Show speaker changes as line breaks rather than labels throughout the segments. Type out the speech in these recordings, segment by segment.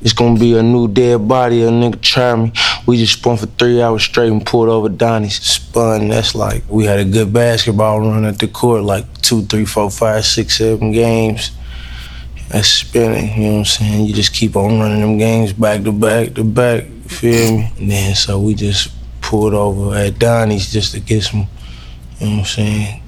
It's gonna be a new dead body, a nigga try me. We just spun for three hours straight and pulled over Donnie's. Spun, that's like, we had a good basketball run at the court, like two, three, four, five, six, seven games. That's spinning, you know what I'm saying? You just keep on running them games back to back to back, you feel me? And then so we just pulled over at Donnie's just to get some, you know what I'm saying?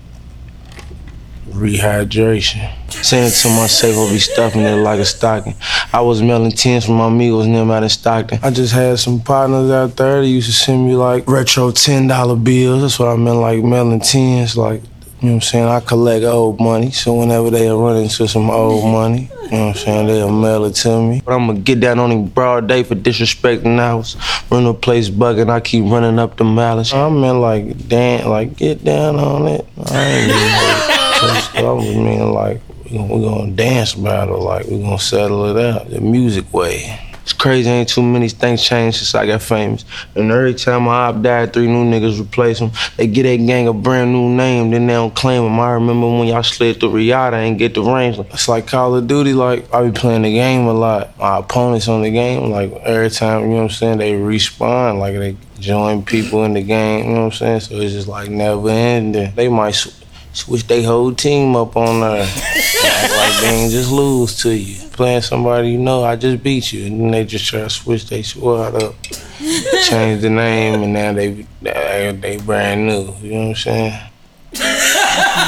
Rehydration. Send it to my safe, I'll be stuffing it like a stocking. I was mailing tins from my amigos and them out in Stockton. I just had some partners out there that used to send me like retro $10 bills. That's what I meant, like mailing tins, like you know what I'm saying? I collect old money, so whenever they run into some old money, you know what I'm saying, they'll mail it to me. But I'ma get down on him broad day for disrespecting hours. Run the place bugging, I keep running up the mileage. I'm in like, damn, like, get down on it. I ain't even I was meaning like, we're gonna dance about it, like, we're gonna settle it out the music way. It's crazy, ain't too many things changed since I got famous. And every time I op died, three new niggas replace them. They get that gang a brand new name, then they don't claim them. I remember when y'all slid through Riata and get the range. It's like Call of Duty, like, I be playing the game a lot. My opponents on the game, like, every time, you know what I'm saying, they respawn, like, they join people in the game, you know what I'm saying? So it's just like never ending. They might sw- switch they whole team up on there. Act like they ain't just lose to you. Playing somebody you know, I just beat you. And then they just try to switch they squad up. Change the name and now they they, they brand new. You know what I'm saying?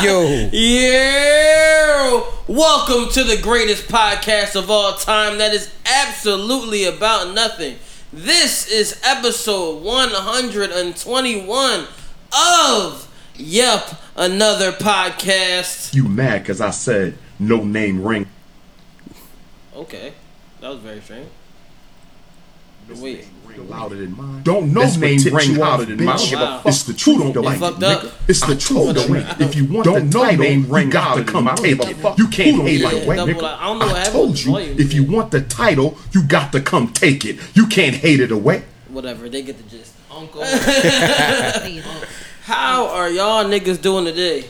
Yo.
Yeah. Welcome to the greatest podcast of all time that is absolutely about nothing. This is episode 121 of Yep, another podcast.
You mad because I said no name ring.
Okay. That was very strange. Wait.
Louder than mine. Don't no name ring louder than mine.
Wow.
It's the truth. Don't like
fucked
it,
up.
nigga. It's the truth.
told
Don't
you.
like it. If you want don't the title, name ring you got to come take it. You can't hate
Yeah,
it away,
double-
nigga.
I don't know what
I
happened
told
with
you.
volume,
If you
yeah.
want the title, you got to come take it. You can't hate it away.
Whatever, they get the gist. Uncle. How are y'all niggas doing today?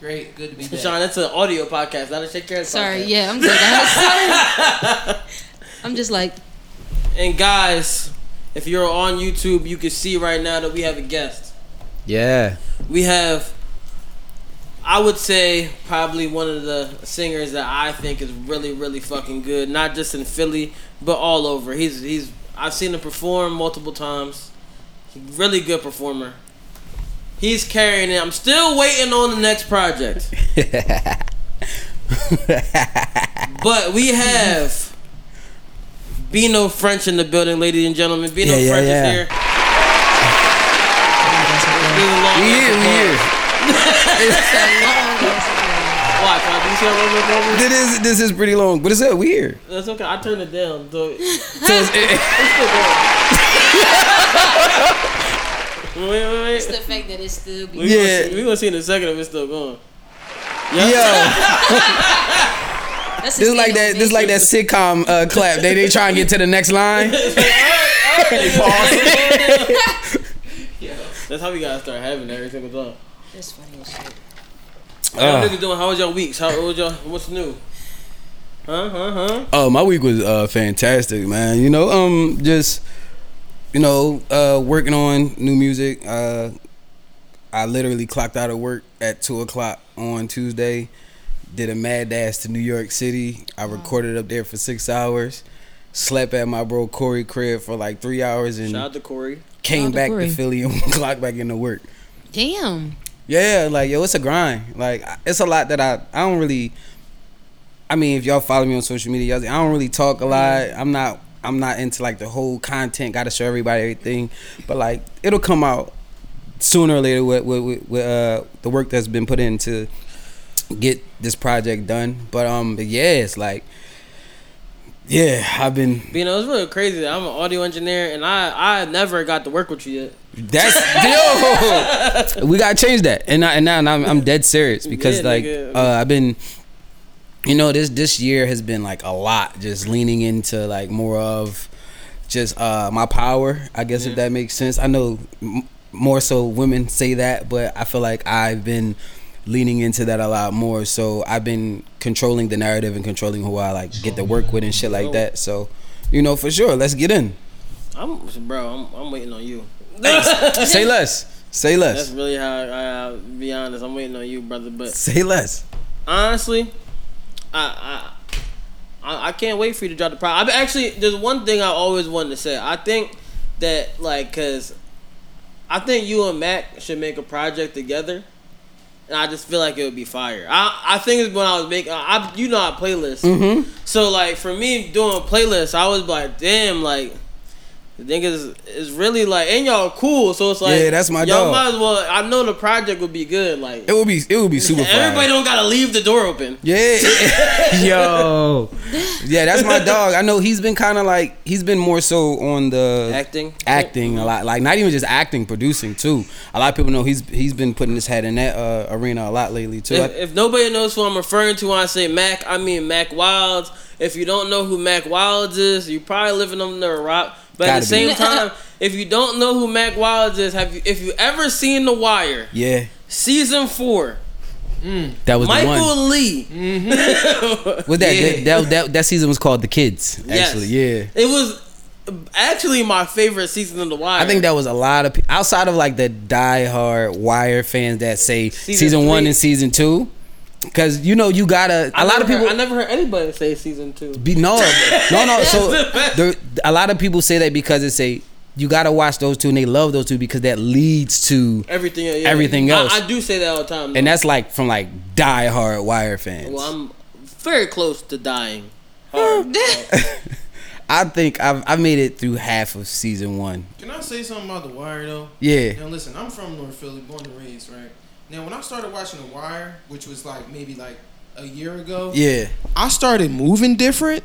Great, good to be back.
Sean, that's an audio podcast, not a shake your head
Sorry,
podcast.
yeah, I'm good. I'm- I'm just like,
And guys, if you're on YouTube, you can see right now that we have a guest.
Yeah.
We have, I would say, probably one of the singers that I think is really, really fucking good. Not just in Philly, but all over. He's he's I've seen him perform multiple times. Really good performer. He's carrying it. I'm still waiting on the next project. but we have Bino French in the building, ladies and gentlemen. Bino
Yeah, yeah,
French is
yeah.
here. Give him a long
We
round of
here, we
applause.
here.
Why, Todd? You see how long that was?
This is this is pretty long, but it's up. We here.
That's okay. I turned it down. So it's
So it's,
still going. wait, wait, wait.
it's the fact that it's still be.
We
Yeah.
Gonna see, we gonna see in a second if it's still going.
yo,
That's
this is like that. This is like that sitcom uh, clap. They they try and get to the next line.
That's how we gotta start having every single time.
That's funny as shit.
How
Uh.
niggas doing? How was y'all weeks? How what was y'all? What's new? Huh? Huh? Huh?
Oh, my week was uh, fantastic, man. You know, um, just you know, uh, working on new music. Uh, I literally clocked out of work at two o'clock on Tuesday. Did a mad dash to New York City. I recorded up there for six hours. Slept at my bro Corey crib for like three hours and
Shout out to Corey.
came
out to
back
Corey.
to Philly and clocked back into work.
Damn.
Yeah, like yo, it's a grind. Like I- it's a lot that I I don't really. I mean, if y'all follow me on social media, y'all see, I don't really talk a lot. I'm not I'm not into like the whole content. Got to show everybody everything, but like it'll come out sooner or later with with, with, with uh, the work that's been put in to get this project done. But um, but yeah, it's like yeah, I've been
You know, it's really crazy. that I'm an audio engineer, and I I never got to work with you yet.
That's yo. we gotta change that, and I, and now and I'm, I'm dead serious because
Yeah,
like
nigga.
uh, I've been, you know this this year has been like a lot, just leaning into like more of just uh my power, I guess if that makes sense. I know m- more so women say that, but I feel like I've been leaning into that a lot more. So I've been controlling the narrative and controlling who I like get to work with and shit like that. So you know, for sure. Let's get in.
I'm, bro, I'm, I'm waiting on you.
Say less. Say
That's
less.
really how I, I'll be honest. I'm waiting on you, brother. But
Say less.
honestly, I, I, I, I can't wait for you to drop the project. I've actually there's one thing I always wanted to say. I think that like, cause I think you and Mac should make a project together. And I just feel like it would be fire. I, I think it's when I was making, I, I- you know, I playlist.
Mm-hmm.
So like for me doing playlists, I was like, damn, like the thing is, is really like, and y'all cool. So it's like,
Yeah, that's my
y'all
dog.
might as well. I know the project would be good. Like
It would be it would be super fire.
everybody don't gotta leave the door open.
Yeah. Yo. Yeah, that's my dog. I know he's been kind of like he's been more so on the
Acting.
acting a lot. Like not even just acting, producing too. A lot of people know he's he's been putting his head in that uh, arena a lot lately too.
If, if nobody knows who I'm referring to when I say Mac, I mean Mac Wilds. If you don't know who Mac Wilds is, you probably living under a rock. But at
Gotta
the same
be.
time, if you don't know who Mac Wilds is, have you if you ever seen The Wire
yeah,
season four?
that was the one.
Michael Lee.
Was that, that, that that season was called The Kids?
Yes.
Actually, yeah.
It was actually my favorite season of The Wire.
I think that was a lot of pe- outside of like the diehard Wire fans that say season, one
three.
and season two, because you know you gotta. A
I
lot
never
of people.
heard- I never heard anybody say season two.
Be, no, no, no. So
the best.
there, a lot of people say that because it's a you gotta watch those two and they love those two because that leads to
Everything. yeah.
Everything
I-
else.
I, do say that all the time.
and
though.
that's like from like diehard Wire fans.
well, I'm very close to dying.
Oh,
Hard.
I think I've I've made it through half of season one.
Can I say something about The Wire though?
Yeah.
Now listen, I'm from North Philly, born and raised, right? Now when I started watching The Wire, which was like maybe like a year ago,
Yeah.
I started moving different.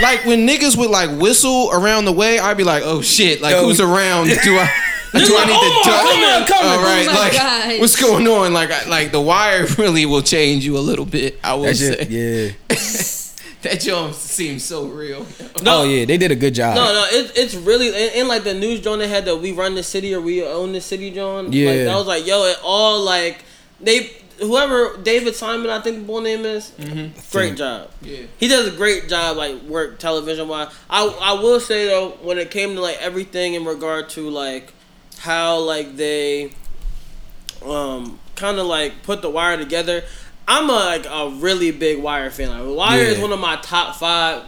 like when niggas would like whistle around the way, I'd be like, "Oh shit! Like
Yo.
who's around? Do I?" Do I need
"Oh,
to duck?
come on,
come on."
All right,
Oh my
like
God.
what's going on? Like, I, like the wire really will change you a little bit. I will
That
say
shit, yeah.
that joint seems so real.
oh yeah, they did a good job.
No, no, it, it's really and, and like the news John they had that we run the city or we own the city John. like,
Yeah.
that was like yo, it all like they whoever David Simon I think the boy name is, great job.
Yeah.
he does a great job like work television wise. I I will say though when it came to like everything in regard to like how like they um kind of like put the wire together. I'm a, like a really big Wire fan. Like Wire is
Yeah.
one of my top five,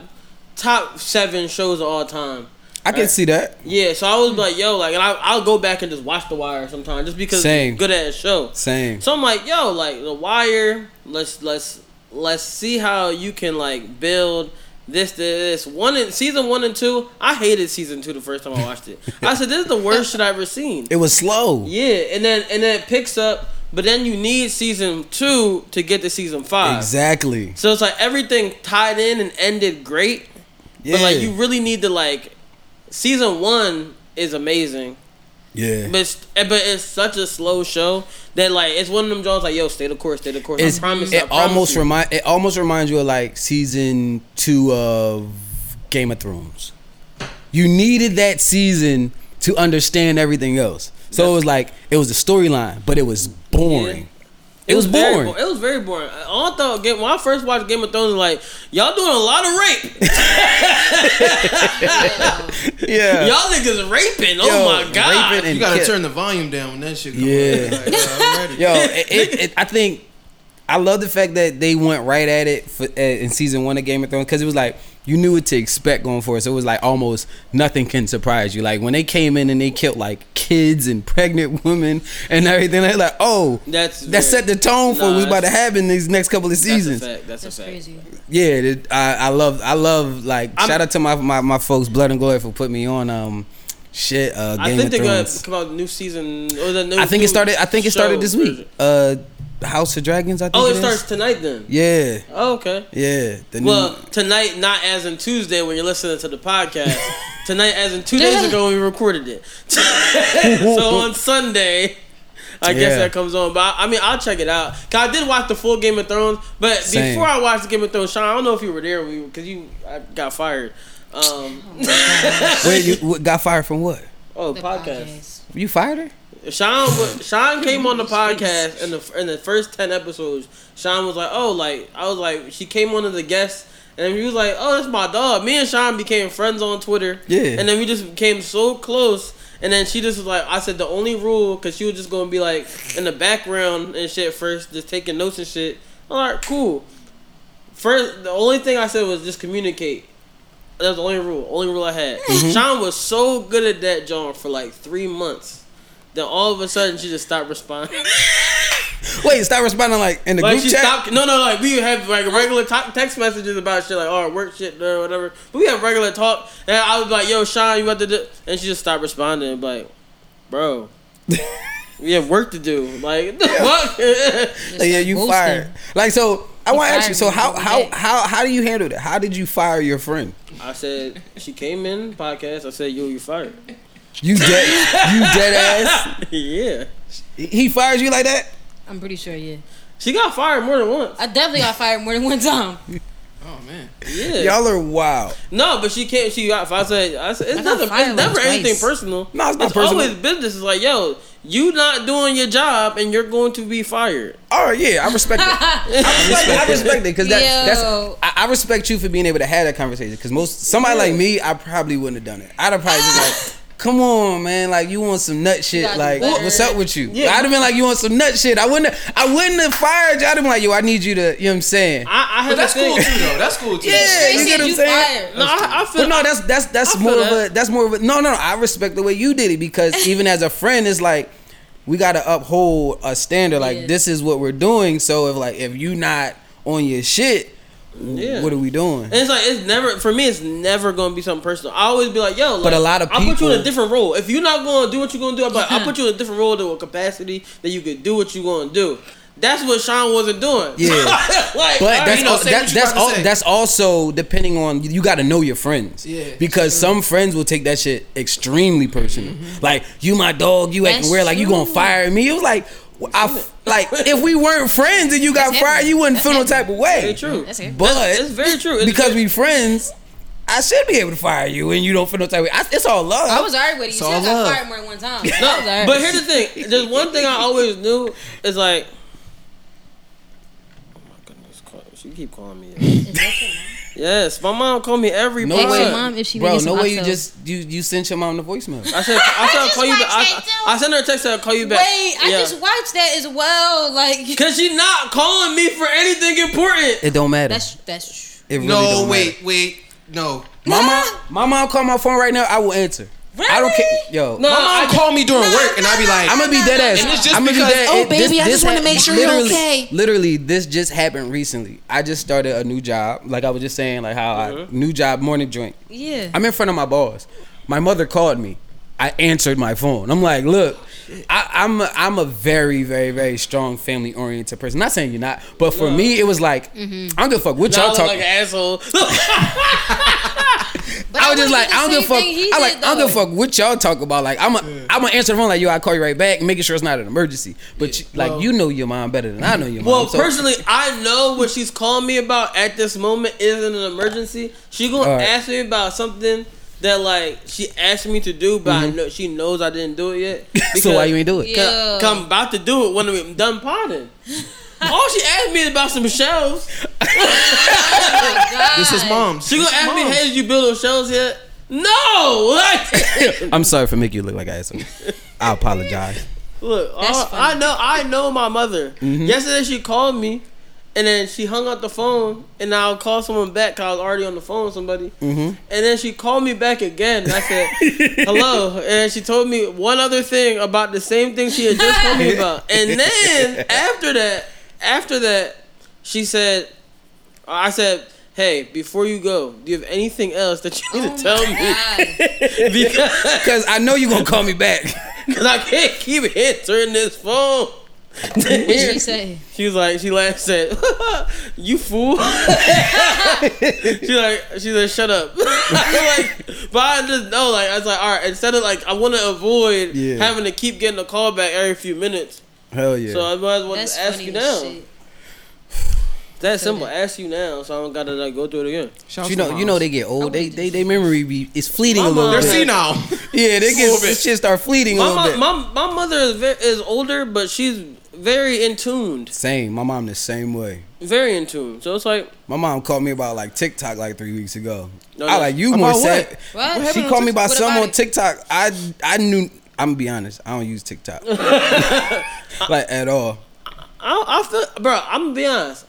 top seven shows of all time.
I can see that.
Yeah, so I was like, yo, like, and I, I'll go back and just watch The Wire sometimes just because
Same.
it's a good ass show.
Same.
So I'm like, yo, like The Wire, let's let's let's see how you can like build this this one in season one and two. I hated season two the first time I watched it. I said this is the worst shit I've ever seen.
It was slow.
Yeah, and then and then it picks up, but then you need season two to get to season five.
Exactly.
So it's like everything tied in and ended great.
Yeah.
But like you really need to like season one is amazing.
yeah.
But it's, eh, but it's such a slow show that like it's one of them Jones like yo stay the course stay the course
It's-
I promise
it
I promise
almost
you.
remind it almost reminds you of like season two of Game of Thrones. You needed that season to understand everything else. So it was like it was a storyline, but it was boring. It, was,
very
boring.
bo- It was very boring. I- All I thought game when I first watched Game of Thrones like y'all doing a lot of rape.
Yeah.
y'all niggas raping. Oh
Yo,
my god.
raping and
You gotta
kill-
turn the volume down when that shit. Come
Yeah.
on. Like, uh, already.
Yo, it, it, it, I think I love the fact that they went right at it for, uh, in season one of Game of Thrones because it was like you knew what to expect going forward. So it was like almost nothing can surprise you. Like when they came in and they killed like kids and pregnant women and everything, they're like, oh,
That's
that
very-
set the tone for
Nah,
what's about to
that's-
happen these next couple of
That's a
seasons.
fact. That's,
That's
a fact.
crazy.
Yeah, it, I, I love I love like
I'm-
shout out to my, my my folks Blood and Glory for putting me on um shit uh, Game
I think
of
they're gonna
Thrones.
come out with new season. Or the new,
I think
new
it started. I think it
show
started this
version.
week. Uh, House of Dragons. I think.
Oh, it
is.
starts tonight then.
Yeah,
Oh, okay.
yeah. The new-
Well, tonight, not as in Tuesday when you're listening to the podcast. tonight, as in two days ago when we recorded it. so on Sunday, I guess
Yeah.
that comes on. But I, I mean, I'll check it out. Cause I did watch the full Game of Thrones. But
Same.
before I watched Game of Thrones, Sean, I don't know if you were there when we, because you I got fired. Um,
wait, you what, got fired from what?
oh,
The
podcast.
You fired her?
Sean wa- Sean came on the podcast in the in the first ten episodes. Sean was like, "Oh, like I was like she came on as a guest, And he was like, "Oh, that's my dog." Me and Sean became friends on Twitter.
Yeah.
And then we just became so close. And then she just was like, "I said the only rule, cause she was just gonna be like in the background and shit first, just taking notes and shit." I'm like, "Cool." First, the only thing I said was just communicate. That was the only rule. Only rule I had. Sean was so good at that, John, for like three months. Then all of a sudden, she just stopped responding.
Wait, stop responding like in the
Like
group
she
chat.
stopped. No, no, like we have like regular talk, text messages about shit, like oh work shit or whatever. But we have regular talk, and I was like, "Yo, Sean, you about to do?" And she just stopped responding. I'm like, bro, we have work to do. Like the fuck.
Like, yeah, you
Ghosting.
fired. Like so, I
You
want to ask
fired
you. So
me
how
every
how
day.
how how do you handle that? How did you fire your friend?
I said she came in podcast. I said, "Yo, you fired."
You dead. you dead ass.
yeah,
He fires you like that.
I'm pretty sure, yeah.
she got fired more than once.
I definitely got fired more than one time.
Oh man.
Yeah,
Y'all are wild.
no, but she can't. She got. I said, I said it's
I got
nothing.
fired
It's
like
never
twice.
anything personal.
No, it's not
it's
personal.
always business. It's like, yo, you not doing your job, and you're going to be fired.
All right, Oh, yeah, I respect it. I respect, I respect it because that's that's.
Yo.
I, I respect you for being able to have that conversation because most somebody like me, I probably wouldn't have done it. I'd have probably been like. Come on, man! Like you want some nut shit?
gotta
Like
do better.
what's up with you?
Yeah.
I'd have been like, you want some nut shit? I wouldn't. Have, I wouldn't have fired you. I'd have been like, yo, I need you to. You know what I'm saying?
I, I
But
have
that's
a thing.
cool too, though. That's cool too.
Yeah.
They
you get
said
what I'm
you
saying?
fired.
No, I, I feel
But no, that's that's that's
I feel
more of a
that.
that's more of a no no. I respect the way you did it because even as a friend, it's like we got to uphold a standard. Like
Yeah.
this is what we're doing. So if like if you not on your shit,
Yeah.
what are we doing?
And it's like it's never for me. It's never gonna be something personal. I always be like, yo. Like,
But a lot of
I put you in
people-
a different role. If you're not gonna do what you're gonna do, I'm like, I put you in a different role to a capacity that you could do what you're gonna do. That's what Sean wasn't doing.
Yeah.
like,
But
I-
that's
you know,
al-
say
that,
what you
that's
about to
all,
say.
that's also depending on you got to know your friends.
Yeah,
Because some friends will take that shit extremely personal.
Mm-hmm.
Like you, my dog, you acting
That's
weird. Like you gonna
true.
fire me? It was like I f- like if we weren't friends and you got
That's
fired,
heavy.
you wouldn't
That's
feel no
heavy.
type of way.
Very true.
That's it.
But
It's very true. It's
because
very-
we friends, I should be able to fire you, and you don't feel no type of. I, it's all love.
I was already with you.
It's
She
all
I got
love.
fired more than one time. I was
No,
alright.
but here's the thing. There's one thing I always knew is like. Oh my goodness, call- She keep calling me. yes, my mom called me every.
No
Ask
way.
your
What?
mom if she
bro.
needs
No
some
way you
oxos.
just you you sent your mom the voicemail.
I said, I said I'll
just
call you back.
watched
I, I, I sent her a text. Said I'll call you back.
Wait, I
Yeah.
just watched that as well. Like
Cause she's not calling me for anything important.
It don't matter.
that's that's true.
it really
No,
don't matter.
wait, wait, no.
My mom, my mom called my phone right now. I will answer. I don't care, yo.
My mom called me during work, and I be like,
I'm gonna be dead ass.
And it's just
I'm gonna
because,
be dead.
oh,
it- this-
baby, I
this
just wanna
hap-
make sure you're
literally-
okay.
Literally, this just happened recently. I just started a new job. Like I was just saying, like how
Uh-huh.
I new job morning joint.
Yeah.
I'm in front of my boss. My mother called me. I answered my phone. I'm like, look, I, I'm a, I'm a very very very strong family oriented person. Not saying you're not, but for me it was like
Mm-hmm.
I don't give a fuck what
I
y'all
look
talking.
like an asshole.
But
I was just
wouldn't
like,
do the
I don't
same
give a fuck.
thing he
I
did,
like, I don't give a
though.
fuck what y'all talk about. Like, I'm a, am gonna answer the phone like, yo, I will call you right back, making sure it's not an emergency. But you, like, you know your mom better than I know your mom.
well,
so-
personally, I know what she's calling me about at this moment isn't an emergency. She gonna
Alright.
ask me about something that like she asked me to do, but I know she knows I didn't do it yet.
Mm-hmm. so why you ain't do it?
Yeah.
Cause, 'cause I'm about to do it when I'm done potting. All she asked me is about some shelves.
Oh my God.
this is mom's.
She gonna ask me, "Hey, did you build those shelves yet?" No. Like,
I'm sorry for making you look like an asshole. I apologize.
Look,
That's
all- I
funny.
know, I know my mother. Yesterday she called me, and then she hung up the phone, and I'll call someone back. 'cause I was already on the phone with somebody, and then she called me back again. and I said, "Hello," and she told me one other thing about the same thing she had just told me about. And then after that, after that, she said, "I said." Hey, before you go, do you have anything else that you need
Oh
to tell
my
me?
God.
Because
Because I know you gonna call me back.
Cause I can't keep answering this phone.
What she say?
She was like, she laughed, said, "You fool." she like, she like, shut up. I'm like, but I just know, like, I was like, all right. Instead of like, I want to avoid
Yeah.
having to keep getting a call back every few minutes.
Hell yeah.
So I might as well
That's
just ask
funny
you
as
now.
shit.
That's simple. Ask you now, so I don't gotta like go through it again.
you know, you know they get old. They they, they memory be is fleeting a
My
little
mom-
They're
bit.
seen-
senile.
yeah, they
A
get
little bit.
this shit start fleeting a
My
little
mom,
bit.
my, my mother is very, is older, but she's very in tuned.
same. My mom the same way.
Very in tune. So it's like
My mom called me about like TikTok like three weeks ago.
No,
I
no.
like you
About
more
what?
set.
What? What
She
happened on
called me
TikTok?
about
What
something
about
on
it?
TikTok. I I knew. I'm gonna be honest. I don't use TikTok like at all.
I, I feel, bro. I'm gonna be honest.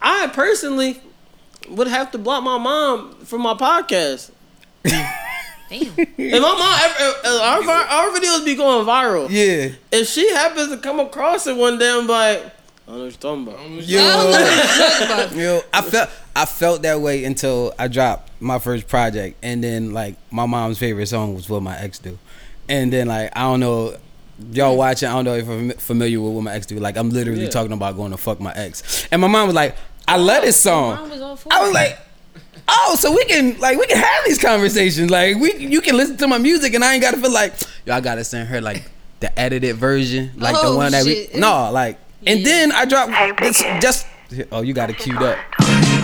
I personally would have to block my mom from my podcast.
Damn.
If my mom, ever, if- if our, vi- our videos be going viral.
Yeah.
If she happens to come across it one day, I'm like, I don't know what you're talking about.
I don't know
Yo.
what you're talking about.
Yo. I felt I felt that way until I dropped my first project, and then like my mom's favorite song was "What My Ex Do," and then like I don't know.
Mm.
Y'all watching, I don't know if I'm familiar with what my ex do. Like, I'm literally
Yeah.
talking about going to fuck my ex. And my mom was like, I love this song.
Mine was all for
I was
it.
like, oh, so we can like we can have these conversations. Like we you can listen to my music and I ain't gotta feel like yo, I gotta send her like the edited version, like the
Oh,
one that
shit.
we no like. And
Yeah.
then I dropped this, just oh you got it queued up.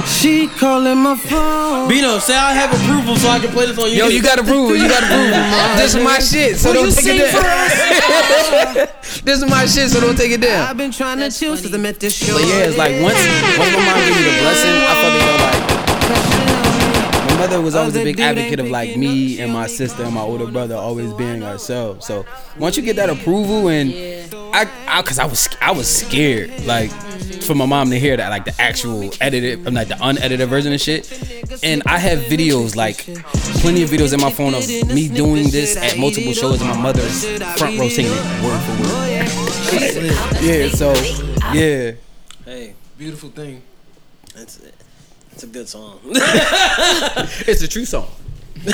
She calling my phone.
Bino, say I have approval so I can play this on YouTube.
Yo, you gotta prove it. You gotta prove it. This is my shit, so don't take it down. this is my shit, so don't take it down.
been trying to choose since I met this show.
But yeah, it's like once once my mom gave me the blessing, I felt it though, like. My mother was always a big advocate of like me and my sister and my older brother always being ourselves. So once you get that approval and I, I, cause I was I was scared like for my mom to hear that like the actual edited um, like the unedited version of shit. And I have videos like plenty of videos in my phone of me doing this at multiple shows and my mother's front row singing it word for word. Oh, yeah, so yeah.
hey,
Beautiful thing.
it's it's a good song.
It's a true song.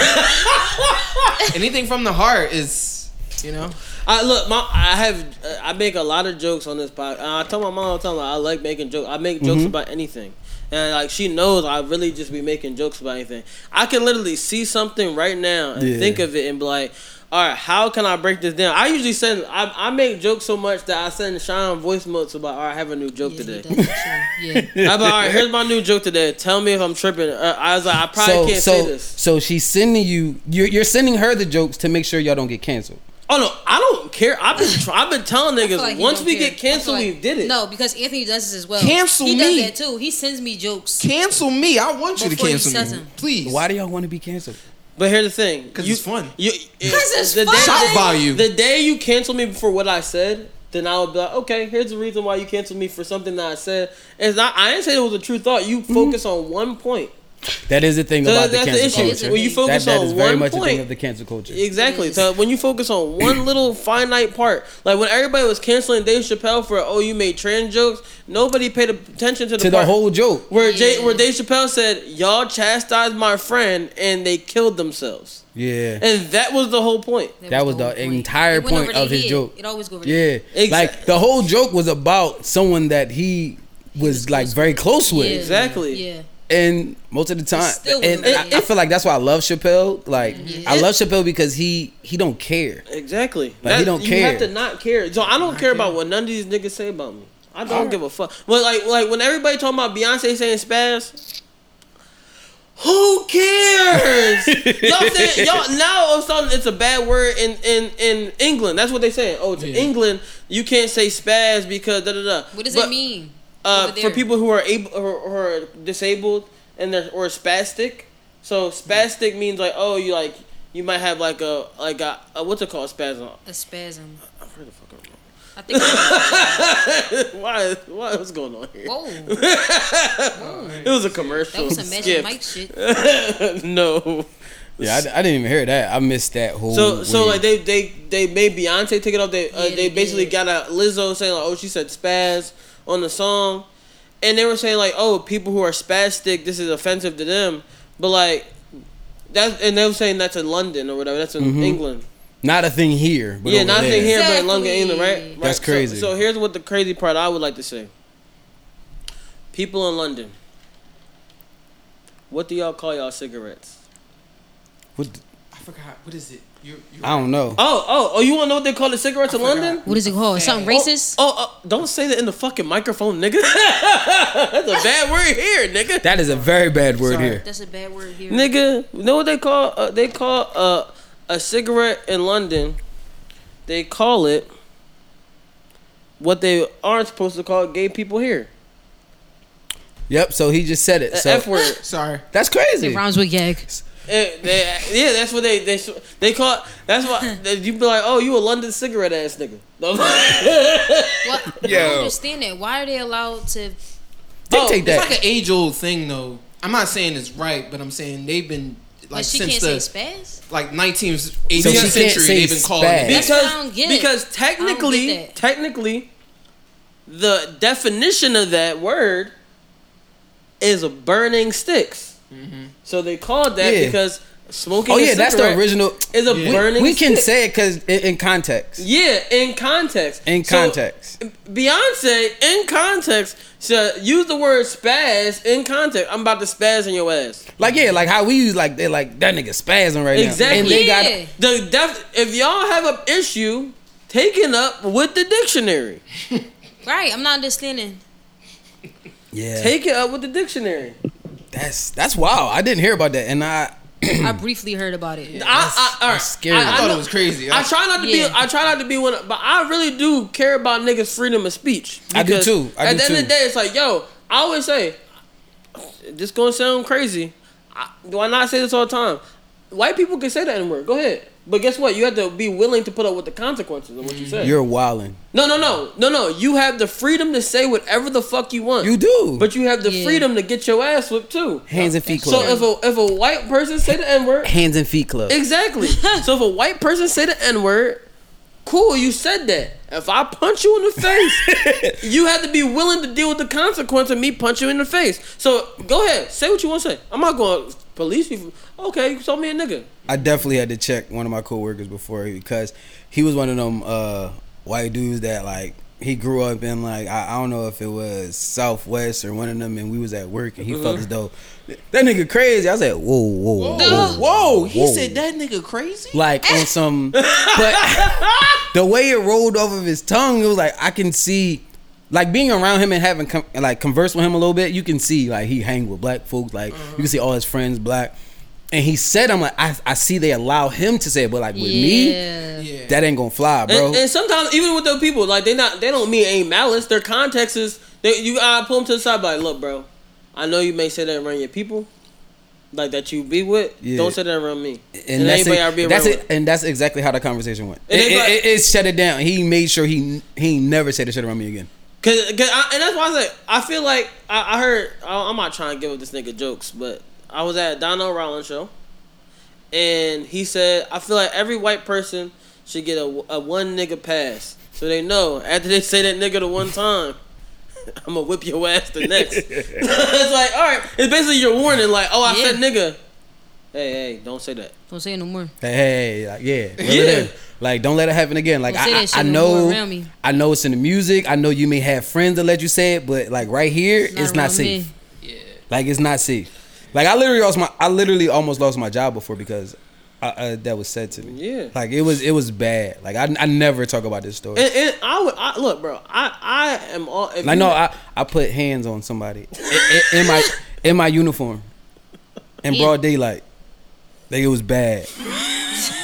Anything from the heart is, you know.
I look, my I have uh, I make a lot of jokes on this podcast. And I tell my mom all the time like, I like making jokes. I make
Mm-hmm.
jokes about anything, and like she knows I really just be making jokes about anything. I can literally see something right now and
Yeah.
think of it and be like, all right, how can I break this down? I usually send I, I make jokes so much that I send Sean voice notes about all right, I have a new joke
Yeah, he
today.
does that shit. Yeah.
I'm like, all right, here's my new joke today. Tell me if I'm tripping. Uh, I was like, I probably
so
can't
so
say this.
so she's sending you you're, you're sending her the jokes to make sure y'all don't get canceled.
Oh no, I don't care. I've been tr- I've been telling
I
niggas
feel like he
once
don't
we
care.
get canceled,
I feel
we
like-
did it.
No, because Anthony does this as well.
Cancel
he
me.
does that too. He sends me jokes.
Cancel me. I want you
Before
to
you
cancel
says
me.
him.
Please.
Why do y'all want to be canceled?
But here's the thing,
'Cause
you-
it's fun.
You,
'Cause it's
the
fun.
Day,
Shock
the day-
value.
The day you cancel me for what I said, then I would be like, okay, here's the reason why you canceled me for something that I said. It's not. I didn't say it was a true thought. You focus on one point.
That is the thing
So
about the
that's the
cancel
issue.
culture.
When you
focus
that, that
on
is very
one
much a thing
point-
of the cancel culture.
Exactly. So when you focus on one little finite part, like when everybody was canceling Dave Chappelle for oh you made trans jokes, nobody paid attention to the
to the
part
whole joke.
where Jay,
Yeah.
where Dave Chappelle said y'all chastised my friend and they killed themselves,
Yeah.
and that was the whole point.
That was
whole
the entire
It went
point
over
of
their
his
head.
joke.
It always go over their
yeah.
Exa-
head.
Like the whole joke was about someone that he was like very close with.
Yeah.
Exactly.
Yeah.
And most of the time,
still
and
wouldn't
I,
be.
I feel like that's why I love Chappelle. Like I love Chappelle because he he don't care.
Exactly.
Like, he don't
you
care.
have to not care. So I don't care about what none of these niggas say about me. I don't give a fuck. But like, like when everybody talking about Beyonce saying spaz, who cares? y'all saying y'all now all of a sudden it's a bad word in in in England. That's what they saying. Oh, to England you can't say spaz because da da da.
What does
But,
it mean?
Uh,
over
for
there?
people who are able or, or disabled and they're or spastic. So spastic means like oh you like you might have like a like a, a what's it called spasm.
A spasm.
Where the fuck am I?
I think.
Why? Why? What's going on here?
Whoa.
It was a
That
commercial.
was some Magic
Skip.
Mike shit.
no.
Yeah, I, I didn't even hear that. I missed that whole.
So so
wave.
like they they they made Beyonce take it off. They uh,
Yeah,
they,
they
basically
did.
got a Lizzo saying like, oh she said spaz on the song, and they were saying like, oh people who are spastic, this is offensive to them. But like that's and they were saying that's in London or whatever. That's in England.
Not a thing here. Mm-hmm. But
yeah,
over
not
there.
in here, but in London,
Exactly.
England, right? right?
That's
So-
crazy.
so here's what the crazy part I would like to say. People in London, what do y'all call y'all cigarettes?
What the-
I forgot. What is it? You're, you're
I don't know.
Oh, oh, oh! You want to know what they call the cigarettes in
forgot.
London?
What is it called? Something racist?
Oh, oh, don't say that in the fucking microphone, nigga. That's a bad word here, nigga.
That is a very bad word here.
That's a bad word here.
nigga, you know what they call? Uh, they call uh, a cigarette in London. They call it what they aren't supposed to call gay people here.
Yep. So he just said it.
The
So
F word.
Sorry.
That's crazy.
It rhymes with gag.
Eh, they- yeah, that's what they they they call. That's why they- you be like, oh, you a London cigarette ass nigga.
Well, I
Yo.
don't understand that. Why are they allowed to?
Dictate
Oh,
it's
that.
like an age old thing, though. I'm not saying it's right, but I'm saying they've been like
Like she
since
can't
the
say spaz.
like 19th,
So
18th
she can't
century.
say
They've been calling
spaz.
it.
That's what I don't
Because
get.
because technically,
that.
technically, the definition of that word is a burning sticks. So they called that
Yeah.
because smoking.
Oh
a
yeah, that's the
cigarette
original.
Is a burning.
We can
stick.
say it because in context.
Yeah, in context.
In
So,
context.
Beyonce, in context, should use the word spaz in context. I'm about to spaz in your ass.
Like yeah, like how we use like they're like that nigga spazzing right now.
Exactly.
And they
yeah.
got
The def- if y'all have an issue, taking up with the dictionary.
right. I'm not understanding.
yeah.
Take it up with the dictionary.
that's that's wild. I didn't hear about that, and I
I briefly heard about it.
I, I, all right,
that's scary.
I thought
know-
it was crazy.
I try not to
Yeah.
be. I try not to be one. of- But I really do care about niggas' freedom of speech.
I do
Because
too. I
at
do
the end of
too.
the day, it's like, yo, I always say, this gonna sound crazy. I, do I not say this all the time? White people can say that in word. Go ahead. But guess what? You have to be willing to put up with the consequences of what you say.
you're wilding.
no, no, no, no, no. You have the freedom to say whatever the fuck you want.
You do.
But you have the
Yeah.
freedom to get your ass whipped too.
hands and feet
So
club.
if a if a white person say the n word,
hands and feet club.
Exactly. so if a white person say the N word, cool, you said that. If I punch you in the face, you have to be willing to deal with the consequence of me punching you in the face. So go ahead, say what you want to say. I'm not going to police you. for- Okay, you told me a nigga.
I definitely had to check one of my coworkers before because he was one of them uh, white dudes that like he grew up in like I, I don't know if it was Southwest or one of them, and we was at work and he felt as though that nigga crazy. I was like, whoa, whoa, whoa,
Whoa, he
whoa.
said that nigga crazy.
like on some, but the way it rolled off of his tongue, it was like I can see. Like being around him and having com- like converse with him a little bit, you can see like he hang with black folks. Like you can see all his friends black, and he said, "I'm like I, I see they allow him to say it, but like with me,
yeah.
Yeah.
that ain't gonna fly, bro.
And, and sometimes even with those people, like they not they don't mean any malice. Their context is they you I pull them to the side like, look, bro, I know you may say that around your people, like that you be with.
Yeah.
Don't say that around me. And,
that's
anybody
it-
I be around.
that's
with.
it. And that's exactly how the conversation went.
And
it,
they
it-
like-
it- it shut it down. He made sure he he never said the shit around me again.
Cause, 'cause I, and that's why I said I feel like I, I heard I, I'm not trying to give up this nigga jokes, but I was at Donald Rollins show, and he said I feel like every white person should get a, a one nigga pass, so they know after they say that nigga the one time, I'm gonna whip your ass the next. it's like all right, it's basically your warning, like oh I said
Yeah.
nigga, hey hey don't say that.
Don't say it no more.
Hey, hey, like, yeah, reel
Yeah.
it in. Like, don't let it happen again. Like,
Don't say that
I,
shit
I, I
no
know,
more around me.
I know it's in the music. I know you may have friends that let you say it, but like right here, it's not
around
safe.
me.
Like, it's not safe. Like, I literally lost my, I literally almost lost my job before because I, uh, that was said to me.
Yeah.
Like, it was, it was bad. Like, I, I never talk about this story.
And, and I would I, look, bro, I I am all. if
Like
you-
no, I, I put hands on somebody in, in- in my in my uniform in broad daylight. Like it was bad.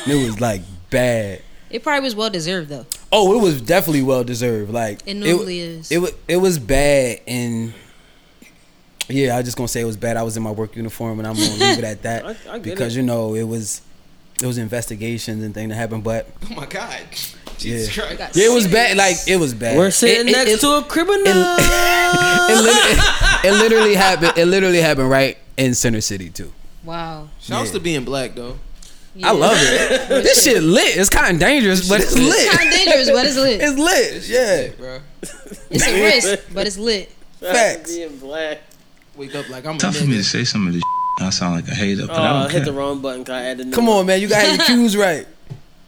It was like bad.
It probably was well deserved though.
Oh, it was definitely well deserved. Like
It normally is.
It was it was bad and yeah, I just gonna say it was bad. I was in my work uniform and I'm gonna leave it at that
I- I get
because
it.
you know it was it was investigations and thing that happened, but
Oh my god, Jesus
Yeah.
Christ.
it was bad. Like it was bad.
We're
It-
sitting
it-
next
it-
to a criminal.
it, lit- it literally happened. It literally happened right in Center City too.
Wow.
Shouts
Yeah.
to being black though.
I love it. this shit lit. It's kind of dangerous, but it's lit.
It's kind of dangerous, but it's lit.
It's lit. Yeah,
Bro,
It's a risk, but it's lit.
facts.
Being black.
wake up like I'm a
Tough for me to
nigga.
say some of this. shit. I sound like a hater, but I
Oh, I
don't
hit
care.
the wrong button. 'cause I had the
Come
number.
on, man. You got your cues right.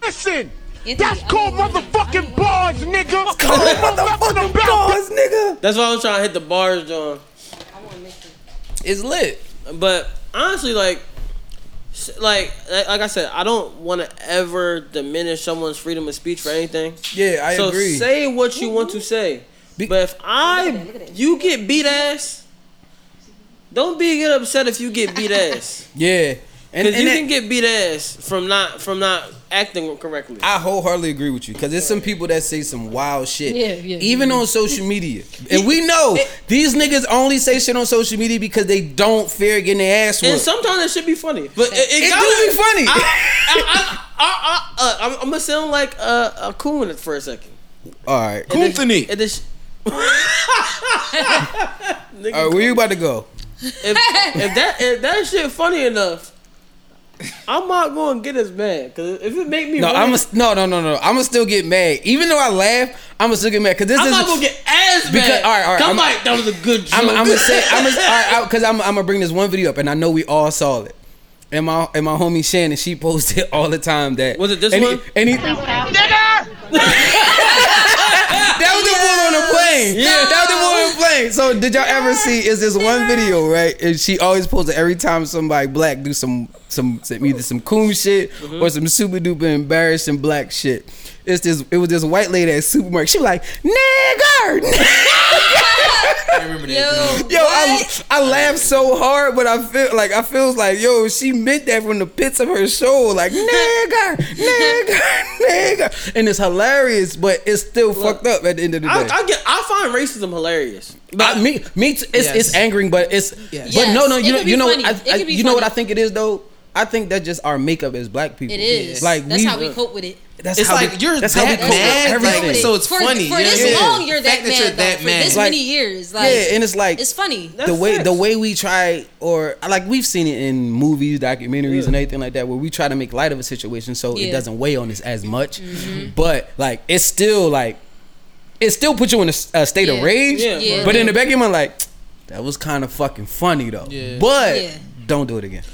That's called motherfucking ball.
Motherfucking bars, nigga.
That's why I was trying to hit the bars, John.
It's lit.
But honestly, like, s- like, like I said, I don't want to ever diminish someone's freedom of speech for anything.
Yeah, I
so
agree.
say what you want to say. but if I, you get beat ass, don't be get upset if you get beat ass.
yeah.
And,
and
you
it-
can get beat ass from not from not acting correctly.
I wholeheartedly agree with you because there's some people that say some wild shit,
Yeah, yeah,
even on social media. And we know these niggas only say shit on social media because they don't fear getting their ass
And
whooped.
sometimes it should be funny, but it, it,
It
gotta
do be funny.
I, I, I, I, I, uh, I'm, I'm gonna sound like a, a coon for a second.
All right,
And this-
Kunthani.
and this-
all right, where you about to go?
if, if that if that shit funny enough, I'm not gonna get as mad. Cause if it make me,
No,
really-
I'm a, no, no, no, no. I'm gonna still get mad, even though I laugh. I'm gonna still get mad because this
I'm
is
not gonna get as mad.
Because- all right, all right,
Come
I'm-
like that was a good joke.
I'm, I'm gonna say I'm gonna all right, because I'm, I'm gonna bring this one video up, and I know we all saw it. And my and my homie Shannon, she posts it all the time. That
Was it this
any,
one?
Any, that was the one on the plane. Yeah, that was the one on the plane. So did y'all ever see? Is this one video right? And she always posts it every time somebody black do some some, some either some coon shit
Mm-hmm.
or some super duper embarrassing black shit. It's this. It was this white lady at supermarket. She was like nigger.
I remember that.
Yo,
Yo, I,
what?
I laugh so hard, but I feel like I feels like yo, she meant that from the pits of her soul, like nigga, nigga, nigga, and it's hilarious, but it's still fucked up at the end of the day.
I, I get. I find racism hilarious.
I, me, me, too, it's, it's
Yes.
angering, but it's
Yes.
but no, no,
Yes,
you
it
know,
could be funny.
you know, what I,
It
I-
could be
you know what I
funny.
think it is though. I think that just our makeup as black people.
It is.
like
that's
we,
how we cope with it.
That's
It's
how
like
we,
you're
that's
that
how we cope
mad,
with
like,
everything.
so it's
for,
funny.
For
Yeah,
this
yeah.
long, you're
The fact
that,
that
mad.
you're
though,
that
for
mad.
this
Like-
many years, like
yeah, and it's like
it's funny.
the
That's
way
facts.
the way we try or like we've seen it in movies, documentaries, and everything like that, where we try to make light of a situation so it
Yeah.
doesn't weigh on us as much. But like it's still like it still puts you in a, s- a state of
Yeah.
rage.
Yeah.
Yeah.
But in the back of your mind, like that was kind of fucking funny though.
Yeah.
But
Yeah.
don't do it again.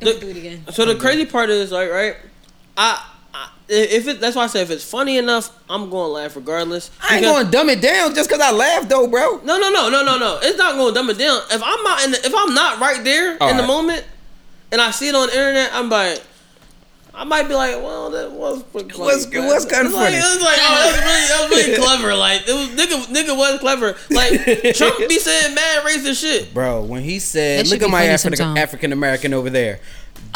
Don't do it again.
So the crazy part is like, right? I, I if it that's why I say if it's funny enough, I'm gonna laugh regardless.
I ain't
Because-
gonna dumb it down just because I laughed though, bro.
No, no, no, no, no, no. It's not gonna dumb it down. If I'm not in the, if I'm not right there in the
Alright.
moment, and I see it on the internet, I'm like. I might be like, well, that was pretty funny.
was- it
but-
was kinda
it's like-
funny.
It's like, oh, that's really, that was really clever. Like, it was nigga, nigga was clever. Like, Trump be saying mad racist shit.
Bro, when he said,
That should
"Look at
be
my
funny
African
sometime.
African American over there,"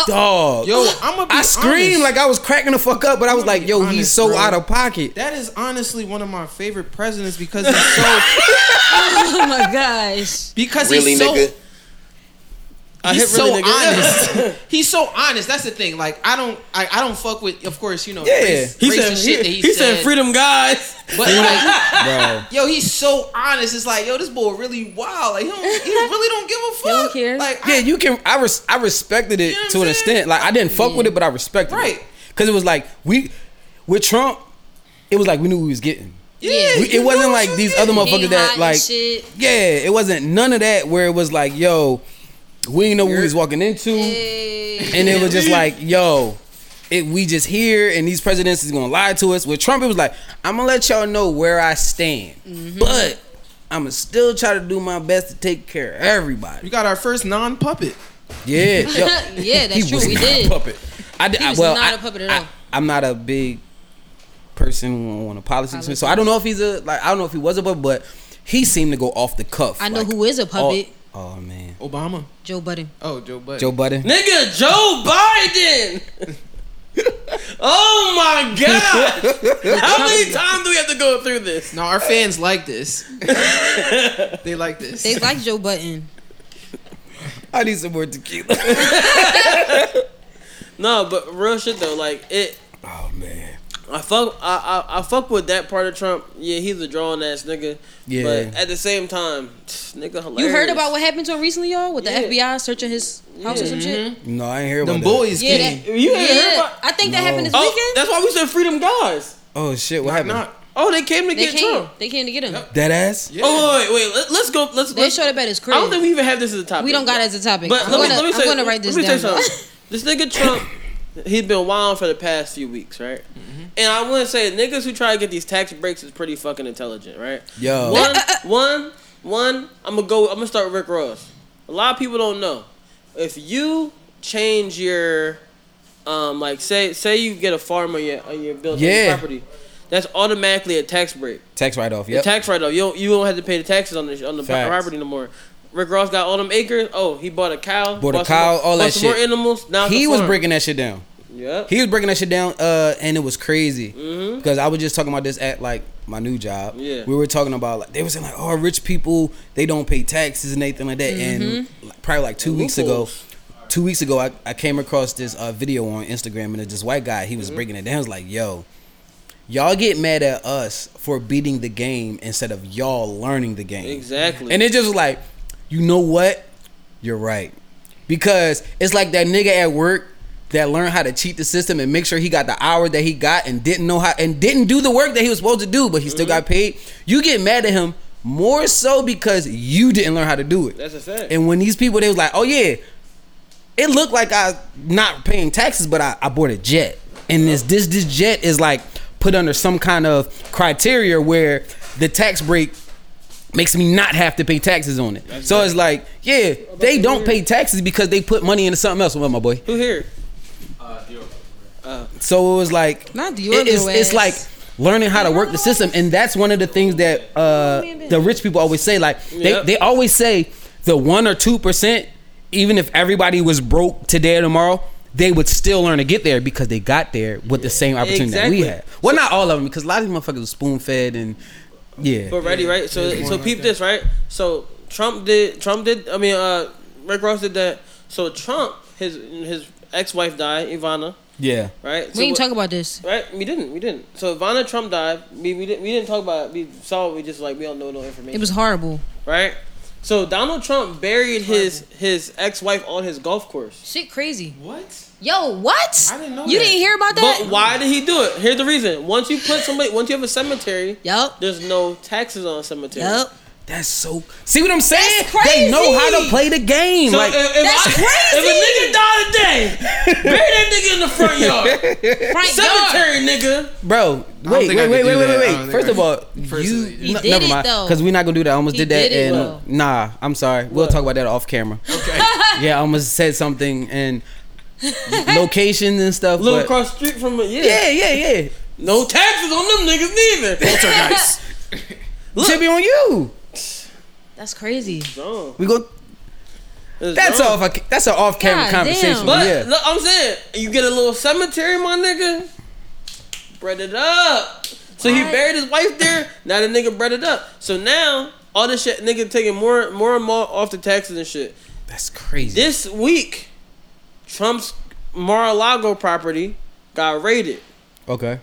dog.
Yo, I'm gonna be
I screamed
honest.
like I was cracking the fuck up, but I was
I'ma
like,
be
"Yo, he's
honest,
so
bro.
out of pocket."
That is honestly one of my favorite presidents because he's so
Oh my gosh.
because he's so he's
hit really
so
nigga.
honest. he's so honest. That's the thing. Like I don't I, I don't fuck with of course you know
Yeah.
race,
He
racist
said,
shit
he,
that he,
he
said,
said, freedom, guys.
But like
Bro,
yo, he's so honest. It's like yo, this boy really wild. Like he, don't, he really don't give a fuck.
don't care.
Like
yeah,
I-
you can. I res, I respected it
You know what
to
I'm
an
saying?
extent. Like I didn't fuck with it, but I respected it.
Right.
Because it was like we with Trump, it was like we knew we was getting.
yeah,
We,
you
it
know
wasn't
what
like
you
these
did.
other
Being
motherfuckers
hot
that
and
like
shit.
yeah, it wasn't none of that where it was like yo, we didn't know what we was walking into.
Hey.
And it was just like, yo, it, we just here, and these presidents is gonna lie to us. With Trump, it was like, I'm gonna let y'all know where I stand,
Mm-hmm.
but I'm gonna still try to do my best to take care of
We
everybody.
got our first non puppet.
Yeah, yo,
Yeah, that's
he
true.
was
We
not a
did.
puppet. I did.
He was
well,
not
I-
a puppet at
I-
all.
I'm not a big person on a policy, sense, so I don't know if he's a like. I don't know if he was a puppet, but he seemed to go off the cuff.
I know
like,
who is a
all-
puppet.
oh man,
Obama.
Joe Budden.
Oh, Joe Budden.
Joe Budden.
Nigga, Joe Biden. oh my God. How many times do we have to go through this?
No, our fans like this. they like this.
They like Joe Button.
I need some more tequila.
No, but real shit though, like it.
oh man.
I fuck, I, I, I fuck with that part of Trump. Yeah, he's a drawn ass nigga.
Yeah.
But at the same time, nigga, hilarious.
You heard about what happened to him recently, y'all, with the
Yeah. Mm-hmm.
FBI searching his house or some shit?
No, I ain't hear about
Them
that.
boys
Yeah,
came.
that,
You ain't heard
yeah.
about-
I think that happened this
Oh,
weekend.
that's why we said freedom guys.
Oh shit! What happened?
Not
Oh, they came to
They
get
came.
Trump.
They came to get him.
That ass.
yeah.
Oh wait, wait, wait. Let, us go. Let's.
They
let's-
showed up at his
I don't
crib.
think we even have this as a topic.
We don't got it as a topic.
But
I'm,
let me,
gonna,
let me
I'm
say,
gonna write this
let me
down.
Say
though.
something. this nigga Trump, he's been wild for the past few weeks, right?
Mm-hmm.
And I wouldn't say niggas who try to get these tax breaks is pretty fucking intelligent, right?
Yo.
Uh,
One, one, one. I'm gonna go. I'm gonna start with Rick Ross. A lot of people don't know if you change your, um, like say say you get a farm on your on your building on your
Yeah.
property, that's automatically a tax break.
Tax write off. Yep.
The tax write off. You don't, you don't have to pay the taxes on the on the
Facts.
property no more. Rick Ross got all them acres. Oh, he bought a cow.
Bought a
some
cow,
more-
all
bought
that
some
shit.
More animals. Now it's
he
a
was
farm.
breaking that shit down.
Yep.
He was breaking that shit down, uh, and it was crazy
Mhm.
because I was just talking about this at like my new job.
Yeah.
we were talking about like they were saying like, oh, rich people they don't pay taxes and anything like that.
Mhm.
And
Mm-hmm.
like, probably like two weeks ago, two weeks ago, I, I came across this uh, video on Instagram and it's this white guy he was
Mm-hmm.
breaking it down. He was like, yo, y'all get mad at us for beating the game instead of y'all learning the game.
Exactly.
And it just was like, you know what? You're right. Because it's like that nigga at work that learned how to cheat the system and make sure he got the hour that he got and didn't know how and didn't do the work that he was supposed to do, but he still got paid. You get mad at him more so because you didn't learn how to do it.
That's a fact.
And when these people, they was like, oh yeah, it looked like I not paying taxes, but I, I bought a jet. And this this this jet is like put under some kind of criteria where the tax break makes me not have to pay taxes on it. so it's like, yeah, they don't pay taxes because they put money into something else. Well, my boy.
Who here?
So it was like
Not Dior.
it- it's,
little
it's
ass.
like learning how to work the system and that's one of the things that uh the rich people always say like they,
Yep.
they always say the one or two percent even if everybody was broke today or tomorrow they would still learn to get there because they got there with the same opportunity that we
Exactly.
had well not all of them because a lot of these motherfuckers were spoon-fed and yeah
But ready, right? So so peep this, right? So Trump did Trump did I mean uh Rick Ross did that. So Trump his his ex wife died, Ivana,
yeah
right? So
we ain't
what-
talk about this.
Right, we didn't, we didn't. So Ivana Trump died. We, we didn't, we didn't talk about it. We saw it. We just like we don't know no information.
It was horrible.
right. So Donald Trump buried his his ex wife on his golf course.
Shit, crazy.
What?
Yo, what?
I didn't know
You
that.
didn't hear about that?
But why did he do it? Here's the reason: once you put somebody, once you have a cemetery,
Yup.
there's no taxes on cemetery.
Yup.
that's so see what i'm saying
That's
they know how to
crazy.
play the game
So uh,
like
if, if
That's
I-
crazy.
If a nigga died today, bury that nigga in the front yard.
Frank Yard.
Cemetery, nigga.
Bro, wait, wait,
think I
wait,
could
wait,
do
wait, wait,
that. I
wait.
don't think
First
I
of all,
First
you
of all, yeah. He
no,
did
never
it,
mind,
though.
because we're not gonna do that. I almost
He
did that,
did it,
and
though.
nah, I'm sorry. We'll talk about that off camera. Okay. yeah, I almost said something and locations and stuff.
Little
but-
across the street from it. Yeah.
Yeah, yeah, yeah.
No taxes on them niggas neither.
Should be on you.
That's crazy.
Zone.
We go.
It's
That's
zone.
off. a- That's an off-camera
God
conversation.
damn.
But
yeah.
look, I'm saying you get a little cemetery, my nigga. Bread it up. So he
What?
buried his wife there. Now the nigga bread it up. So now all this shit, nigga, taking more, more and more off the taxes and shit.
that's crazy.
This week, Trump's Mar-a-Lago property got raided.
okay.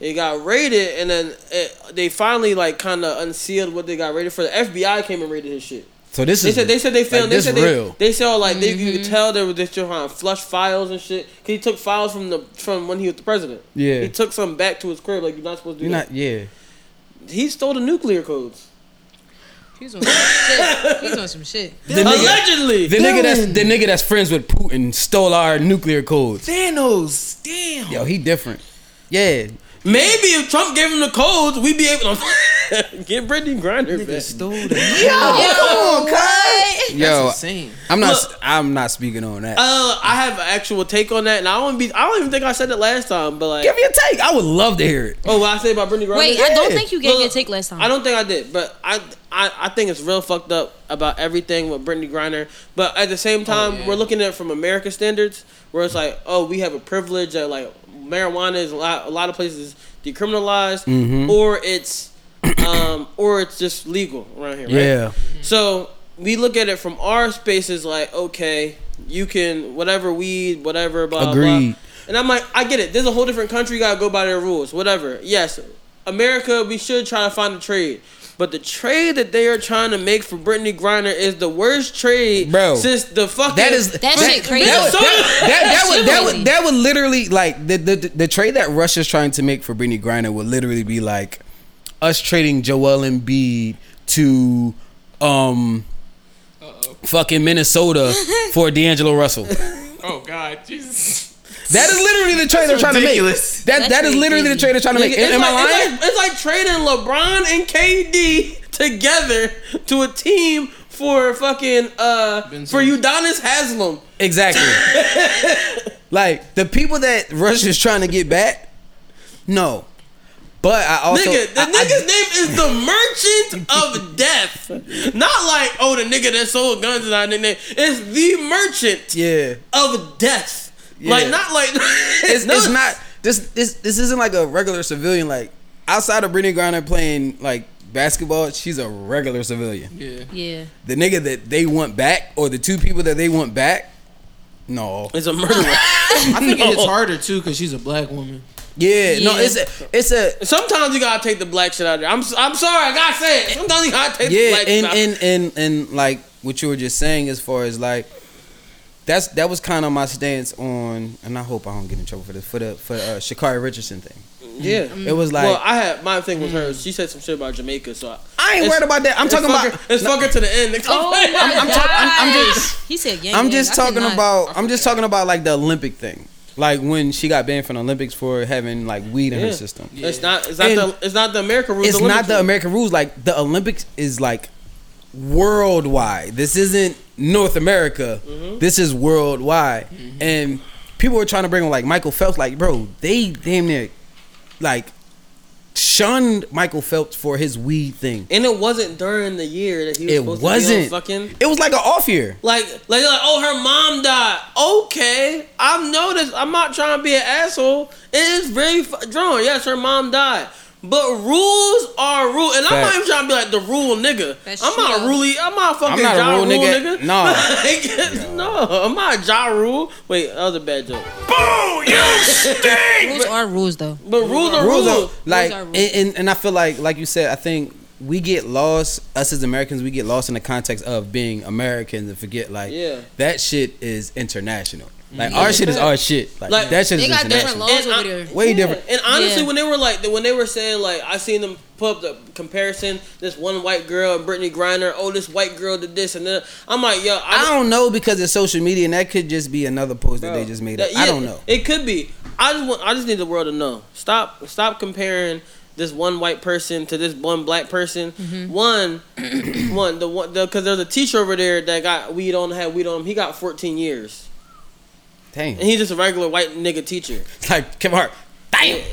It got raided, and then it, they finally like kind of unsealed what they got raided for. The FBI came and raided his shit.
So this
They
is.
said they said they
like,
found they
this
said
real.
they they saw like they you could tell they were just trying to flush files and shit. 'Cause he took files from the from when he was the president.
Yeah.
he took some back to his crib. Like you're not supposed to do
You're
that.
not. Yeah.
He stole the nuclear codes
He's on some shit. He's on some shit.
The nigga,
allegedly.
the nigga that's the nigga that's friends with Putin stole our nuclear codes.
Thanos. Damn.
Yo, he different. Yeah.
Maybe if Trump gave him the codes, we'd be able to get Brittany Griner
Nigga
back.
stole that.
Oh,
Yo,
That's insane.
I'm not.
Look.
I'm not speaking on that.
Uh, I have an actual take on that, and I don't be. I don't even think I said it last time, but like,
Give me a take. I would love to hear it.
oh, what I say about Brittany Griner.
Wait, I don't think you gave me a take last time.
I don't think I did, but I, I I think it's real fucked up about everything with Brittany Griner. But at the same time, we're looking at it from American standards, where it's like, oh, we have a privilege that like marijuana is a lot a lot of places decriminalized, or it's um or it's just legal around here, right? So we look at it from our spaces like, okay, you can whatever weed, whatever, blah
Agreed.
blah. And I'm like, I get it. There's a whole different country, you gotta go by their rules, whatever. Yes, America, we should try to find a trade. But the trade that they are trying to make for Brittany Griner is the worst trade
Bro.
since the fucking
That is
That shit crazy.
That, would- that, that, that
That
would
shit
that
crazy.
would that would literally like the, the the the trade that Russia's trying to make for Brittany Griner would literally be like us trading Joel Embiid to um fucking Minnesota for D'Angelo Russell.
Oh God, Jesus.
That is literally the trade they're trying
ridiculous.
to make. That
That's
that is
really
literally the
crazy.
trade they're trying to make.
Nigga, it's,
Am I
like,
lying?
it's, like, it's like trading LeBron and KD together to a team for fucking uh for Udonis Haslam.
Exactly. like the people that Russia's trying to get back, no. But I also
nigga, the
I- I-
nigga's name is the Merchant of Death. Not like oh the nigga that sold guns is our nickname. It's the Merchant
yeah.
of Death.
Yeah.
Like not like
it's, it's not this this this isn't like a regular civilian like outside of Brittany Griner playing like basketball she's a regular civilian
Yeah.
Yeah.
the nigga that they want back or the two people that they want back no
It's a murderer.
I think it hits harder too because she's a black woman.
yeah, no
Yeah.
it's a it's a
Sometimes you gotta take the black shit out of there. I'm s- I'm sorry, I gotta say it. Sometimes you gotta take the
yeah
black shit
and,
out.
and and and like what you were just saying as far as like that's that was kind of my stance on and I hope I don't get in trouble for this for the for uh, Shakari Richardson thing
yeah.
it was like
Mm. well, I had my thing with her. She said some shit about Jamaica, so I,
I ain't
it's-
worried about that I'm
it's
talking
fucker,
about
it's fucker to the end.
Oh my
I'm- I'm talk- I'm- I'm
gosh.
just-
He said, "Yang."
I'm
yang.
just
I
talking
cannot-
about I'm just talking about like the Olympic thing. Like when she got banned from the Olympics for having like weed in
Yeah.
her system.
It's not. It's not
And
the. It's not the American rules.
It's not the
Olympic
American rules. Like the Olympics is like worldwide. This isn't North America. This is worldwide. And people were trying to bring on like Michael Phelps. Like bro, they damn near like shunned Michael Phelps for his weed thing.
And it wasn't during the year that he was
It
supposed
wasn't.
to be on fucking.
It was like an off year.
Like, like, like, oh, her mom died. Okay, I've noticed. I'm not trying to be an asshole. It is very f- drawn. Yes, her mom died, but rules are rule. And I'm not
Facts.
even trying to be like the rule nigga.
That's
I'm not
true.
really. I'm not fucking
not a
Ja
rule
Rule
nigga.
nigga.
No.
Like, no, I'm not Ja Rule. Wait, that was a bad joke.
rules are rules, though.
But rules are
rules
rules.
are like
are rules.
And, and and I feel like like you said I think we get lost us as Americans we get lost in the context of being Americans and forget like
Yeah.
that shit is international
Mm-hmm.
like our shit is our shit like,
Like,
that shit
They
is
got different
international
laws
And I-
over there.
way different
And honestly,
Yeah.
when they were like, when they were saying like, I seen them put up the comparison. This one white girl and Brittany Griner. Oh, this white girl did this, and then I'm like, yo, I,
I
just-
don't know because it's social media and that could just be another post that they just made up
that-
I
yeah,
don't know
It could be. I just want. I just need the world to know. Stop. Stop comparing this one white person to this one black person.
Mm-hmm.
One, one. The one. Because there's a teacher over there that got weed on. Had weed on him. He got 14 years,
dang
and he's just a regular white nigga teacher.
it's like Kevin Hart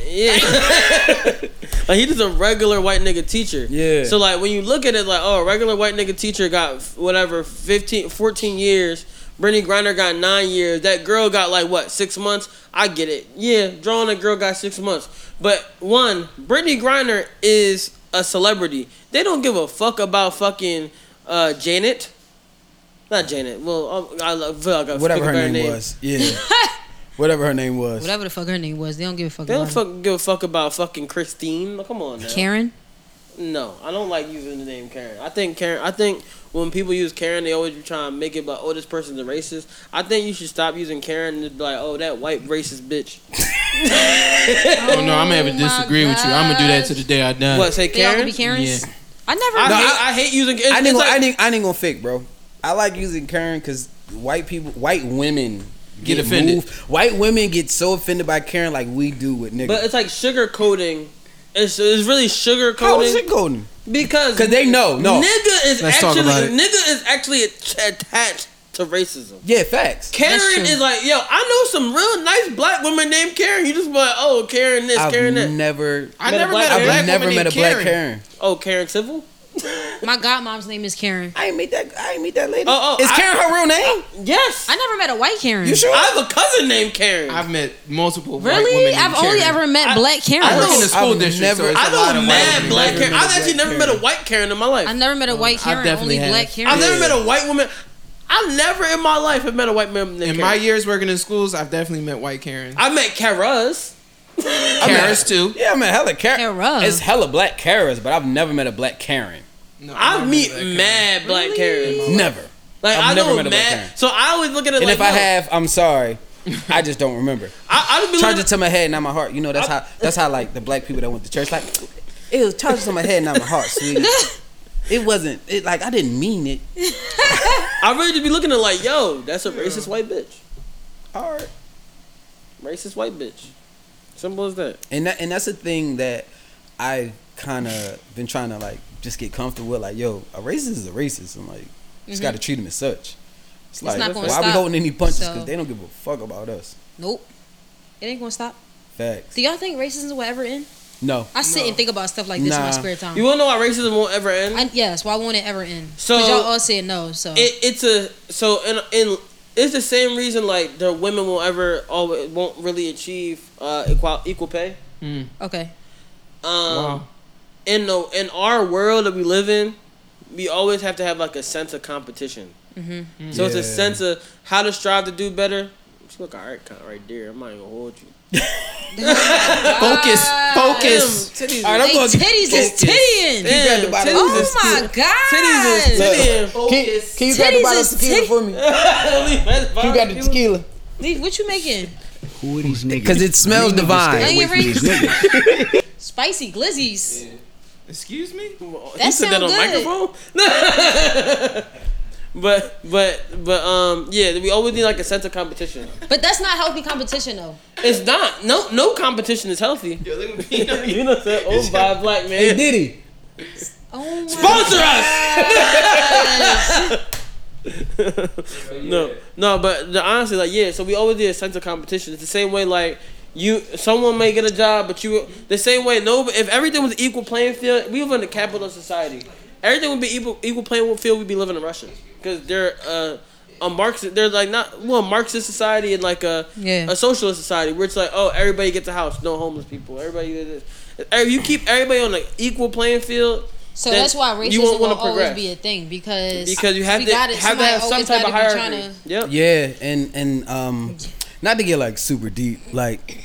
Yeah. like he just a regular white nigga teacher.
Yeah.
So like when you look at it like, oh, a regular white nigga teacher got f- whatever 15 14 years. Brittany Griner got nine years. That girl got like what six months. I get it. Yeah, drawing a girl got six months. But one, Brittany Griner is a celebrity. They don't give a fuck about fucking uh, Janet. Not Janet. Well, um, I love I gotta
whatever
think
her
about
name, was yeah whatever her name was
Whatever the fuck her name was, they don't give a fuck.
They don't
about her.
fuck, give a fuck about fucking Christine. Like, Come on now.
Karen.
No, I don't like using the name Karen. I think Karen. I think when people use Karen, they always be trying to make it like, oh, this person's a racist. I think you should stop using Karen and just be like, oh, that white racist bitch.
Oh no, I'm gonna have to disagree with you. I'm gonna do that to the day I die.
What say
They all
Karen?
could be Karens. I never.
I,
No,
hate,
I-
I, hate using. It's, it's
I ain't, gonna,
like,
I, ain't, I ain't gonna fake, bro. I like using Karen because white people, white women
Get offended.
moved- White women get so offended by Karen like we do with niggas.
but it's like sugar coating. It's, it's really sugar
How is
coating
it golden?
because
'Cause they know, no.
nigga is
Let's talk
actually
about it.
nigga is actually att- attached to racism.
Yeah, facts.
Karen
true.
is like, yo, I know some real nice black women named Karen. You just be like, oh, Karen this,
I've
Karen that.
never,
I
Met a
never
black-
met a
I've
black
never
woman
met a
named
black
Karen.
Karen.
oh, Karen Civil.
My godmom's name is Karen.
I ain't meet that. I ain't meet that lady.
Oh, oh,
is
I-
Karen her real name?
Yes.
I never met a white Karen.
You sure?
Mm. I have a cousin named Karen.
I've met multiple white women
Really?
named
I've only
Karen.
ever met
I-
black Karen.
I
I,
work in the
I've
school district.
never-
so it's a
I
lot of
know mad
white
black
women.
Karen. I've actually never met a white Karen in my life.
never met a white Karen. Only
definitely have.
black Karen.
I've never met a white woman. I never in my life have met a white man named
In
Karen.
my years working in schools, I've definitely met white Karen.
I met Karas.
Karen's too.
Yeah, I met hella Karen.
Kara.
It's hella black Karas, but I've never met a black Karen.
No,
I
never
meet
met Karen.
mad black Karens.
Never.
Like
I've
i
never
know
met a
mad.
black Karen.
So I always look at it
And
like
if I
yo,
have, I'm sorry. I just don't remember.
I, I just be
charge
looking
it
at,
to my head and not my heart. You know that's
I-
how that's how like the black people that went to church like it was charge it to my head, not my heart, sweetie. It wasn't. It like I didn't mean it.
I really just be looking at it like, yo, that's a racist white bitch.
All right.
Racist white bitch. Simple as that.
And that and that's the thing that I kind of been trying to like just get comfortable with. Like, yo, a racist is a racist, and like just got to treat him as such. It's, like
Mm-hmm. not gonna
why we
stop,
holding any punches?
so-
Because they don't give a fuck about us.
Nope. It ain't gonna stop.
Facts.
Do y'all think racism will ever end?
No.
I sit and think about stuff like this in
Nah.
my spare time.
You wanna know why racism won't ever end?
I, yes, why won't it ever end?
So-
So y'all all said no. So
Uh-huh.
it, it's a so in in it's the same reason like the women will ever always won't really achieve uh equal equal pay.
okay,
Um
Wow.
in the in our world that we live in, we always have to have like a sense of competition.
Mm.
So it's a
Yeah.
sense of how to strive to do better. She look alright kind right there. I'm not even gonna hold you.
Focus. Focus.
Damn, titties
All
is-
right, I'm
they
gonna get
titties is
focused.
tittying.
Damn,
grabbed the bottom.
titties
Oh
is-
my
Titties
god!
is titty.
Can, can you grab the
Titties
bottle
is
of tequila
tit-
for me? You got the tequila.
Leave what you making?
Who are these niggas?
Because it smells divine.
Onion rings,
niggas.
spicy glizzies.
Excuse me.
you
That
said that
sound
on
good.
microphone. but but but um yeah, we always need like a sense of competition.
But that's not healthy competition though.
It's not. No no competition is healthy.
Yo, look at
you
me.
know what I'm saying? Owned by a black
Hey,
man.
Diddy.
Oh my
Sponsor us. no, no, but the, honestly, like, yeah. So we always did a sense of competition. It's the same way, like, you someone may get a job, but you the same way. No, if everything was equal playing field, we live in a capitalist society. Everything would be equal equal playing field. We'd be living in Russia because they're uh, a Marxist. They're like not well, a Marxist society and like a
Yeah.
a socialist society where it's like, oh, everybody gets a house, no homeless people. Everybody, gets this. If you keep everybody on an equal playing field.
So
then
that's why racism
you won't
will
wanna
always
progress.
be a thing because
because you have
we
to
gotta-
have to
somebody
have some
always
type of
gotta be
hierarchy.
tryna-
Yep.
Yeah, and and um, not to get like super deep, like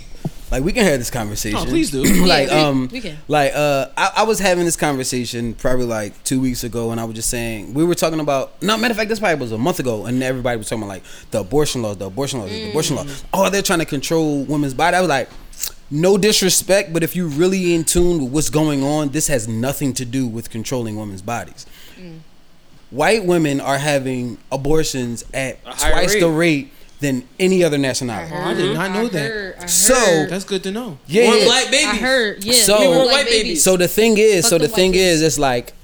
like we can have this conversation.
Oh, please do.
like
Yeah, we-
um,
we can.
like uh, I, I was having this conversation probably like two weeks ago, and I was just saying we were talking about. No, matter of fact, this probably was a month ago, and everybody was talking about like the abortion laws, the abortion laws, the abortion laws. Oh, they're trying to control women's body. I was like. No disrespect, but if you really in tune with what's going on, this has nothing to do with controlling women's bodies white women are having abortions at
higher
twice the rate than any other nationality.
Oh,
Uh-huh.
I did not know that.
heard, I
So-
heard.
That's good to know.
Yeah.
One black baby.
I heard. Yeah.
So-
we were
We want
like
white babies.
So the thing is,
Fuck
so
them
the
white
thing
kids.
is, it's like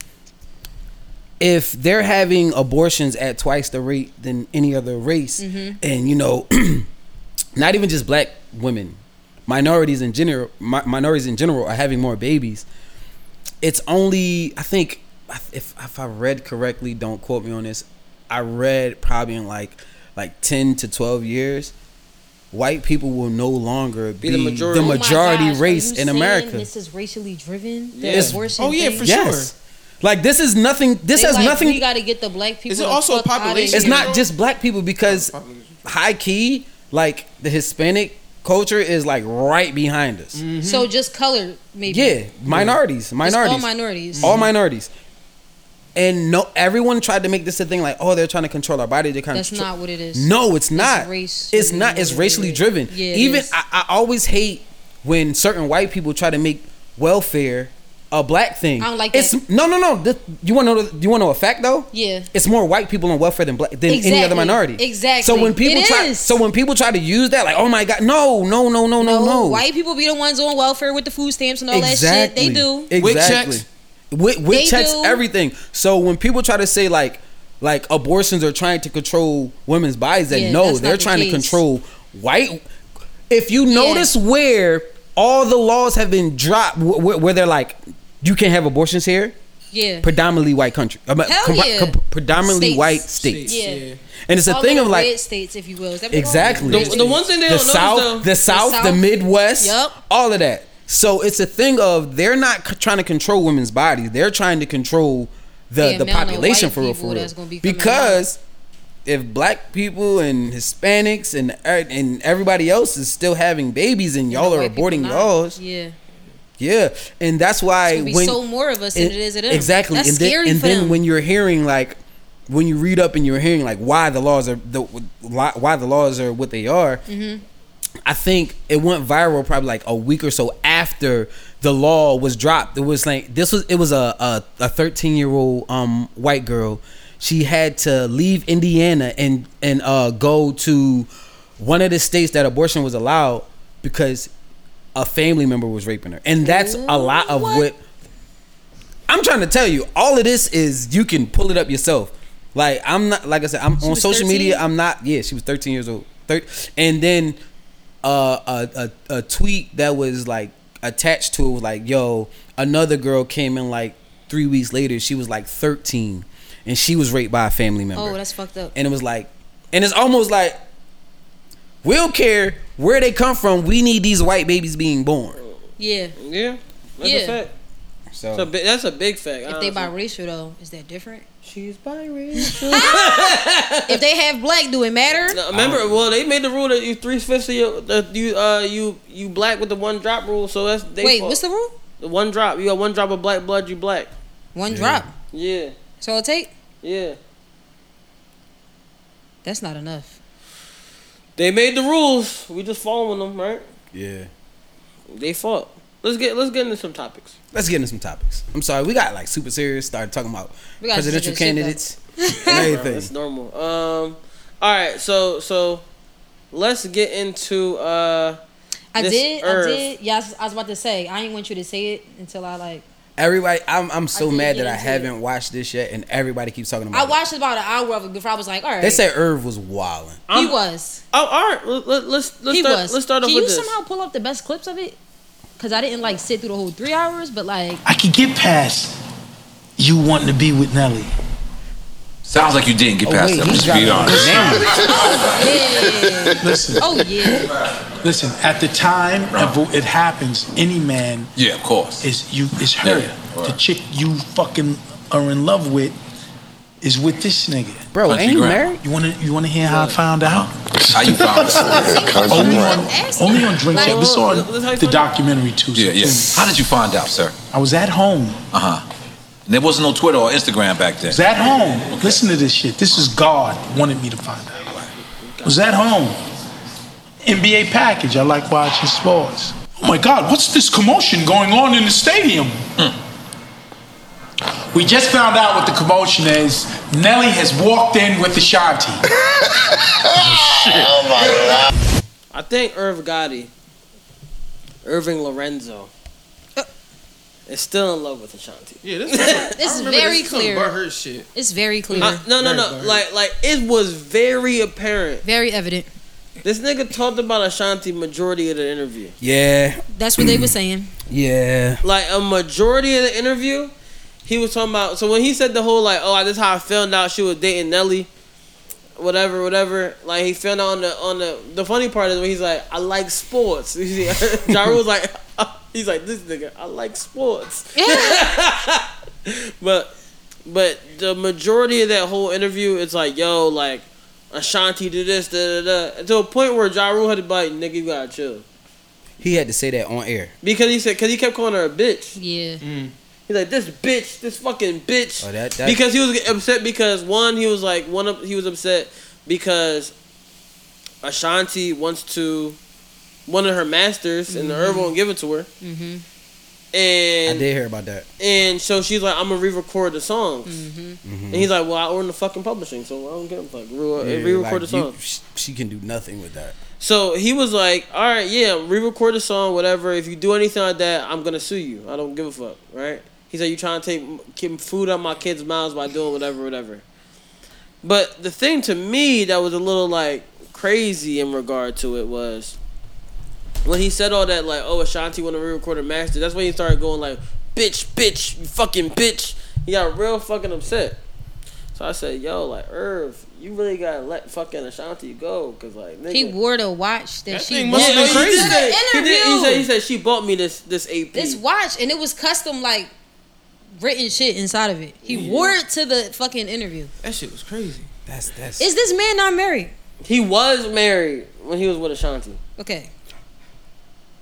if they're having abortions at twice the rate than any other race,
Mm-hmm.
and you know, not even just black women, minorities in general, mi- minorities in general are having more babies. It's only I think if if I read correctly, don't quote me on this. I read probably in like like ten to twelve years. White people will no longer be,
the
the majority,
majority. Oh my
gosh, are
race
you
in
saying
America.
This is racially driven. The
Yes.
abortion
Oh, yeah,
thing?
for sure.
Yes. Like this is nothing. This
They
has
like,
nothing.
We got to get the black people.
it
the
also a
fuck outta
population?
here.
it's not just black people because
Population.
high key, like the Hispanic culture is like right behind us.
Mm-hmm.
So just color, maybe.
Yeah, minorities,
Just
minorities,
Mm-hmm. All minorities.
all minorities. And no, everyone tried to make this a thing. Like, oh, they're trying to control our body. They're trying
That's
to
not what it is.
No, it's not.
race-
it's not. It's racially driven.
Yeah, it
Even
is.
I, I always hate when certain white people try to make welfare a black thing.
I don't like
it's,
that.
No, no, no. Th- you want to know? the- You want to know a fact though?
Yeah.
It's more white people on welfare than black than any other
Exactly.
minority.
Exactly.
So when people
It
try,
is.
so when people try to use that, like, oh my god, no, no, no, no, no, no.
White people be the ones on welfare with the food stamps and all that shit. They do.
Wig
Exactly.
checks.
Wig, wig
They
checks
do.
everything. So when people try to say like like abortions are trying to control women's bodies, that
Yeah,
no,
that's
they're
not the
trying to
case.
control white. If you notice where all the laws have been dropped, wh- wh- where they're like, you can't have abortions here,
yeah.
predominantly white country, I mean,
Hell
compri-
yeah.
com- predominantly
States.
white states,
Yeah.
and it's a
All
thing
the
of like
red states, if you will. Is that what they're
Exactly.
called? Red
The- the
states.
one thing they
the
don't
south,
notice, though-
the south, the
South.
Midwest,
Yup.
all of that. So it's a thing of they're not c- trying to control women's bodies; they're trying to control the
The
the
amount of
population
white
for real,
people
for real.
that's gonna be coming
Because if black people and Hispanics and er- and everybody else is still having babies, and y'all are
White people
aborting
not.
y'all,
Yeah.
yeah, and that's why
It's gonna be
when
so more of us than
and-
it is of them.
Exactly.
That's
and then,
scary
and
for
then
them.
when you're hearing like when you read up and you're hearing like why the laws are the why why the laws are what they are.
Mm-hmm.
I think it went viral probably like a week or so after the law was dropped. It was like this was it was a a, a 13 year old um white girl. She had to leave Indiana and and uh go to one of the states that abortion was allowed because a family member was raping her. And that's a lot of what? I'm trying to tell you. All of this is you can pull it up yourself. Like I'm not like I said, I'm on
was
social
13?
media. I'm not. Yeah, she was 13 years old. Thir- and then uh, a, a a tweet that was like attached to it was like, yo, another girl came in like three weeks later. She was like 13, and she was raped by a family member.
Oh, that's fucked up.
and it was like, and it's almost like we don't care where they come from. We need these white babies being born.
Yeah.
Yeah. That's
Yeah.
a fact.
So,
That's a big, that's a big fact.
If they biracial though, is that different?
she's biracial.
if they have black, do it matter?
No, remember, well, they made the rule that you three fifths of your, that you uh you you black with the one drop rule. So that's they
Wait,
fault.
what's the rule?
the one drop? You got one drop of black blood, you black.
One drop.
Yeah,
So I'll take.
yeah.
That's not enough.
They made the rules. We just following them, right?
yeah.
They fought. Let's get let's get into some topics.
Let's get into some topics. I'm sorry, we got like super serious. Started talking about
We gotta just
presidential
get shit back.
candidates and
Bro, That's
everything.
normal. Um, all right. So so, let's get into uh.
I
This
did.
earth.
I did. Yeah, I was, I was about to say. I didn't want you to say it until I like.
Everybody, I'm I'm so
did
mad
get
that I
into
haven't watched this yet, and everybody keeps talking about.
I
it.
watched about an hour of it before I was like, all right.
They said Irv was wilding.
he
I'm-
was.
Oh, all right. Let, let, let's let's
he
start,
was.
let's start off
Can
with
you
this.
somehow pull up the best clips of it? Cause I didn't like sit through the whole three hours, but like
I could get past you wanting to be with Nelly.
Sounds like you didn't get
Oh,
past
wait,
that.
he
Let's
dropped
be
it.
honest.
yeah.
Listen,
oh yeah.
listen. At the time of it happens, any man
Yeah, of course.
is you is her.
Yeah, yeah.
The chick you fucking are in love with is with this nigga.
Bro,
Country
ain't you
grammar.
married?
You wanna you wanna hear how I found out?
How you Oh, found it?
Only on
Asking.
only on drink
Like-
champ. This on
That's how you
the
found out.
documentary too. so
Yeah, yeah.
tune
How did you find out, sir?
in. I was at home.
Uh huh. There wasn't no Twitter or Instagram back then.
was at home. Listen to this shit. This is God wanted me to find out. Was at home. NBA package. I like watching sports. Oh my God, what's this commotion going on in the stadium? Hmm. We just found out what the commotion is. Nelly has walked in with Ashanti.
I think Irv Gotti, Irving Lorenzo,
Uh.
is still in love with Ashanti.
Yeah, this is,
It's
I remember
very
this is some
clear.
butthurt shit.
It's very clear.
I- no, no, no.
Right, right.
Like, like it was very apparent.
very evident.
This nigga talked about Ashanti majority of the interview.
Yeah,
That's what they were saying.
yeah.
Like a majority of the interview, he was talking about. So when he said the whole like, oh, this is how I found out she was dating Nelly, whatever, whatever. Like he found out on the on the. The funny part is when he's like, I like sports. You see, Ja Rule was like, he's like this nigga, I like sports. But but the majority of that whole interview, it's like, yo, like Ashanti did this, da da da. To a point where Ja Rule had to be like, nigga, you gotta chill.
He had to say that on air.
Because he said, because he kept calling her a bitch.
yeah.
He's like, this bitch, this fucking bitch.
Oh, that- that-
Because he was upset because one, he was like, one, of, he was upset because Ashanti wants to, one of her masters, and the herb won't give it to her.
Mm-hmm.
I
And
did hear about that.
and so she's like, I'm gonna re-record the songs. And he's like, Well, I own the fucking publishing, so I don't give a fuck. Re-
Mm-hmm. Yeah,
re-record
like,
the song.
you- sh- she can do nothing with that.
So he was like, All right, yeah, re-record the song, whatever. If you do anything like that, I'm gonna sue you. I don't give a fuck, right? He said, You trying to take m- keep food out my kids' mouths by doing whatever, whatever. But the thing to me that was a little like crazy in regard to it was when he said all that, like, oh, Ashanti want to re-record a master. That's when he started going like, bitch, bitch, you fucking bitch. He got real fucking upset. So I said, yo, like, Irv, you really gotta let fucking Ashanti go, cause like, nigga.
He wore the watch that,
That
she
thing
bought.
must
Yeah,
have been
he
crazy.
did say- He, did- he
Interview.
said, he said she bought me this this AP.
This watch, and it was custom like written shit inside of it. He wore it to the fucking interview.
That shit was crazy.
That's that's.
Is this man not married?
he was married when he was with Ashanti.
Okay.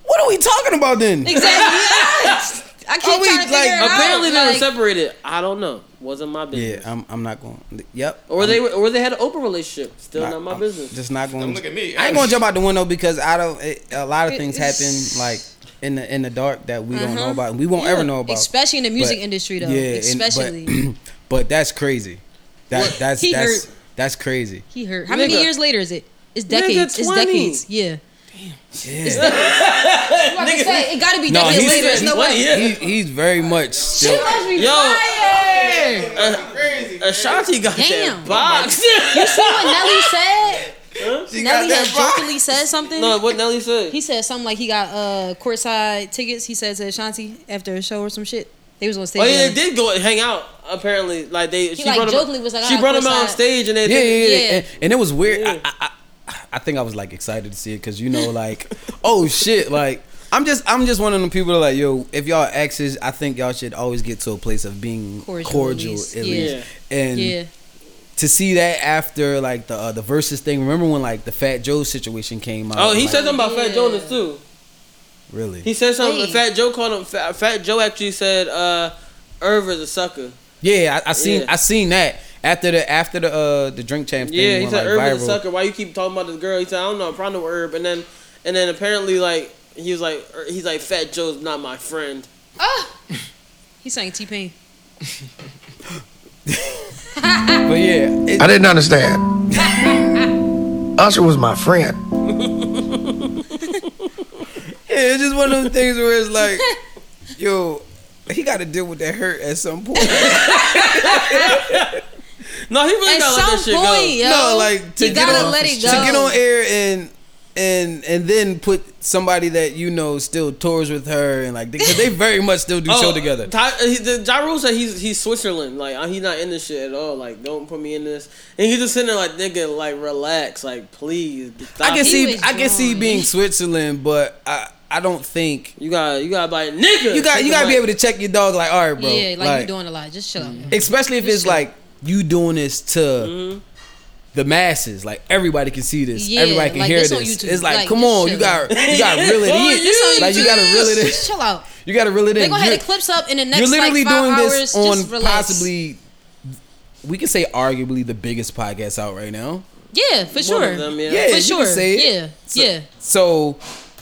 what are we talking about then?
Exactly. I keep
Are we,
trying to
like,
figure it
Apparently
out.
they were
like,
separated. I don't know. Wasn't my
Yeah,
business.
I'm I'm not going. Yep.
Or
I'm
they were, or they had an open relationship. Still not,
not-
my
I'm
business.
Just not going.
Don't look at me.
I ain't going to jump out the window because I don't. It, a lot of things
It's-
happen like in the in the dark that we don't know
Uh-huh.
about. and We won't
Yeah,
ever know about.
especially in the music
But-
industry, though.
and- but-
Especially.
but, that's crazy. That that's
He
that's
hurt.
that's crazy.
he hurt. How many
Nigga.
years later is it? It's decades. It's
20.
decades. Yeah.
Yeah.
I'm about to say, it gotta be
No,
decades
he's-
later. There's no way.
He, he's very much
She
still.
must be
Yo.
fired.
Uh, Ashanti got
Damn.
that box.
You see what Nelly said?
She got
Nelly
that
has
vibe.
jokingly said something.
No, what Nelly said?
He said something like he got uh courtside tickets. He said to Ashanti after a show or some shit. They was on stage.
Oh yeah, they
together.
did go and hang out. Apparently, like they. she
like,
brought
jokingly
him,
was like,
she
"Ah,
brought him
course
out on
I-"
stage and they.
yeah, yeah,
they-
yeah, And, and it was weird. I, I, I, I think I was like excited to see it because you know, like, oh shit, like I'm just I'm just one of them people that like, yo, if y'all exes, I think y'all should always get to a place of being cordial,
Cordial, at least.
at
Yeah.
least. and
Yeah.
to see that after like the uh, the versus thing. Remember when like the Fat Joe situation came out?
Oh, he
like,
said something about Fat Jonas too.
really.
He said something.
Hey.
Fat Joe called him. Fat, Fat Joe actually said, uh, "Irv is a sucker."
Yeah, I, I seen
Yeah.
I seen that after the after the uh the drink champ thing
Yeah, he
went,
said
like,
Irv is
viral.
a sucker. Why you keep talking about this girl? He said, "I don't know. I probably know Irv." And then, and then apparently, like he was like, Er- he's like, "Fat Joe's not my friend."
He sang T Pain.
But yeah, it-
I didn't understand. Usher was my friend.
Yeah, it's just one of those things where it's like, yo, he got to deal with that hurt at some point.
no, he really
At gotta let that some shit go. point, yo.
no, like to
You
get
gotta
on,
let it
to
go.
get on air and and and then put somebody that you know still tours with her and like because they very much still do show
Oh,
together.
Ty, he, the, ja Rule said he's he's Switzerland. Like uh, he's not in this shit at all. Like don't put me in this. And he's just sitting there like nigga, like relax, like please.
I can
stop.
see I can see being Switzerland, but I I don't think
you got you got by nigga.
You got you got to be able to check your dog like all right, bro.
yeah, like, you doing a lot. Just chill out.
especially if it's like you doing this to the masses. Like everybody can see this,
Yeah,
everybody can
like,
hear
this
this.
on YouTube.
It's like,
Like,
come
just
on, you
chill.
got you got reel it
Oh,
in.
yeah,
like you got to
just
reel it in.
Chill out.
You got to reel it
They're
in.
gonna have
You're-
the clips up in the next
you're literally
like five
doing
hours.
this
just
on
relax.
possibly we can say arguably the biggest podcast out right now.
Yeah, for sure.
of them, yeah. Yeah,
for
you can
sure.
say it.
Yeah, yeah.
So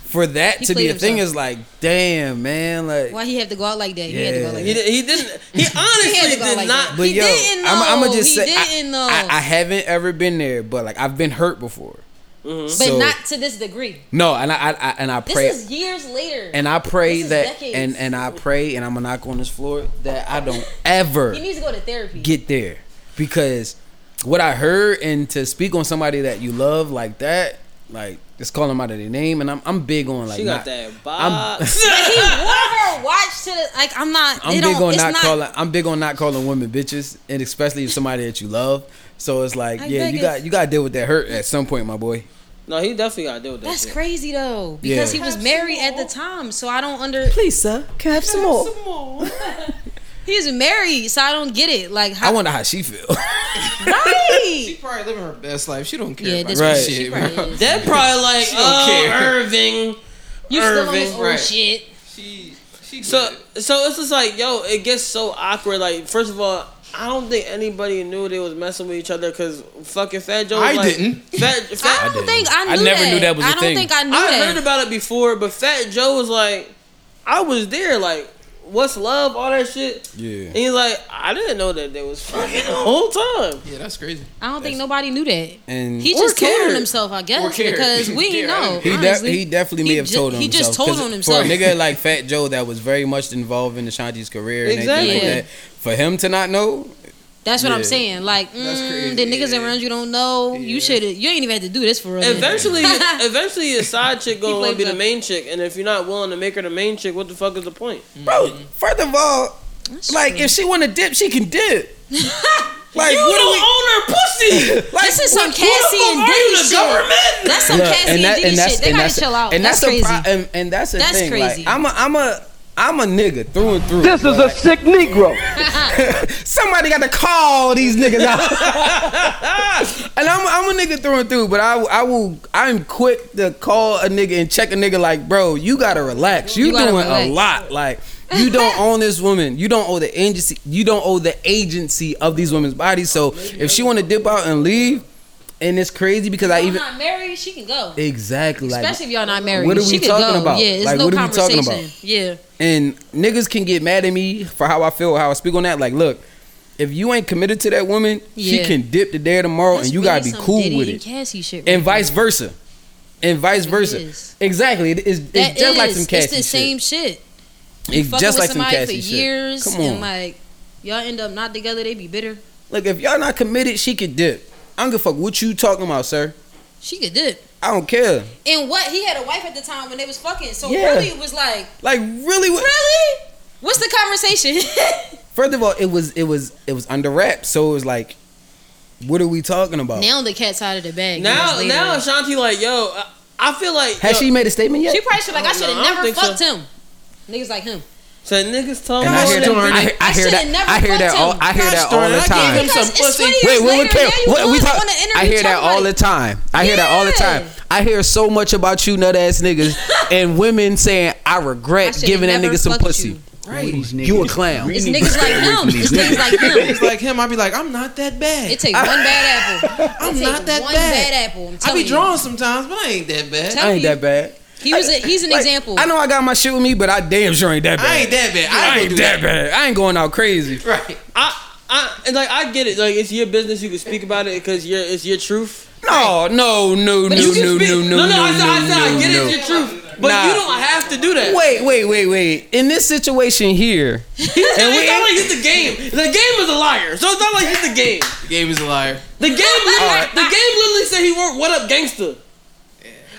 for that
He
to be
played
a thing
himself.
is like, damn man, like
Why he had to go out like that? He had to go out like
Yeah.
that.
He
He didn't. He honestly
had to go
did
like
not.
that.
But
he
yo,
didn't know.
I'm, I'm gonna just
he
say
didn't
I,
know.
I, I haven't ever been there, but like I've been hurt before.
but
So-
not to this degree.
No, and I, I, I and I pray
This is years later.
and I pray
This is
that
decades.
and and I pray and I'm gonna knock on this floor that I don't ever
He needs to go to therapy.
get there because what I heard and to speak on somebody that you love like that, like just call them out of their name, and I'm I'm big on like
She
not,
got that
I'm-
box.
But he wore her watch to the like. I'm not.
I'm
it
big
don't,
on
it's
not,
not
calling. I'm big on not calling women bitches, and especially if somebody that you love. So it's like,
I
yeah,
beg
you
it.
got you got to deal with that hurt at some point, my boy.
No, he definitely got to deal with that.
That's
shit.
crazy though, because
Yeah.
he was married at the time. So I don't under.
Please, sir, can I have some more?
He was married, so I don't get it. Like
I
how?
wonder how she feel.
right.
Probably living her best life. She don't care
Yeah,
about
this
Right.
that
she
shit.
probably
bro.
That probably like
She don't
oh
care.
Irving.
You still on this
Irving,
old
right.
shit.
So so it's just like yo, it gets so awkward. Like first of all, I don't think anybody knew they was messing with each other because fucking Fat Joe. was
I
like-
didn't.
Fat, Fat,
I don't think I knew
I never
that.
knew that was
I
a
don't
thing.
think I knew
I
that.
heard about it before, but Fat Joe was like, I was there. Like, what's love? All that shit.
Yeah.
And he's like, I didn't know that they was fucking the whole time.
Yeah, that's crazy.
I don't think nobody knew that.
And
He
Or
just told
cared.
on himself, I
Or
guess,
cared.
because we didn't
Cared,
know.
he, de-
honestly.
he definitely may
He
have
ju-
told on
he just
himself.
told
'cause
on himself.
For a nigga like Fat Joe that was very much involved in Ashanti's career and everything
Exactly.
like that, for him to not know,
That's what I'm
Yeah.
saying. Like, mm, the niggas around you don't know. You should. You ain't even had to do this for real.
Eventually,
uh,
eventually, your side chick gonna
He
wanna
blames
be the
us.
main chick, and if you're not willing to make her the main chick, what the fuck is the point?
bro.
Mm-hmm.
First of all, like if she want to dip, she can dip.
you
like what
don't
do we?
own her pussy.
Like,
this is some
what-
Cassie and
fuck are you,
Diddy
the
shit.
government?
That's some
Look,
Cassie and,
that-
Diddy
that's-
shit. They
and
gotta
that's-
chill out.
And that's,
crazy.
A pro- and, and that's the
That's
thing.
crazy.
Like, I'm a I'm a I'm a nigga through and through.
This is a sick Negro.
Somebody got to call these niggas out. and I'm, I'm a nigga through and through, but I, I will I'm quick to call a nigga and check a nigga like, bro, you gotta relax. You,
You gotta
doing
relax.
a lot. Like you don't own this woman. You don't owe the agency. You don't owe the agency of these women's bodies. So if she want to dip out and leave, and it's crazy because I
I'm
even
not married. She can go.
exactly like
Especially if y'all not married.
what are
she
we
could
talking
go.
about?
Yeah, it's
Like,
no
what are we
conversation.
talking about?
Yeah.
and niggas can get mad at me for how I feel, how I speak on that. Like, look, if you ain't committed to that woman, she
Yeah.
can dip the day tomorrow,
That's
and you
really
gotta be
some
cool
Diddy
with
and
it,
Cassie shit. right
and vice versa, and vice versa.
is.
Exactly, it is. It's
there.
just like some
It's
Cassie
the same
shit.
shit. You
It's
fucking
just
with
like some
somebody
Cassie
for
shit.
years
Come
and
on.
like y'all end up not together. They be bitter.
Look, if y'all not committed, she could dip. I don't give a fuck what you talking about, sir.
She could dip.
I don't care.
And what he had a wife at the time when they was fucking. So
Yeah.
really it was like
Like really, what-
Really? What's the conversation?
First of all, it was it was it was under wraps, so it was like, what are we talking about?
now the cat's out of the bag.
Now,
years later.
now Ashanti like, yo, I, I feel like
Has
yo-
she made a statement yet?
She probably should like I
I don't
should
know. I
have
don't
never
think so.
fucked him. Niggas like him.
So niggas told
And
me
I hear that. I hear, I hear
should've
that.
never
I hear that
fucked
all.
him.
I hear that
Gosh
all the
darn it, I
time.
gave him some
Because it's
pussy.
funny
Wait,
years
wait, wait,
later,
Kim.
now you
What, we
on-
talk,
on the interview
I hear that
talking
all the
like-
time. I hear that all the time. I hear so much about you nut ass niggas and women saying I regret
should've
giving that
never
nigga some
fucked
pussy.
you."
Right. You a clown.
It's niggas like him. It's niggas
like him.
It's like him. I be like, I'm not that bad.
It takes one bad apple.
I'm
It
not
take
that
one
bad.
bad apple, I'm
I
telling
be
you.
drawing sometimes, but I ain't that bad.
I ain't that bad.
He was a, he's an
Like,
example.
I know I got my shit with me, but I damn sure ain't that bad.
I ain't that bad. I
I
ain't
ain't
gonna
that bad. I ain't going out crazy.
Right.
I, I, and like I get it. Like it's your business. You can speak about it because your it's your truth.
No, no, no, no,
But you can
no,
speak-
no, no,
no, no, I said- I
no,
said I
no,
get it,
no.
it's your truth. But you don't have to do that.
Wait, wait, wait, wait. In this situation here,
It's not,
and
it's
we
not like he's the game. The game is a liar. So it's not like he's the game.
The game is a liar.
The game, literally, the game literally said he wrote "What Up Gangster."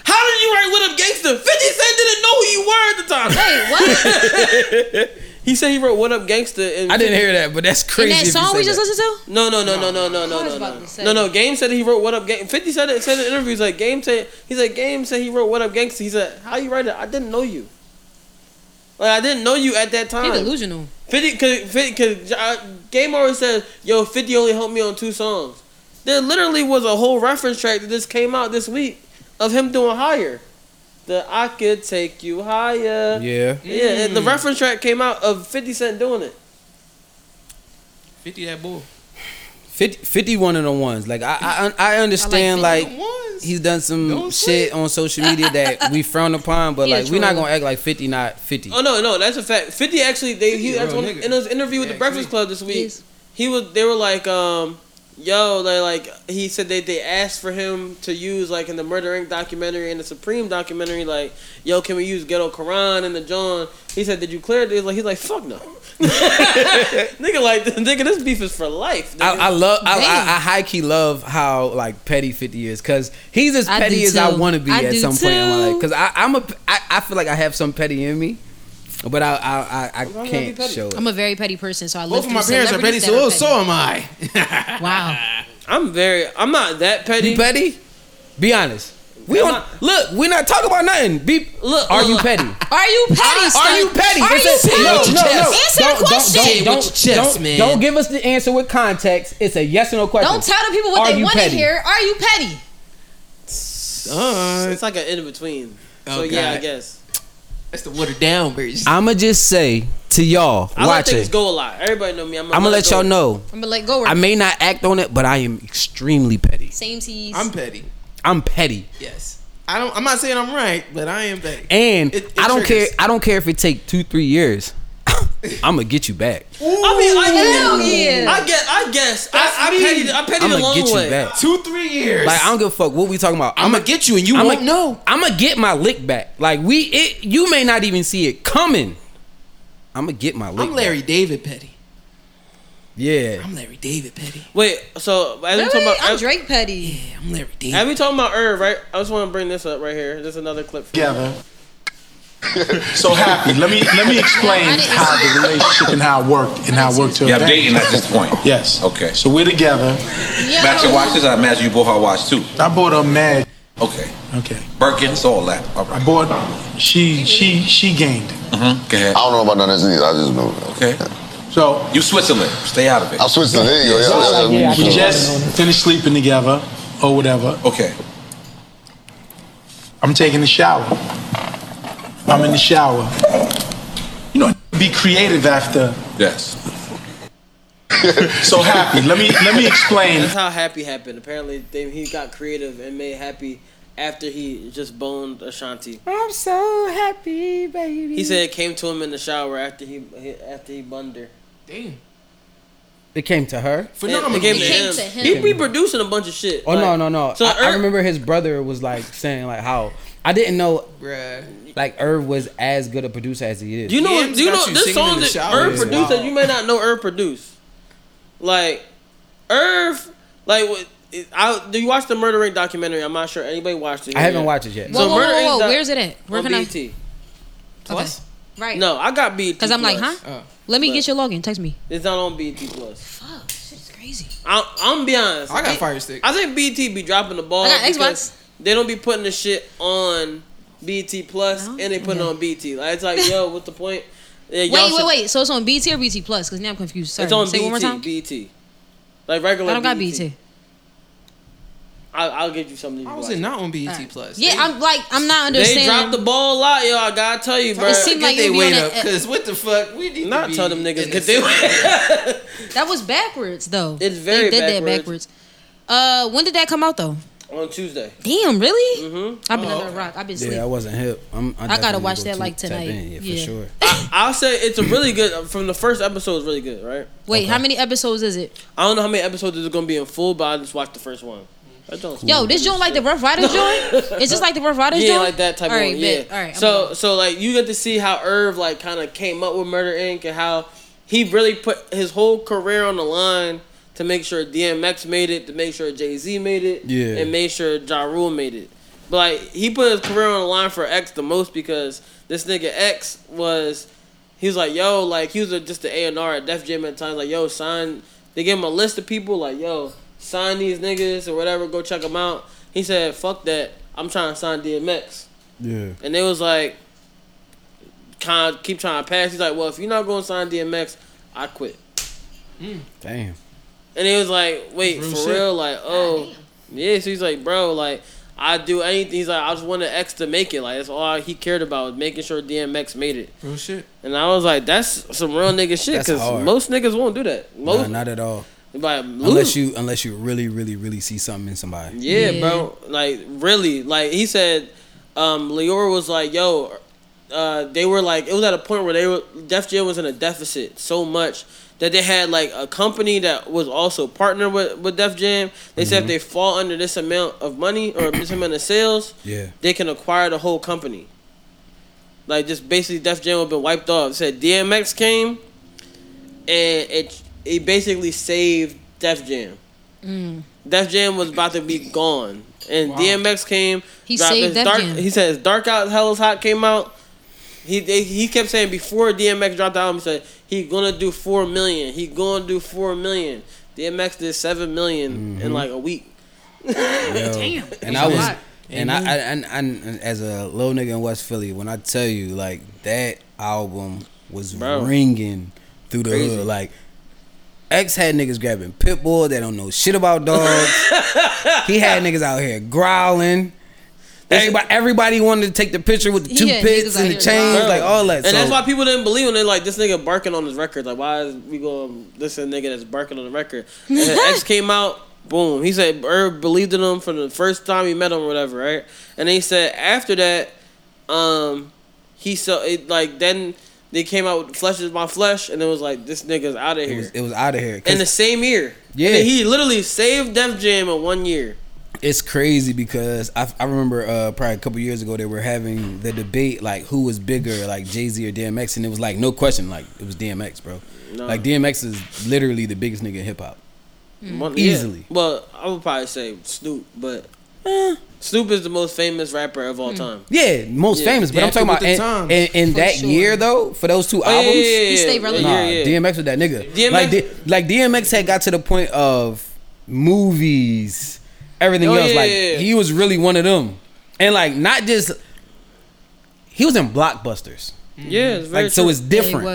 How did you write "What Up Gangster"? Fifty Cent didn't know who you were at the time.
Wait, what?
he said he wrote "What Up Gangster." And
I didn't hear that, but that's
In
crazy.
that
if you
song
say
we just
that.
listened to?
No, no, no, no, no, no, no,
I was
no,
about
no.
to say.
No, no. Game said he wrote "What Up Gang." Fifty said it. Said in interviews like Game said he said Game said he wrote "What Up Gangster." He said, "How you write it? I didn't know you. Like I didn't know you at that time."
He delusional.
Fifty, cause, 50, cause uh, Game always says, "Yo, Fifty only helped me on two songs." There literally was a whole reference track that just came out this week of him doing higher. The I could take you higher.
Yeah.
Yeah. and the reference track came out of Fifty Cent doing it.
50 that bull.
50, 50 one of the ones. Like I, I, I understand.
I like
Like,
50 ones.
he's done some shit on social media that we frown upon, but
He a
like we're not
troll.
gonna act like fifty not fifty.
Oh no, no, that's a fact. Fifty actually, they he
50
that's
real
one
nigga.
in his interview with the Breakfast Club this week. He was they were like, um, yo, they like he said they they asked for him to use like in the Murder Inc. documentary and the Supreme documentary, like, yo, can we use Ghetto Quran and the John? He said, did you clear this? Like he's like, fuck no, nigga, like nigga, this beef is for life. nigga.
I, I love. I,
Damn.
I, I high key love how like petty Fifty is because he's as
I
petty
do
as I
too.
want to be
I
at
do
some point in my
too.
life. Because I'm a. I, I feel like I have some petty in me, but I I I, I
gonna be
can't
petty.
show it.
I'm a very petty person, so I live
Both of
through
my parents are petty,
celebrities
so
that
so am I.
are petty. Wow.
I'm very. I'm not that petty.
You petty? Be honest. We don't look. We're not talking about nothing. Be
look.
Are you
look.
petty?
Are you petty?
Are
son?
you petty?
Are
That's
you
it.
petty?
No, no, no.
Answer the question.
Don't, don't, don't, don't give us the answer with context. It's a yes or no question.
Don't tell the people what
Are
they
you
want to
petty?
hear. Are you petty?
Uh,
It's like an in between. so
Oh,
yeah, I
God.
guess.
That's the watered down version.
I'ma just say to y'all
I let things
watching.
go a lot. Everybody know me. I'm,
I'ma let y'all
go.
know.
I'm gonna let go.
I may not act on it, but I am extremely petty.
Same teas.
I'm petty.
I'm petty,
Yes. I don't. I'm not saying I'm right, but I am petty.
and
It- it
I don't
triggers.
care. I don't care if it take two, three years. I'm gonna get you back.
I mean, I guess.
Hell yeah.
I guess. I guess. I,
That's
I
me.
petty. I petty
I'm
the
gonna
long
get you
way.
back.
Two, three years.
Like I don't give a fuck what we talking about.
I'm gonna get you, and you
I'ma-
won't know.
I'm gonna get my lick back. Like we, it, you may not even see it coming. I'm gonna get my lick.
I'm Larry
Back.
David petty.
Yeah.
I'm Larry David petty.
Wait. So as we
Really?
talking about,
I'm
as-
Drake petty.
I'm Larry David.
as we talking about Irv, right? I just want to bring this up right here. There's another clip. For
Yeah, man. so happy. Let me let me explain how the relationship and how it worked and how it worked to
Yeah, I'm
advantage.
dating at this point.
Yes.
Okay.
So we're together.
Match your watches. I imagine you bought her watch too.
I bought a mad.
Okay.
Okay.
Birkins, all that. All right.
I bought. She she she gained.
Mm-hmm. Go ahead.
I don't know about none of this either. I just know.
Okay.
So
you Switzerland. Stay out of it.
I'm Switzerland. There you go. Yeah,
So
yeah, yeah.
we just finished sleeping together or whatever.
Okay.
I'm taking a shower. I'm in the shower. You know, be creative after.
Yes.
so happy. Let me let me explain
That's how happy happened. Apparently, they, he got creative and made happy after he just boned Ashanti.
I'm so happy, baby.
He said it came to him in the shower after he he- after he bunned her. Damn.
it came to her.
Phenomenal. It came, to him. He be producing a bunch of shit.
Oh
like-
no, no, no.
So
I, I
Irv-
remember his brother was like saying like how I didn't know like Irv was as good a producer as he is.
Do you know? Do you know this song that Irv produced that you may not know Irv produced? Like Irv, like what it- I, do you watch the Murder Inc. documentary? I'm not sure anybody watched it.
I haven't watched it yet.
Whoa, whoa, whoa,
Inc.
whoa,
doc-
where's it at? Where
on
can I-
BET. Plus?
Right.
No, I got BET.
Because I'm like, huh?
Plus.
Let me
But
get your login. Text me.
It's not on BET Plus.
Fuck, shit's crazy.
I'm, I'm gonna be honest.
I got
They-
Fire Stick.
I think BT be dropping the ball.
I got
Oh, because They don't be putting the shit on BT Plus, and they putting it on BT. Like it's like, yo, what's the point? Yeah,
Oh, Wait,
y'all
wait,
should-
wait. So it's on BT or BT Plus? Because now I'm confused. Sorry.
It's on
Say
BT.
it one more time.
BT. Like regular.
I don't got
BT.
BT.
I, I'll get you something. How
was it not on BET Plus?
Yeah, I'm like, I'm not
They dropped
understanding.
the ball a lot, yo. I gotta tell you, bro.
It seemed like
they
you'd be
wait
on
up
a-
because what the fuck? We need
Not
to be
tell them niggas
in
get
the
they.
That was backwards though.
It's very
They did
backwards.
that backwards. Uh, when did that come out though?
on Tuesday.
Damn, really?
Mm-hmm.
I've been under a rock. I've been sleeping.
Yeah, I wasn't hip. I'm,
I gotta
I, definitely
watch
go
that,
to-
like,
tap
tonight.
in, Yeah,
Yeah.
for sure.
I'll say it's a really good. From the first episode, is really good, right?
Wait, how many episodes is it?
I don't know how many episodes it's gonna be in full, but I just watched the first one. That don't
Yo, this joint like the Rough Riders joint? It's just like the Rough Riders
yeah,
joint?
like that type
All
of
right,
one.
bet.
yeah.
All right. I'm
So so like you get to see how Irv like kind of came up with Murder Inc. and how he really put his whole career on the line to make sure DMX made it, to make sure Jay Z made it,
Yeah.
and made sure Ja Rule made it. But like he put his career on the line for X the most because this nigga X was he was like yo like he was a, just the A and R at Def Jam at times like yo sign they gave him a list of people like yo sign these niggas or whatever go check them out. He said fuck that I'm trying to sign DMX.
Yeah.
And they was like, kind of keep trying to pass. He's like, well, if you're not going to sign DMX, I quit.
Damn.
And it was like, wait,
Hmm. Real
for
shit.
real? Like, oh. Yeah, so he's like, bro, like, I do anything. He's like, I just wanted X to make it. Like, that's all he cared about was making sure DMX made it.
Real shit.
And I was like, that's some real nigga shit.
That's
Because
hard.
most niggas won't do that.
No,
Most.
not at all.
like,
Unless you, unless you really, really, really see something in somebody.
Yeah, bro. Like really, like he said, um, Leora was like, "Yo," uh, they were like, it was at a point where they were Def Jam was in a deficit so much that they had like a company that was also partnered with with Def Jam. They said if
Mhm.
they fall under this amount of money or this amount of sales,
Yeah.
they can acquire the whole company. Like just basically, Def Jam have been wiped off. Said DMX came, and it it basically saved Def Jam.
Mm.
Def Jam was about to be gone, and DMX came.
He
dropped
saved
his
Def
dark,
Jam.
He says "Dark Out, Hell Is Hot" came out. He they, he kept saying before DMX dropped the album, he said he gonna do four million. He gonna do four million. DMX did seven million in
Mhm.
like a week.
Yo. And I was, and I, I and, and, and as a little nigga in West Philly, when I tell you like that album was
Bro.
ringing through the
Crazy.
hood, like X had niggas grabbing pitbull that don't know shit about dogs. he had niggas out here growling. Everybody, everybody wanted to take the picture with the
He
two
had
pits
niggas out
and the
here
chains,
growling.
like all that.
And that's
So-
why people didn't believe when they like this nigga barking on his record. Like, why is we going to this nigga that's barking on the record? And then X came out, boom. He said Herb believed in him from the first time he met him or whatever, right? And then he said after that, um, he so it like then they came out with Flesh is my flesh, and it was like this nigga's out of
it
here.
was, it was out of here. 'Cause
in the same year.
Yeah.
And he literally saved Def Jam in one year.
it's crazy because I, I remember uh, probably a couple years ago they were having the debate like who was bigger like Jay Z or DMX and it was like no question like it was DMX bro
No.
like DMX is literally the biggest nigga in hip hop
One-
easily
yeah. Well, I would probably say Snoop, but Snoop is the most famous rapper of all time.
yeah most
Yeah.
famous but I'm
Yeah,
talking
with
about
the
in,
times,
in, in
for
that
sure.
year though for those two
Oh, yeah,
albums
yeah, yeah, He stayed yeah. relevant.
nah,
Yeah, yeah.
DMX was that nigga
DMX
like D- like DMX had got to the point of movies everything
Oh,
else
yeah,
like
yeah, yeah.
he was really one of them and like not just he was in blockbusters.
Yeah, it's very
like so
true.
it's different.
Yeah,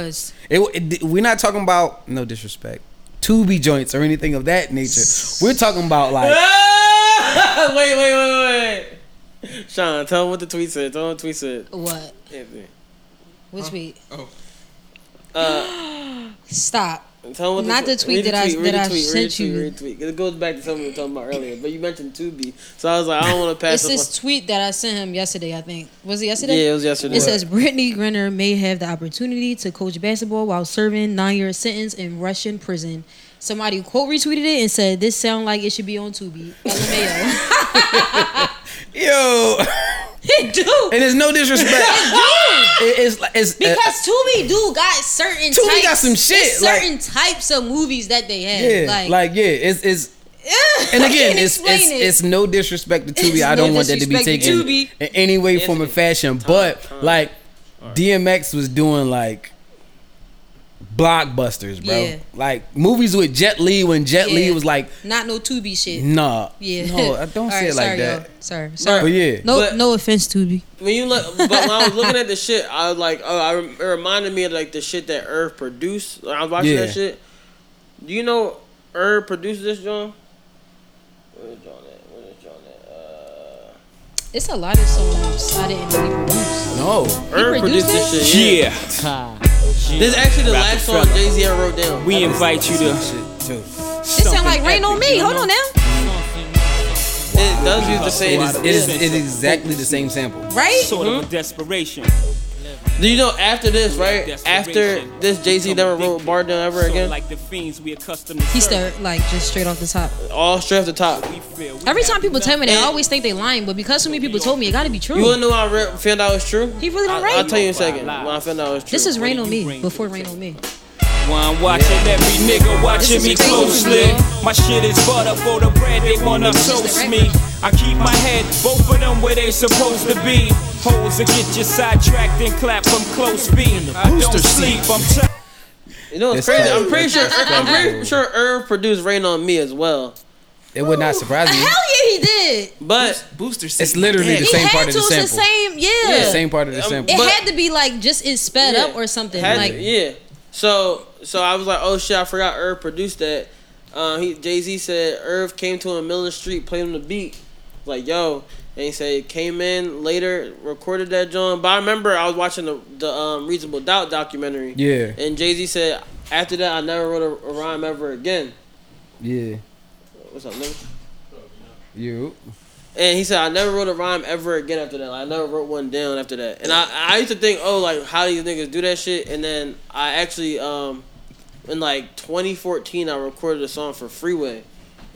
it was.
It, it- we're not talking about no disrespect, Tubi joints or anything of that nature. We're talking about like
wait, wait, wait, wait, wait. Sean, tell him what the tweet said. Tell him what the tweet said.
What?
Anthony.
Which tweet?
Oh.
Uh,
Stop.
tell him what
Not the
read
tweet that I-
read
that I
read the
sent
tweet,
you.
Read the tweet. 'Cause It goes back to something we were talking about earlier, but you mentioned Tubi, so I was like, I don't want to pass.
It's
up
this tweet that I sent him yesterday, I think. Was it yesterday?
Yeah, it was yesterday.
It says Brittany Grinner may have the opportunity to coach basketball while serving nine year sentence in Russian prison. Somebody quote retweeted it and said, This sound like it should be on Tubi.
yo,
it do.
and uh, there's no disrespect.
It
It- it's like- it's
Because
uh,
Tubi do got certain
Tubi
types,
got some shit,
it's
like-
certain types of movies that they have.
yeah,
like,
like, yeah, it's it's And
I
again,
can't
it's
explain
it's,
it.
it's no disrespect to Tubi.
It's
I don't
no
want that to be
disrespect to
taken
Tubi.
in any way, form, or fashion. but like, DMX was doing like blockbusters, bro.
Yeah.
Like movies with Jet Li when Jet Li
Yeah.
was like,
Not no Tubi shit.
nah,
Yeah.
no, I don't
All
say
right,
it like
sorry,
that.
y'all. Sorry.
But
Sorry.
yeah.
No,
But-
no offense, Tubi.
When you look, but when I was looking at the shit, I was like, oh, I rem- it reminded me of like the shit that Irv produced. When I was watching
Yeah.
that shit. Do you know Irv produced this, John? Where's John at? Where's John at? Uh,
It's a lot of songs I didn't really produce.
No,
Irv produced this shit. Yeah. This is actually the last song Jay Z ever wrote down.
We invite you to.
It sound like Rain on Me. Hold on now.
It does use the same.
It is, it is, it is exactly the same sample.
Right?
Sort of a desperation.
Do you know after this, right? After this, Jay Z never wrote Bar Down ever
Sort of
again.
like the fiends we accustomed to.
He started like just straight off the top.
All straight off the top.
Every time people tell me that, I always think they lying, but because so many people told me, it gotta be true.
You wanna know how I re- found out it's true? He
really don't
I- I'll
write.
tell you in a second. When I found out it's true.
This is Rain on Me before Rain on Me.
One watching every nigga watching me closely. My shit is butter for the bread, they wanna toast me. I keep my head, both of them where they supposed to be. Holes that get you sidetracked and clap from close speed. I don't sleep, I'm tired.
You know what's
This
crazy?
is-
I'm pretty sure. I'm pretty
That's
sure Irv produced Rain on Me as well.
It would not surprise me.
Hell yeah, he did.
But
Booster,
It's literally the
He
same
had
part of
to.
the
It's the
sample.
same. Yeah.
Yeah, same part of the sample.
It had to be like just it sped up or something.
Had
Like
to- yeah. So so I was like, oh shit, I forgot Irv produced that. Uh, he Jay Z said Irv came to him in Miller Street, played him the beat, like yo, and he said came in later, recorded that John. But I remember I was watching the the um, Reasonable Doubt documentary.
Yeah.
And Jay Z said after that I never wrote a, a rhyme ever again.
Yeah,
What's up, nigga?
you.
And he said, I never wrote a rhyme ever again after that. Like, I never wrote one down after that. And I, I used to think, oh, like, how these niggas do that shit? And then I actually, um, in like 2014, I recorded a song for Freeway.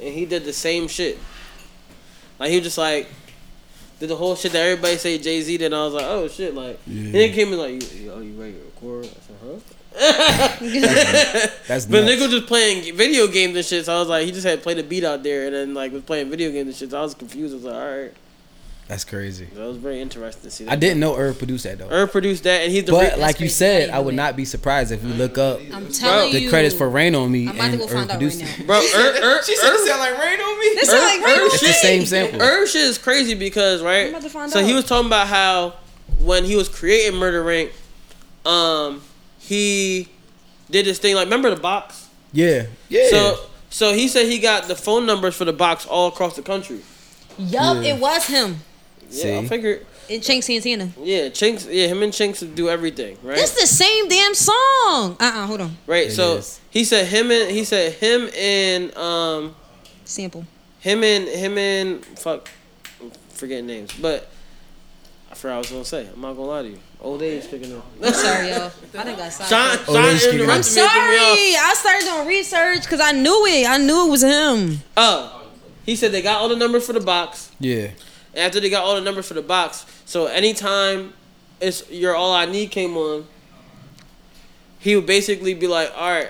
And he did the same shit. Like, he was just like, did the whole shit that everybody say Jay Z did. And I was like, oh shit. Like, and then came in, like, you, oh, you ready to record? I said, huh?
That's
but
nuts.
nigga was just playing video games and shit. So I was like, he just had played a beat out there and then like was playing video games and shit. So I was confused. I was like, all right.
That's crazy.
That was very interesting to see. That.
I didn't know Irv produced that though.
Irv produced that, and he's the.
But
re-
like you said, I would not be surprised if you look up
I'm telling
the
you.
credits for "Rain on Me"
I'm about to
and
go
Irv
find out
produced
right
it.
Bro, Irv, Irv,
She said it
Irv-
sound like rain on me.
This sound like rain
Irv
on me.
It's the same sample.
Irv shit is crazy because right.
I'm about to find
so he
out.
was talking about how when he was creating Murder Rank, um, he did this thing like remember the box.
Yeah, yeah.
So so he said he got the phone numbers for the box all across the country.
Yup,
Yeah.
it was him.
Yeah, I figured.
In Chink Santana.
Yeah, Chinks. Yeah, him and Chinks do everything. Right.
It's the same damn song. Uh uh hold on.
Right.
It
so
is.
he said him and he said him and um
sample.
Him and him and fuck, I'm forgetting names, but I forgot what I was gonna say. I'm not gonna lie to you. Old age picking up.
I'm sorry, y'all. I done
Sean,
got sidetracked.
Sean interrupted
I'm
me
sorry.
and threw me off.
I started doing research because I knew it. I knew it was him.
Oh, he said they got all the numbers for the box.
Yeah.
And after they got all the numbers for the box, so anytime it's your all I need came on, he would basically be like, all right,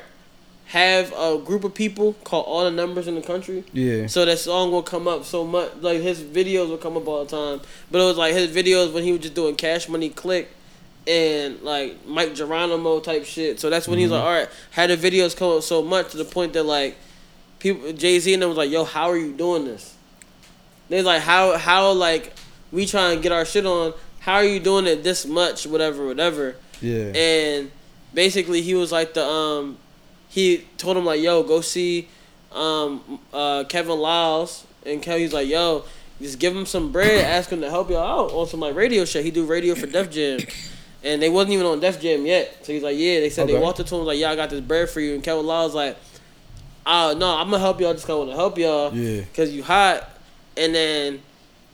have a group of people call all the numbers in the country.
Yeah.
So that song will come up so much. Like his videos will come up all the time. But it was like his videos when he was just doing Cash Money Click and like Mike Geronimo type shit. So that's when he was like,
Mhm.
all right, had the videos come up so much to the point that like people Jay Z and them was like, yo, how are you doing this? They like how how like we trying to get our shit on. How are you doing it this much? Whatever, whatever.
Yeah.
And basically, he was like the um, he told him like, "Yo, go see um uh Kevin Lyles," and Kevin he's like, "Yo, just give him some bread, ask him to help y'all out on some like radio shit. He do radio for Def Jam." And they wasn't even on Def Jam yet, so he's like, "Yeah." They said they
Okay.
walked up to him like, "Yeah, I got this bread for you." And Kevin Lyles like, "Oh no, I'm gonna help y'all. Just gonna want to help y'all."
Yeah.
Cause you hot. And then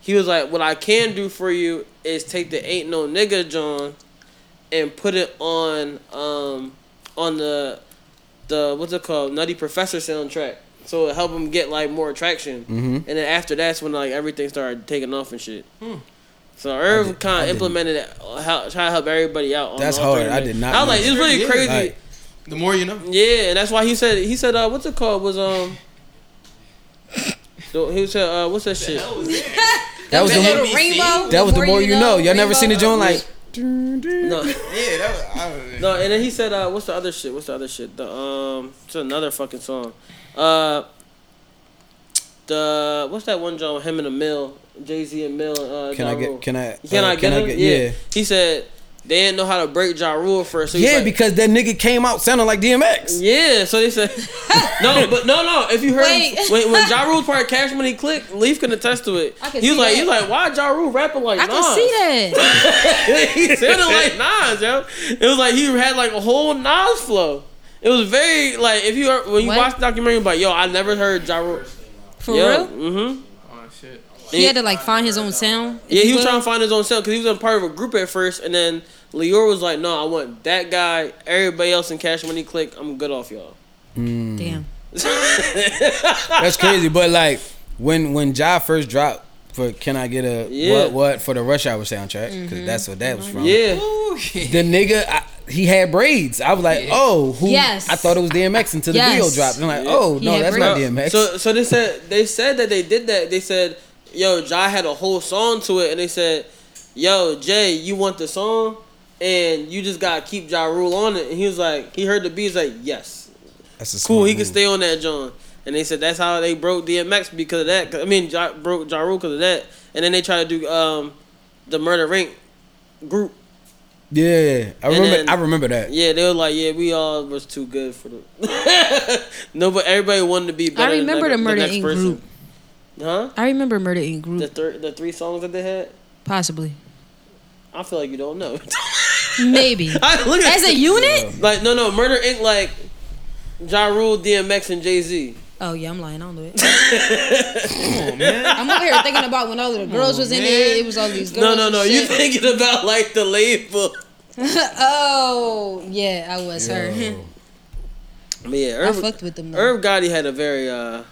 he was like, What I can do for you is take the Ain't No Nigga John and put it on um on the the what's it called? Nutty Professor soundtrack. So it help him get like more attraction.
Mhm.
And then after that's when like everything started taking off and shit. So Irv kind of implemented it, uh, how, try to help everybody out. On
That's
all three of
hard. I
them.
did not
I was
know
like, it's
that.
really
Yeah.
crazy.
Like,
the more you know. Yeah, and that's why he said he said uh, what's it called was um The- He was uh, what's that shit?
That was the more, that was the more you know. Y'all never seen the joint like
No. Yeah, that was, No, and then he said, uh, what's the other shit? What's the other shit? The um it's another fucking song. Uh the what's that one joint with him and the mill? Jay Z and Mill and uh
Can I
Ja
get-
Rule?
can I-
Can
uh,
I
can
get
I
him?
get-
yeah.
yeah.
He said they didn't know how to break Ja Rule first. So he's
yeah,
like,
because that nigga came out sounding like DMX.
Yeah, so they said no, but no, no. If you heard
Wait.
him, when, when Ja Rule part Cash Money clicked, Leaf can attest to it.
I can
he was
see
like,
that.
he was like, why Ja Rule rapping like
I
Nas?
can see that.
he sounded like Nas, yo. It was like he had like a whole Nas flow. It was very like if you are, when you
What?
watch the documentary, but yo, I never heard Ja Rule.
For
Yo,
real?
Mhm.
He had to like find his own sound. if
Yeah,
you
he was
will.
trying to find his own self because he was a part of a group at first, and then Lior was like, "No, I want that guy. Everybody else in Cash Money Click, I'm good off y'all." Mm.
Damn.
That's crazy. But like when when Ja first dropped for Can I Get a
Yeah.
What What for the Rush Hour soundtrack because
Mm-hmm.
that's what that was from.
Yeah.
The nigga, I, he had braids. I was like, oh, who?
Yes.
I thought it was DMX until the
Yes.
video dropped. I'm like, oh
He
no,
had
that's not
braids.
DMX.
So so they said they said that they did that. They said, "Yo, Ja had a whole song to it," and they said, "Yo, Jay, you want the song, and you just gotta keep Ja Rule on it." And he was like, he heard the beat, he's like, "Yes,
that's a
cool.
smart
He can
move.
stay on that, John." And they said that's how they broke DMX because of that. 'Cause- I mean, ja, broke Ja Rule because of that. And then they tried to do um, the Murder Rank group.
Yeah, I
And
remember.
then-
I remember that.
Yeah, they were like, yeah, we all was too good for them. no, but everybody wanted to be better. than
remember
that-
the Murder,
next
Inc.
person.
group.
Huh?
I remember Murder Inc. group.
The thir- the three songs that they had.
Possibly.
I feel like you don't know.
Maybe.
I- look at-
As a unit?
Like no, no, Murder Inc. Like Ja Rule, DMX, and Jay Z.
Oh yeah, I'm lying. I don't do it. I'm over here thinking about when all of the girls was in it. It was all these
No,
girls.
no,
and
no. You
shit.
thinking about like the label?
oh yeah, I was her.
But yeah,
I
Irv,
fucked with them. Though.
Irv Gotti had a very, uh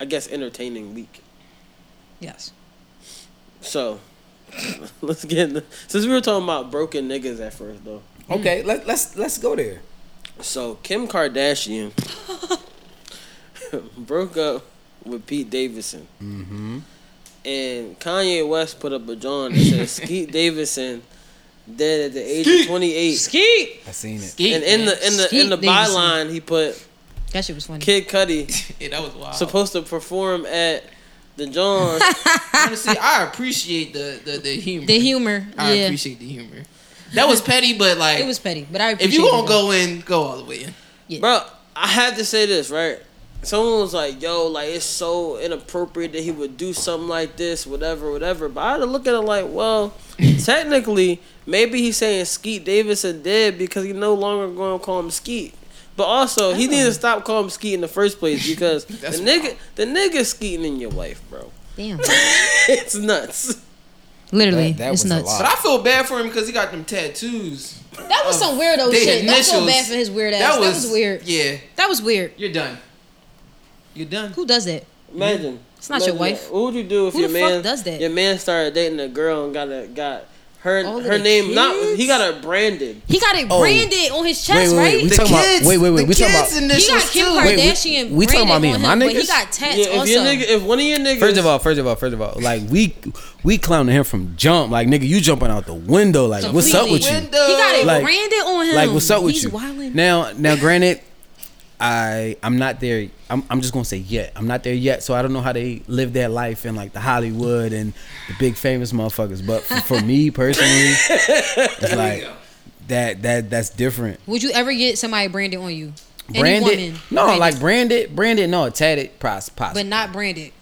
I guess, entertaining week.
Yes.
So let's get in- since we were talking about broken niggas at first though.
Okay, let, let's let's go there.
So Kim Kardashian broke up with Pete Davidson,
Mm-hmm.
and Kanye West put up a joint that said Skeet Davidson dead at the age of twenty eight. Skeet.
I seen it.
and in the in the in the
Skeet Davidson.
byline he put
That shit was funny.
Kid Cudi
Yeah, that was wild.
supposed to perform at the John.
Honestly, I appreciate the the, the humor.
The humor.
I
yeah.
appreciate the humor. That was petty, but like
It was petty, but I appreciate
if you gonna
it.
go in, go all the way in.
Bro, I had to say this, right? Someone was like, yo, like, it's so inappropriate that he would do something like this, whatever, whatever. But I had to look at it like, well, technically, maybe he's saying Skeet Davidson dead because he no longer going to call him Skeet. But also, he needs to stop calling him Skeet in the first place because the
That's
nigga, the nigga skeeting in your wife, bro.
Damn.
it's nuts.
Literally, it's nuts.
But I feel bad for him because he got them tattoos.
That was some weirdo
They
shit. That's so
initials.
bad for his weird ass. That
That
was,
was-
weird.
Yeah,
That was weird.
you're done. You're done.
Who does that?
Imagine.
It's not your
Imagine
wife.
that. What would you do if
Who
your
the fuck
man
does that?
Your man started dating a girl and got a got her
All of
her
the
name not
kids?
he got her branded.
He got it
Oh.
branded on his chest,
Wait, wait, wait,
right?
we The talking about- kids- wait, wait, wait, the we talking kids about-
He got
initials
Kim
too. Wait, we-
Kardashian.
we talking about
branded
me
on
and my
him, But he
niggas?
got tats
Yeah, if
also.
your nigga, if one of your niggas,
First of all, first of all, first of all, like we we clowning him from jump. Like nigga, you jumping out the window. Like what's up with you?
He got it
Like-
branded on him.
Like what's up with
He's
you?
wildin'.
Now, now, granted, I I'm not there. I'm I'm just gonna say yet. I'm not there yet, so I don't know how they live their life in like the Hollywood and the big famous motherfuckers. But for, for me personally, it's like that that that's different.
Would you ever get somebody branded on you? Any
Branded,
woman,
no, like branded, branded, no, tatted, pros, pos.
but not branded.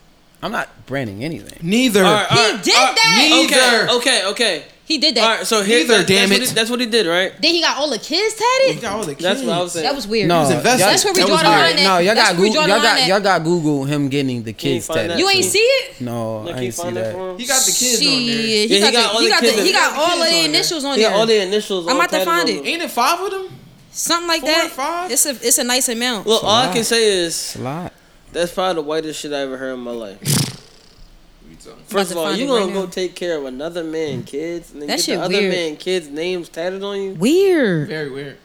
I'm not branding anything.
Neither. Uh,
He did that.
okay, okay, okay.
He did that.
All right, so here,
Neither,
that-
damn
that's,
it.
What he, that's what he did, right?
Then he got all the kids tatted.
That's what I was saying.
That was weird.
No,
that's where we
that
draw
was
the line.
weird. No, y'all
That's
got
where we
Google,
draw
y'all
the line
got
at.
y'all got Google him getting the kids
find
tatted.
that You ain't too. see it?
No, I ain't see that.
He got the kids
Shit,
on there.
He,
Yeah, he
got
got
the-
all
he
the
got the-
kids
he got
on-
all of
He
the
got
initials on
He
there.
got all the initials.
I'm
all
about to
tatted
find
on
it.
him.
Ain't it five of them?
Something like that. It's a it's a nice amount.
Look, all I can say is
a lot.
That's probably the whitest shit I ever heard in my life.
About
First
to
of all,
find
you
it
gonna
right
go
now.
take care of another man kids and then
That
get
shit
the other
weird.
man kids names tatted on you?
Weird.
Very weird.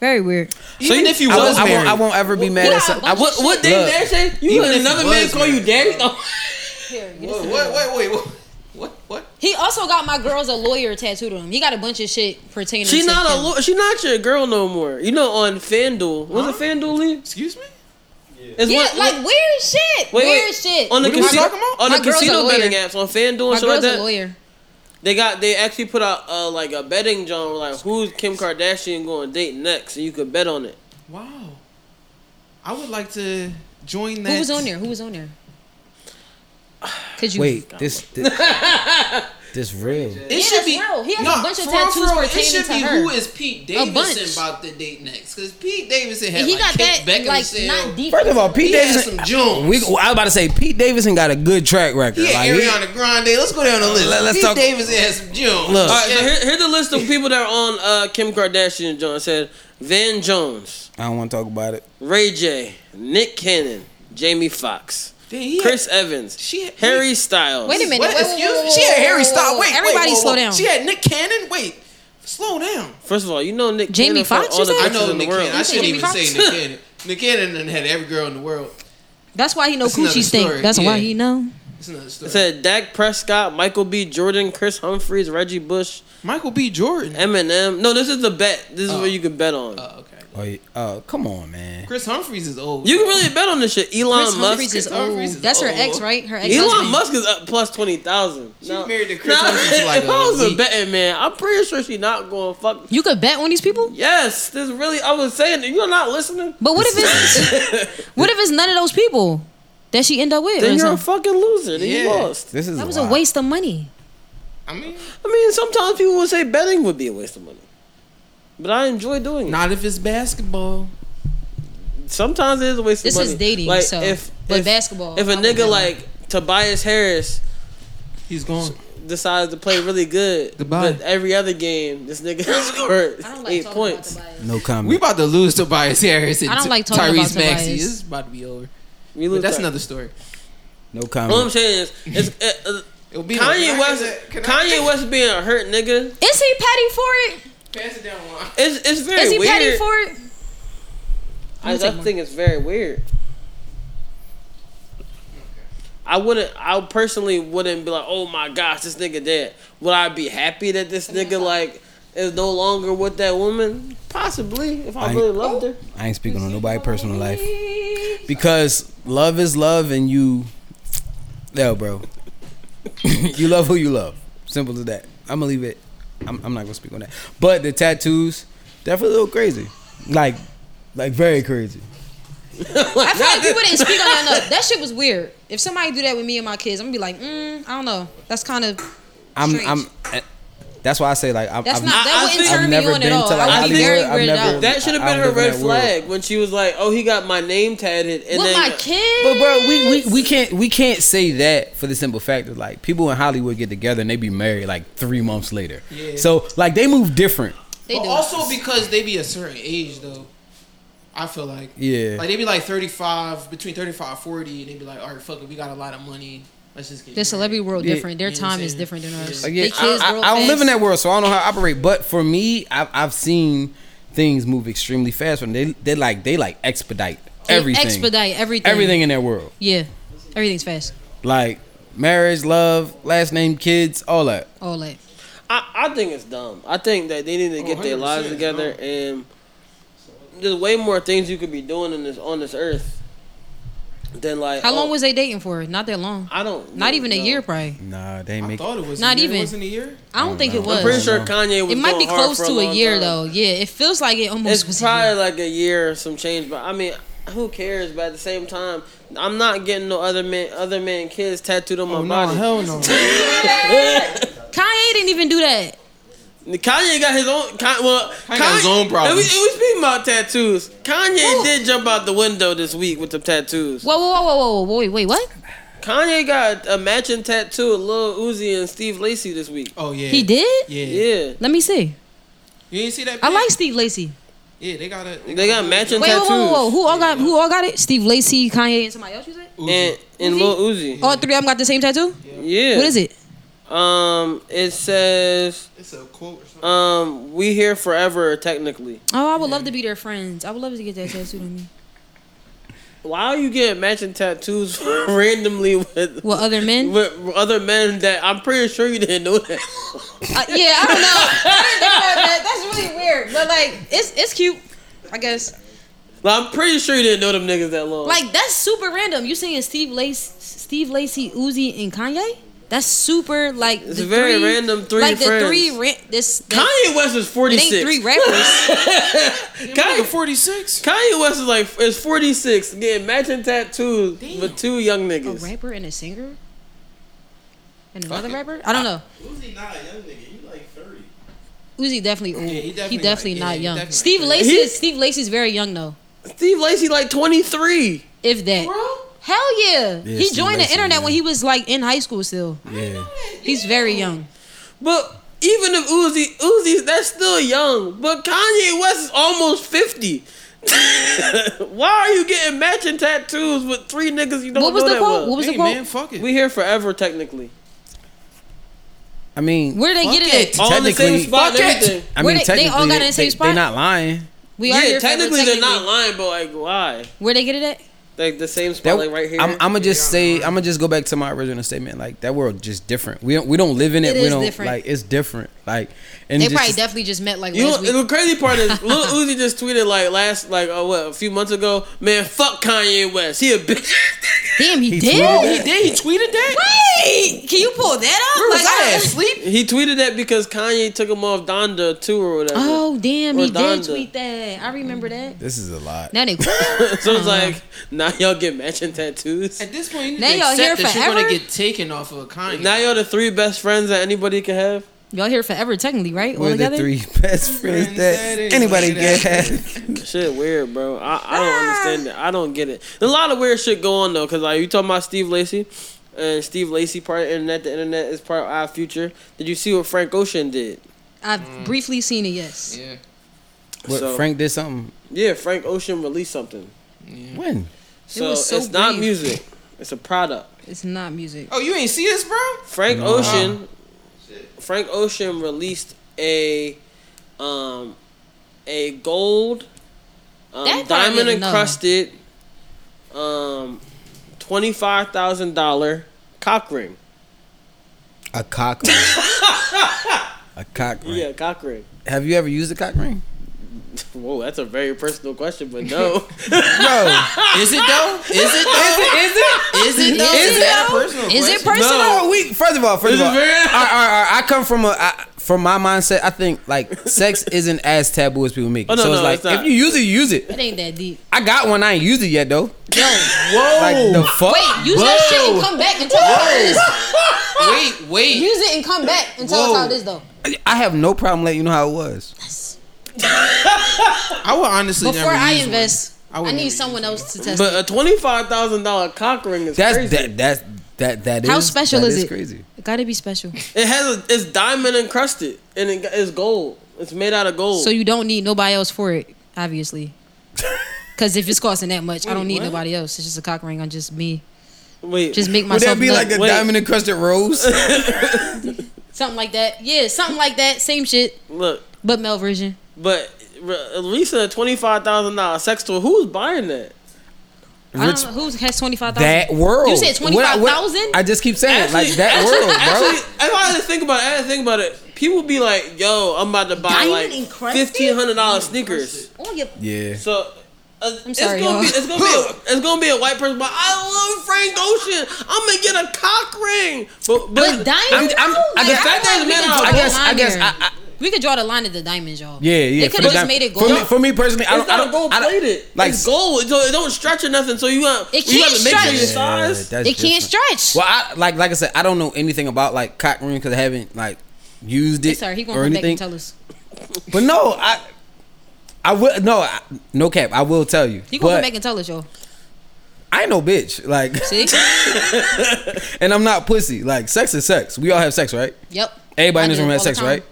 Very weird.
Even if you
I
was
won't- I won't,
married.
I won't ever be mad at some.
I, what what they
Look,
dare say? You
even
let
if
another
you
man
was
call you daddy? Oh,
Whoa,
wait, wait, wait.
He also got my girl's a lawyer tattooed on him. He got a bunch of shit pertaining.
She
to
not a
him.
lo- she not your girl no more. You know on FanDuel. Was it FanDuel league? Excuse me. It's
Yeah,
one-
like weird
Wait,
shit. weird
wait.
shit.
on the
My girl-
casino on
my
the
girl's a
casino
lawyer.
betting apps on FanDuel
My
and shit like
girl's
that.
a lawyer.
They got they actually put out uh, like a betting genre like who's Kim Kardashian going to date next, and you could bet on it.
Wow. I would like to join that.
Who was on there? Who was on there? Could you
Wait, this this, this real.
Yeah, that's real. He has a bunch of tattoos pertaining
It should
to
be
her.
who is Pete
A bunch.
Davidson about to date next? Because Pete Davidson had
He
like
got
Kate
that, like,
Beckinsale.
not deep.
First of all, Pete
He had
Davidson.
some Jones.
We, I was about to say Pete Davidson got a good track record.
He had
Like, he-
Ariana Grande. Let's go down the list.
Let- let's
Pete
talk-
Davidson had some Jones.
All right, so here, here's the list of people that are on uh, Kim Kardashian. John said Van Jones,
I don't want to talk about it.
Ray J, Nick Cannon, Jamie Foxx, Chris Evans, Harry Styles.
Wait a minute.
What?
Wait, wait,
Excuse
wait,
me?
wait,
She had
wait,
Harry
wait,
Styles.
wait,
Wait, wait,
everybody
whoa, whoa.
slow down.
She had Nick Cannon. Wait, slow down.
First of all, you know Nick
Jamie
Cannon from
Foxx,
all
you
the
said?
I
pictures
know
in the
Nick
world.
Cannon. I shouldn't
Jamie
even
Fox?
say Nick Cannon. Nick Cannon done had every girl in the world.
That's why he know
That's another
coochie stink.
story,
That's
yeah.
why he know.
It's another story.
It said Dak Prescott, Michael B. Jordan, Chris Humphries, Reggie Bush,
Michael B. Jordan,
Eminem. No, this is the bet. This is what you can bet on.
Uh,
Oh, yeah. oh, come on, man.
Chris Humphries is old.
You can really bet on this shit. Elon
Chris
Musk.
Humphries is old. That's her ex, right? Her ex.
Elon
husband.
Musk is up plus twenty thousand. She's
married to Chris Humphries for like
if
a
I was a
week.
betting man, I'm pretty sure she's not going to fuck.
You could bet on these people.
Yes, this really. I was saying that you're not listening.
But what if it's what if it's none of those people that she end up with?
Then
or
you're a
something?
fucking loser. Then you
Yeah.
lost.
This is
that was a waste of money.
I mean, sometimes people would say betting would be a waste of money, but I enjoy doing it.
Not if it's basketball.
Sometimes it is a waste
This
of money.
is dating,
Like
so
if
but
if,
basketball.
if a
I would
nigga
never.
like Tobias Harris,
he's gone.
Decides to play really good.
Goodbye.
But every other game, this nigga scored eight points.
No comment.
We about to lose Tobias Harris and
I don't like talking
Tyrese
about Tobias.
Maxey. It's about to be over.
We
But
lose
that's
Ty-
another story.
No
All I'm saying is, it's, uh, uh,
be
Kanye
like,
West.
can I-
Kanye West being a hurt nigga.
Is he petty for it?
Pass it down. Juan.
It's it's very
Is he
weird.
petty for it?
I
I'ma take
just
one.
think it's very weird. I wouldn't. I personally wouldn't be like, "Oh my gosh, this nigga dead." Would I be happy that this nigga like is no longer with that woman? Possibly, if I,
I-
really
Oh.
loved her.
I ain't speaking on nobody's personal life because love is love, and you, no, bro, you love who you love. Simple as that. I'm gonna leave it. I'm, I'm not gonna speak on that. But the tattoos definitely look crazy, like, like very crazy.
I feel like people didn't speak on that enough. That shit was weird. If somebody do that with me and my kids, I'm gonna be like, mm, I don't know. That's kind of
I'm, I'm. eh, That's why I say like I'm.
That's
I've,
not- that
I-
wouldn't
I've
turn me
never
on at
been
all.
To, like,
I would be very
Hollywood. I've
weirded
never-
out.
That should have
I've
been her
never
red
that world.
flag when she was like, "Oh, he got my name tatted," and
with
then
my kids.
But bro, we, we, we can't we can't say that for the simple fact that like people in Hollywood get together and they be married like three months later.
Yeah.
So like they move different.
But also because they be a certain age though. I feel like
Yeah.
like they be like 35 between 35 and 40 and they be like, "All right, fuck it, we got a lot of money. Let's just get
The celebrity world
Yeah.
different. Their
You know what
time
I'm
is
saying?
different than ours.
Like, yeah,
They kids
I, I-
grow
I don't
fast.
live in that world, so I don't know how to operate. But for me, I've, I've seen things move extremely fast when they they like they like expedite
They
everything,
Expedite everything.
everything in their world,
Yeah, everything's fast.
like marriage, love, last name, kids, all that.
All that.
I, I think it's dumb. I think that they need to get their lives
100%
together and there's way more things you could be doing in this on this earth than like
How
oh,
long was they dating for? Not that long.
I don't
Not
know,
even a
no.
year, probably.
Nah, they make.
thought it was
Not
a year.
even.
It wasn't a year.
I don't, think it was.
I'm pretty sure I don't
know. Kanye was
It might be
going hard
close
for a
to a
long
year
time.
though. Yeah, it feels like it almost
it's
was. a
probably
year.
like a year or some change, but I mean who cares? But at the same time, I'm not getting no other man other man kids tattooed on my body.
hell Oh, no.
Kanye didn't even do that.
Kanye got his own. Kan- Well, Kanye
got his own
And
problems.
we, and we speaking about tattoos. Kanye did jump out the window this week with the tattoos.
Whoa, whoa, whoa, whoa, whoa, whoa, wait, wait, what?
Kanye got a matching tattoo of Lil Uzi and Steve Lacy this week.
Oh yeah.
He did?
Yeah.
Yeah.
Let me see.
You ain't see that?
I like Steve Lacy.
Yeah, they got a they,
They got
Wait,
matching
whoa,
tattoos.
whoa, whoa, whoa, who all got who all got it? Steve Lacy, Kanye, and somebody else. You said
And, and Lil Uzi.
all three of them got the same tattoo.
Yeah.
Oh. What is it?
Uh, Um, it says. It's a quote or something. Um, we here forever technically.
Oh, I would love to be their friends. I would love to get that tattooed on me.
Why are you getting matching tattoos randomly with
with other men?
With other men that I'm pretty sure you didn't know that.
Uh, yeah, I don't know. I didn't think about that. That's really weird. But like, it's it's cute, I guess.
Like, I'm pretty sure you didn't know them niggas that long.
Like that's super random. You singing Steve Lace, Steve Lacey, Uzi, and Kanye? That's super like.
It's very random three
Like
friends.
the three ran- this
Kanye West is
It
46.
ain't three rappers.
Kanye 46. Kanye West is like is 46 getting matching tattoos with two young
a
niggas.
rapper and a singer, and another rapper. I don't know.
Uzi not a young nigga. You like thirty.
Uzi definitely old. he definitely,
definitely like-
not
yeah, he
young.
definitely
Steve
like-
Lacey,
He-
is- Steve Lacey's very young though.
Steve Lacey like 23.
If that. Hell yeah.
Yeah,
he
Steve
joined
Lacy,
the internet
yeah.
when he was like in high school still.
Yeah.
He's very young.
But even if Uzi Uzi that's still young, but Kanye West is almost 50. Why are you getting matching tattoos with three niggas you don't
What was
know
the
that
quote?
well?
What was the Hey, man, quote?
fuck it. We here forever technically.
I mean,
Where they get it at?
All in the same spot and everything.
I
Where
mean,
they- they all
technically,
got in the same
they-
spot?
They not lying.
We are
yeah,
here forever,
technically they're not
technically.
lying, but like why?
Where they get it at?
Like the same spot,
That,
like right here.
I'm, I'm gonna just say, I'm gonna just go back to my original statement. Like that world just different. We don't, we don't live in it.
It
we
is
don't
different.
like it's different. Like and
they
just-
probably definitely just met like
You
last
know, the
week.
crazy part is Lil Uzi just tweeted like last like oh what a few months ago, man, fuck Kanye West. He a bitch.
Damn, he,
tweeted
did.
that. He did. He tweeted that.
Wait, can you pull that up?
Where was
Like,
I
I-
at? Sleep? He tweeted that because Kanye took him off Donda too or whatever.
Oh damn,
Or
he did
Donda.
tweet that. I remember that.
This is a lot.
Now they
so it's like now y'all get matching tattoos.
At this point, you need
Now
to
y'all
accept
here
that you're gonna
forever?
get taken off of Kanye.
Now y'all the three best friends that anybody can have.
y'all here forever technically, right? All
we're the
together.
three best friends that anybody can have.
Shit weird, bro. I, I don't understand it. I don't get it. There's a lot of weird shit going on though, cause like you talking about Steve Lacey, and Steve Lacey part of the internet. The internet is part of our future. Did you see what Frank Ocean did?
I've briefly seen it. Yes.
Yeah.
What,
So-
Frank did something.
Yeah, Frank Ocean released something.
When?
So,
was so
it's not
brief.
music. It's a product.
It's not music.
Oh, you ain't see this, bro?
Frank
No.
Ocean. Frank Ocean released a um a gold
That
um,
part I
diamond
didn't know.
encrusted um twenty five thousand dollar cock ring.
A cock ring. a cock ring.
Yeah, cock ring.
Have you ever used a cock ring?
Whoa, that's a very personal question, but no.
Bro,
Is it though? Is it though?
is it?
Is it though?
Is it
that
though?
a personal
Is it
question?
personal?
No, we first of all, first
This
of all,
is very-
I, I, I- I come from a I, from my mindset. I think like sex isn't as taboo as people make. it.
Oh, no,
so it's
no,
like
it's not.
if you use it, you use it.
It ain't that deep.
I got one. I ain't used it yet though.
Yo.
Whoa. Like the fuck.
Wait, use that shit and come back and tell us how it is.
Wait, wait.
Use it and come back and tell us how it is though.
I have no problem letting you know how it was.
I would honestly
Before
never
I
use one.
invest,
I
I,
would never
need someone else to test
But
it.
a twenty five thousand dollar cock ring is
That's
crazy.
that that's that that is
How special
that
is it?
Crazy.
It gotta be special.
It has a, it's diamond encrusted and it, it's gold. It's made out of gold.
So you don't need nobody else for it, obviously. Cause if it's costing that much, I don't need
what?
nobody else. It's just a cock ring on just me.
wait
Just make
Would
myself
that be
look-
like a
Wait.
diamond encrusted rose?
something like that. Yeah, something like that. Same shit,
look.
but male version.
But re- Lisa, twenty five thousand dollars sex toy. Who's buying that?
I
Rich-
don't know who has twenty five thousand.
that world.
You said twenty
What I-
five
what-
thousand.
I just keep saying like that
actually,
world, bro.
Actually, if I had to think about it, I had to think about it. People be like, "Yo, I'm about to buy
Diamond
like
encrusted?
fifteen hundred dollars sneakers."
On your
yeah.
So. Uh, it's
sorry,
gonna
y'all.
be it's gonna be a, it's gonna be a white person. But I love Frank Ocean. I'm gonna get a cock ring. But but,
But diamond.
I'm- I'm-
though,
I
like,
guess-
feel
that
like
doesn't
we
matter.
could draw
I
the
guess- I
line
guess
there.
I- I-
we could draw the line at the diamonds, y'all.
Yeah, yeah.
They
for
could
the
have just
diamond-
made it
For me,
gold.
for me personally, I
it's
don't. I
not a
don't,
gold
I don't-
plated.
Like
it's gold. It don't, it don't stretch or nothing. So you got
It
you got
can't
to make sure your
stretch.
size.
Yeah, that's
It can't
different.
stretch.
Well, I, like like I said, I don't know anything about like cock ring because I haven't like used it
Sorry, he gonna
or
come back
anything.
and tell us.
But no, I I will no I, no cap. I will tell you.
He gonna
but
come back and tell us, y'all.
I ain't no bitch. Like,
See?
and I'm not pussy. Like, sex is sex. We all have sex, right?
Yep.
Everybody
I
in this
do
room
all
has
the
sex,
time.
right?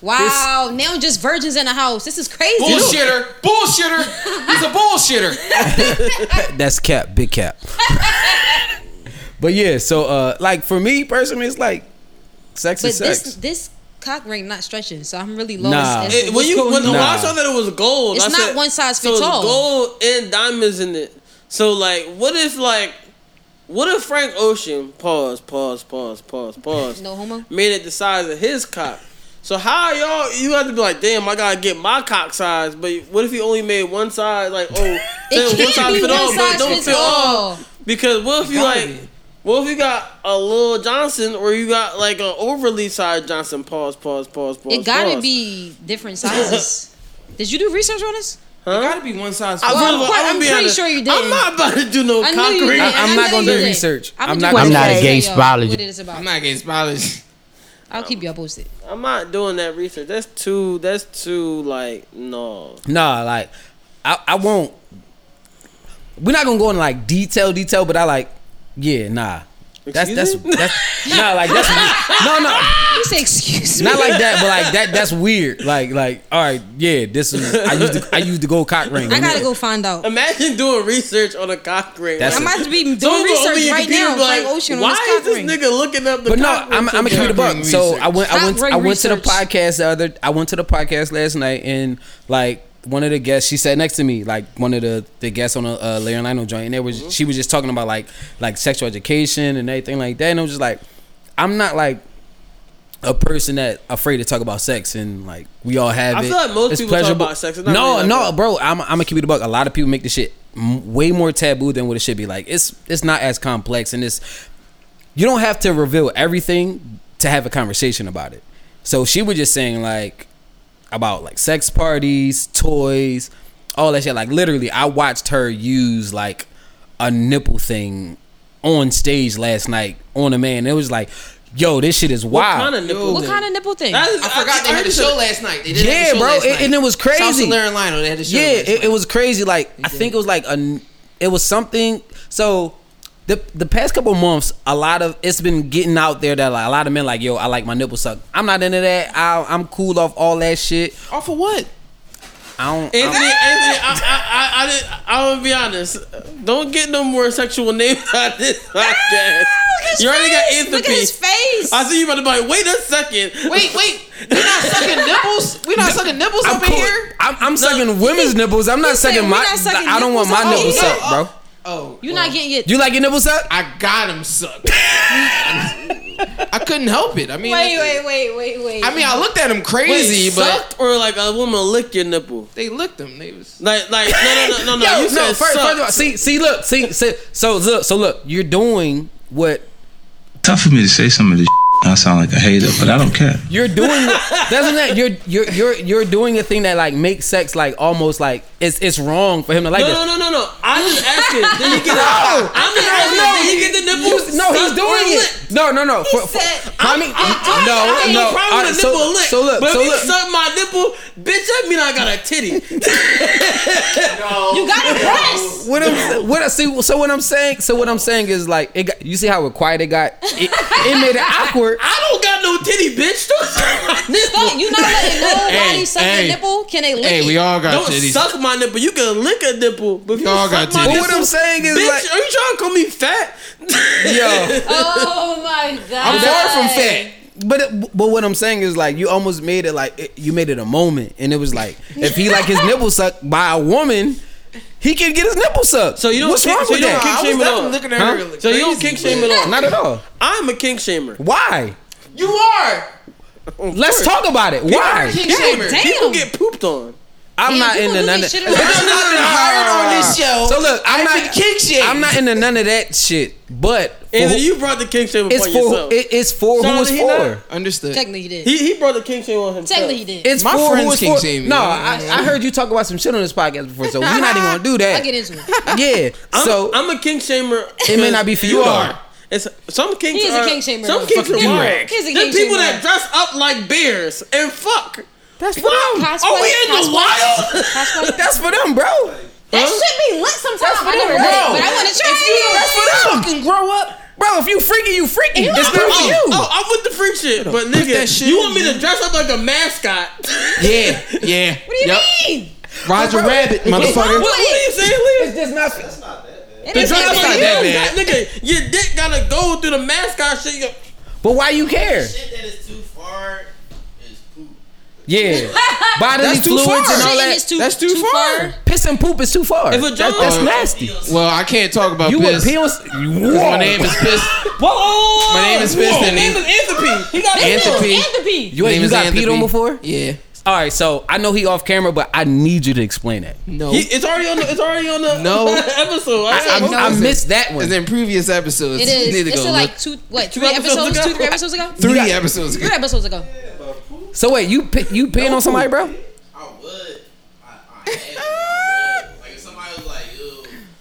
Wow, now just virgins in the house. This is crazy.
Bullshitter. Bullshitter. He's a bullshitter.
That's cap, big cap. But yeah, so uh, like for me personally, it's like sex
But
is sex.
this this cock ring not stretching, so I'm really lost.
Nah.
As to
It-
when
what's
you
going
when the
Nah.
I saw that it was gold,
It's
I
not
said,
one size
so
fits
it's
all.
Gold and diamonds in it. So like, what if like, what if Frank Ocean pause, pause, pause, pause, pause?
No homo.
Made it the size of his cock. So how y'all? You have to be like, damn, I gotta get my cock size. But what if he only made one size? Like, oh, damn,
can't be one size fits all.
Because what if you
gotta
like? What if you got a little Johnson or you got like an overly sized Johnson? Pause, pause, pause, pause.
It gotta
pause.
be different sizes. Did you do research on this?
Huh?
Gotta be one size.
I
Well,
really-
I'm quite-
I'll
I'm
be
pretty
honest.
sure you did.
I'm not about to do no
I know you
conquering.
did. I- I'm I not know gonna do you did.
research.
I'ma
I'm
do
not
what
gonna-
it
I'm not
says.
a gay
Tell y'all
spologist.
What it is about.
I'm not gay spologist.
I'll keep y'all posted.
I'm not doing that research. That's too. That's too like no.
Nah, like I, I won't. We're not gonna go in like detail, detail, but I like, yeah, nah. That's that's, that's nah, like that's no, no,
You say excuse me.
not like that, but like that. That's weird. Like, like, all right, yeah. This is I used the, I used the gold cock ring.
I gotta go find out.
Imagine doing research on a cock ring.
That's
I
it.
might be
Someone
doing
gonna open
research
your
right
computer
now.
and be
Like Ocean on
why
this
is
cock
this
ring.
nigga looking up the?
But no,
cock ring
I'm I'm a
somewhere?
keep it a buck. So I went I went
Cock ring
I went to the
research.
podcast the other I went to the podcast last night and like one of the guests she sat next to me like one of the the guests on a uh, Larry and Lionel joint and they was she was just talking about like like sexual education and everything like that and I was just like I'm not like a person that afraid to talk about sex and like we all have
I
it.
feel like most people talk about sex. It's not
No,
really like
no, bro. I'm I'm gonna keep it a buck. A lot of people make this shit m- way more taboo than what it should be. Like it's it's not as complex and it's you don't have to reveal everything to have a conversation about it. So she was just saying like about like sex parties, toys, all that shit. Like literally, I watched her use like a nipple thing on stage last night on a man. It was like, yo, this shit is
What
wild.
kind of nipple?
What
thing?
kind of nipple thing?
That is-
I forgot they had a show last night. They did have a
Yeah,
show
bro,
last
it-
night.
and it was crazy.
South Larry and Lionel, they had a show.
yeah,
last night.
it, it was crazy. Like I think it was like a, n- it was something. So the the past couple months, a lot of it's been getting out there that like, a lot of men like, yo, I like my nipple sucked. I'm not into that. I, I'm cool off all that shit.
Off of what?
I don't.
Anthony,
I don't-
Anthony, I, I, I, I didn't. I'm gonna be honest. Don't get no more sexual names on this podcast.
Oh,
his
you already got
face.
Anthony.
Look at his face.
I see you about to be like, wait a second.
Wait, wait. We're not sucking nipples. We're not sucking nipples
I'm
over
cool.
here.
I'm, I'm sucking women's nipples. I'm not
said
sucking
we
my.
not sucking
I don't want my
nipples? Oh,
nipple
yeah.
sucked, bro.
Oh,
You're not getting it.
You like your nipple sucked?
I got him sucked. I couldn't help it. I mean,
wait, wait, wait, wait, wait.
I mean, I looked at him crazy,
Crazy,
but
sucked or like a woman lick your nipple?
they looked him. They was
Like, like no, no, no, no, no.
Yo,
you said
first,
sucked.
first of all, see, see, look, see, see, so look, so look, you're doing what
Tough for me to say some of this. shit. I sound like a hater, but I don't care.
you're doing. what- doesn't that you're you're you're you're doing a thing that like makes sex like almost like it's it's wrong for him to like
no,
this.
no, no, no, no. I'm just asking. Did he get?
No.
I'm just asking. Did he get the nipples?
No, he's
sucked or
doing
licked?
it. No, no, no. For, for, I mean,
I ain't
no, no.
no problem
All right,
with a
so,
nipple lick.
so look,
but
so
if you
look.
suck my nipple, bitch, that mean I got a titty.
you got a breast.
What I'm what I see so what I'm saying so what I'm saying is like it got, you see how quiet it got it, it made it awkward
I don't got no titty, bitch. Don't suck my
Don't-
nipple.
You not letting nobody
Hey,
suck your
hey.
nipple? Can they lick
Hey,
it?
we all got
Don't
titties.
suck my nipple. You can lick a nipple, but if you
Y'all
suck
got
my
titties.
but
nipple,
what I'm saying is
bitch,
like
are you trying to call me fat?
yo
Oh my god.
I'm far from fat.
But it, but what I'm saying is like you almost made it like it, you made it a moment, and it was like if he like his nipple sucked by a woman, he can get his nipple sucked.
So you don't
what's
think-
wrong
so
with
you don't
that?
kick
I was
shame at all.
definitely looking at her.
Huh?
like
So you don't
crazy,
kick shame
but-
at all.
Not at all.
I'm a king shamer.
Why?
You are.
Let's talk about it. Why?
King
God
shamer.
damn.
People get pooped on.
I'm
Damn,
not
people
into
do
none
this
of.
shit around here.
heard on this show.
So look, I'm
I've been
not
king shamed.
I'm not into none of that shit. But for
And
who-
you brought the king shamer
it's
on
for
yourself.
it, it's for who
Charlie,
it's
he
for.
not-
Understood.
Technically, you did.
he he brought the king shamer on himself.
Technically, you did.
It's
My
for
friends
who it's
king
for.
shamed me.
No, I, I heard you talk about some shit on this podcast before, so we're not even gonna do that.
I'll get into it.
Yeah.
I'm,
so
I'm a king shamer.
It may not be for you, though.
It's some kings.
He is a
are,
king shamer,
Some
though.
kings are
Fuck you.
wild.
He is a
Them
king
people
shamer.
that dress up like bears and fuck.
that's for
Wow.
them.
Cosplay-
Are we in the
cosplay-
wild?
cosplay-
That's for them, bro.
That should be lit sometimes. I never
them,
did it,
bro.
but I want to try
That's
it.
for them. Fucking grow up, bro. If you freaky, you freaky. It's not for
oh,
you.
oh, I'm with the freak shit, but
that
nigga,
shit
you
in
want me to
you.
dress up like a mascot?
Yeah, yeah.
What do you mean?
Roger Rabbit,
What-
what,
motherfucker.
what are you saying, Leah?
It's just not.
The
ain't-
drama
it's not
you
that
got- Nigga, your dick gotta go through the mascot shit. You
But why you care?
Shit that is too far.
Yeah, bodily
That's too
fluids
far.
and all
Shitting
that.
is too- That's too too far. far.
Piss and poop is too far.
If a
That-
dog-
that's nasty.
Well, I can't talk about
You
piss.
appeal?
Because my name is piss.
Oh, Whoa!
My name is piss.
His
And
name is Anthropy. He got
Anthropy.
Anthropy.
You, you got peed on before?
Yeah.
All right, so I know he off camera, but I need you to explain that.
No.
He, it's already on the. It's already on the
No.
episode.
I- I- I missed that
one. It's in previous episodes.
It
You
is.
need to
It's
go
like
look.
two, what,
Two
three
episodes
episodes,
ago?
two, three episodes ago?
three e- episodes ago.
Three episodes ago.
So wait, you pi- you peeing on somebody, bro?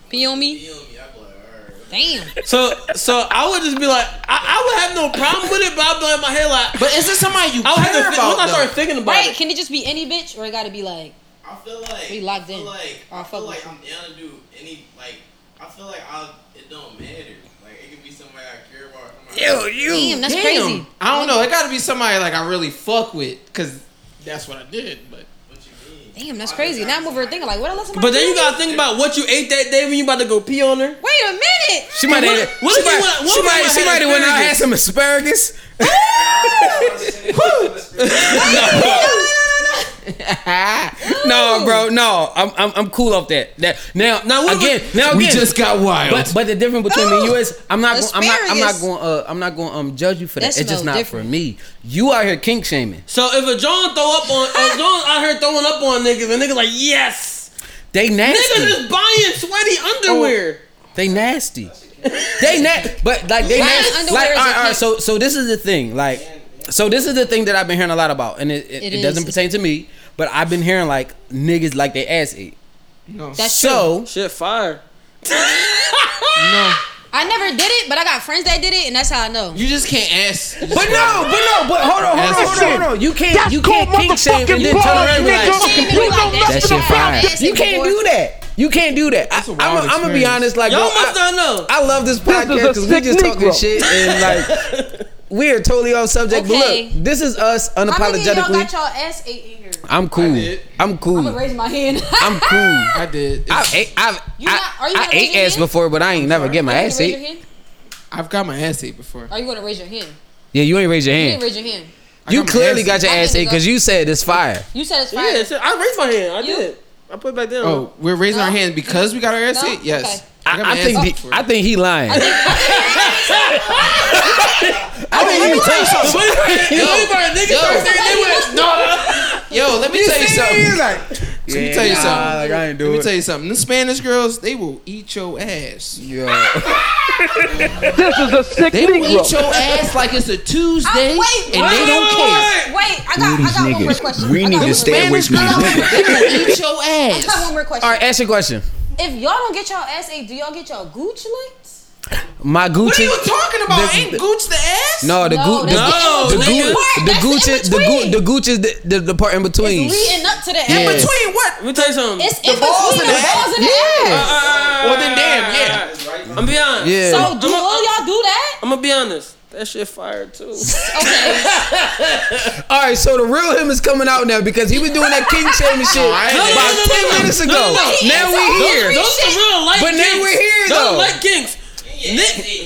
Pee on me? Damn.
So, so I would just be like, I, I would have no problem with it, but I'd be like in my head like,
but is this somebody you
I would
care
have to think,
about,
once I start
though?
thinking about
Right?
it.
Can it just be any bitch, or it gotta be like?
I feel like
We locked in.
I feel like
Or
I feel
fuck
like
with
I'm down to do any like I feel like I it don't matter. Like it could be somebody I care about.
Ew,
you. Damn, that's crazy.
I don't know. It got to be somebody like I really fuck with, cause that's what I did. But
Damn, that's crazy. Now I'm over here thinking like, what I let somebody
But then you
do?
gotta think about what you ate that day when you about to go pee on her.
Wait a minute.
She might
What-
have.
what
She
if you
might.
went- what
She
if you
might.
went
She
had
might have went out and had
asparagus?
some asparagus. no, bro, no, I'm, I'm I'm cool off that. That now now again now again
We just got wild.
But but the difference between me and you is I'm not gon- I'm not I'm not
Asparagus.
going uh, I'm not going to um judge you for
That
that. It's
smells
just not
different.
for me. You out here kink shaming.
So if a John throw up on, a John out here throwing up on niggas, and niggas like, yes,
They nasty.
niggas is buying sweaty underwear.
They nasty. they na but like they
Why
nasty.
underwear
Like
is
all right, all
okay?
right, so so this is the thing. Like so this is the thing that I've been hearing a lot about, and it it,
It
it
is.
doesn't pertain to me, but I've been hearing like niggas like they ass eat.
No.
That's
so
shit fire.
no.
I never did it, but I got friends that did it, and that's how I know.
You just can't ask.
But no, but no, but hold on, hold on, hold on, hold on. You can't, you can't kink shame and then turn around and be like,
You know
that
nothing
shit
about
fire.
ass
You can't do that. You can't do that. I, I'm,
wild
I'm gonna be
experience.
honest, like
Y'all
bro,
must
I,
not know.
I love this
This is
podcast
a
because we
sick
just talking
Negro.
shit and like we are totally off subject.
Okay.
But look, this is us
How many of y'all got
unapologetically.
y'all ass ate in here?
I'm cool. I'm
I'm gonna
cool.
raise my hand.
I'm cool. I
did.
I ate. I've,
You not- are
I,
you
I
gonna raise
ate
your
ass
hand?
before, but I ain't never get my
Are you
ass
gonna raise
ate.
your hand?
I've got my ass ate before.
Are you gonna raise your hand?
Yeah, you ain't raise your
You didn't
hand.
raise your hand.
You clearly
ass
got your
ate.
ass ate because you said it's fire.
You said it's
Yeah,
fire.
it's- I raised my hand. I did. I put it back down.
Oh, we're raising our hand because we got our ass
No?
ate. Yes.
Okay.
I, got my
I
ass
think
ate
the-
before.
I think he lying.
I think
let
you
me tell you something.
Yo,
Let me tell you, nigga,
yo.
first thing they
went-
Yo, let me
You
tell you
see,
something.
like,
let me tell you
yeah,
something.
like, I ain't do
let me
it.
tell you something. The Spanish girls, they will eat your ass.
Yo.
this
is a sick
They will
Negro.
eat your ass like it's a Tuesday,
Oh, wait,
and
wait,
they don't care.
Wait, I got, I got one more question. I got one more
Spanish girls, they will eat your
question. I got
ass.
one more question.
All right, ask your question.
If y'all don't get y'all ass ate, do y'all get y'all gooch licked?
My Gucci.
are you talking about?
the-
Ain't
the-
Gooch the ass?
No, the
No,
Gucci.
that's
the,
the in between part.
Gucci. The
That's the
Gucci. The Gucci. The Gucci is the, the, the part in between.
Leading up to the ass.
Yeah. In between
Let
what?
me tell you something.
It's in between the balls and the ass.
well then, damn, yeah. I'm be honest.
Yeah.
So do all y'all do that?
I'm gonna be honest. That shit fire too.
All right, so the real him is coming out now because he was doing that king shaming shit
ain't-
about
No, no, no, no,
ten
no, no.
minutes
No,
ago.
no, no. He
Now
is
we
all
here.
those are real light
but now
kinks.
we're here
Those
though.
light kinks. Ni-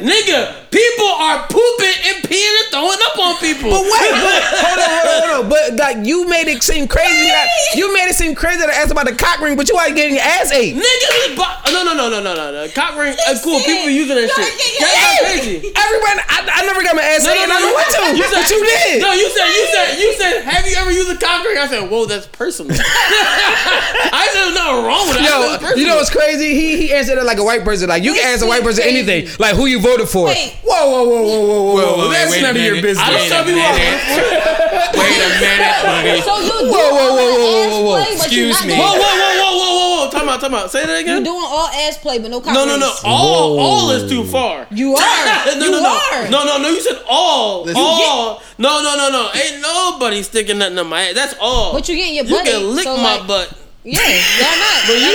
Nigga, people are pooping and peeing and throwing up on people.
But wait, but, hold on, hold on, hold on. But like you made it seem crazy. That, you made it seem crazy that I asked about the cock ring, but you ain't getting your ass ate.
Niggas is bu- no no no no no no no cock ring uh, cool people using that shit that's not crazy
Everyone, I, I never got my ass ate, and I don't want to. but you did.
no you said you said you said have you ever used a cock ring I said whoa that's personal I said there's nothing wrong with it I said, that's
Yo,
personal.
you know what's crazy? He he answered it like a white person. Like you can ask a white person anything. Like who you voted for.
Wait.
Whoa, whoa, whoa, whoa, whoa, whoa, whoa.
Whoa, wait,
That's
wait a
none of your
minute.
business.
I don't tell people I voted
Wait a
minute, buddy.
So you do
Whoa, whoa, whoa, whoa, whoa, whoa.
play, but you not doing-
whoa whoa whoa whoa whoa whoa whoa time out time out say that
You
again
doing all ass play, but no cock
no no no
rings.
all all is too far
You are.
no
You
no no
are.
no no no you said all
Listen.
all no no no no ain't nobody sticking nothing in my ass that's all
But you getting your
you
butt ate,
can lick
so,
my
like-
butt. Ah!
Yeah, y'all not.
But you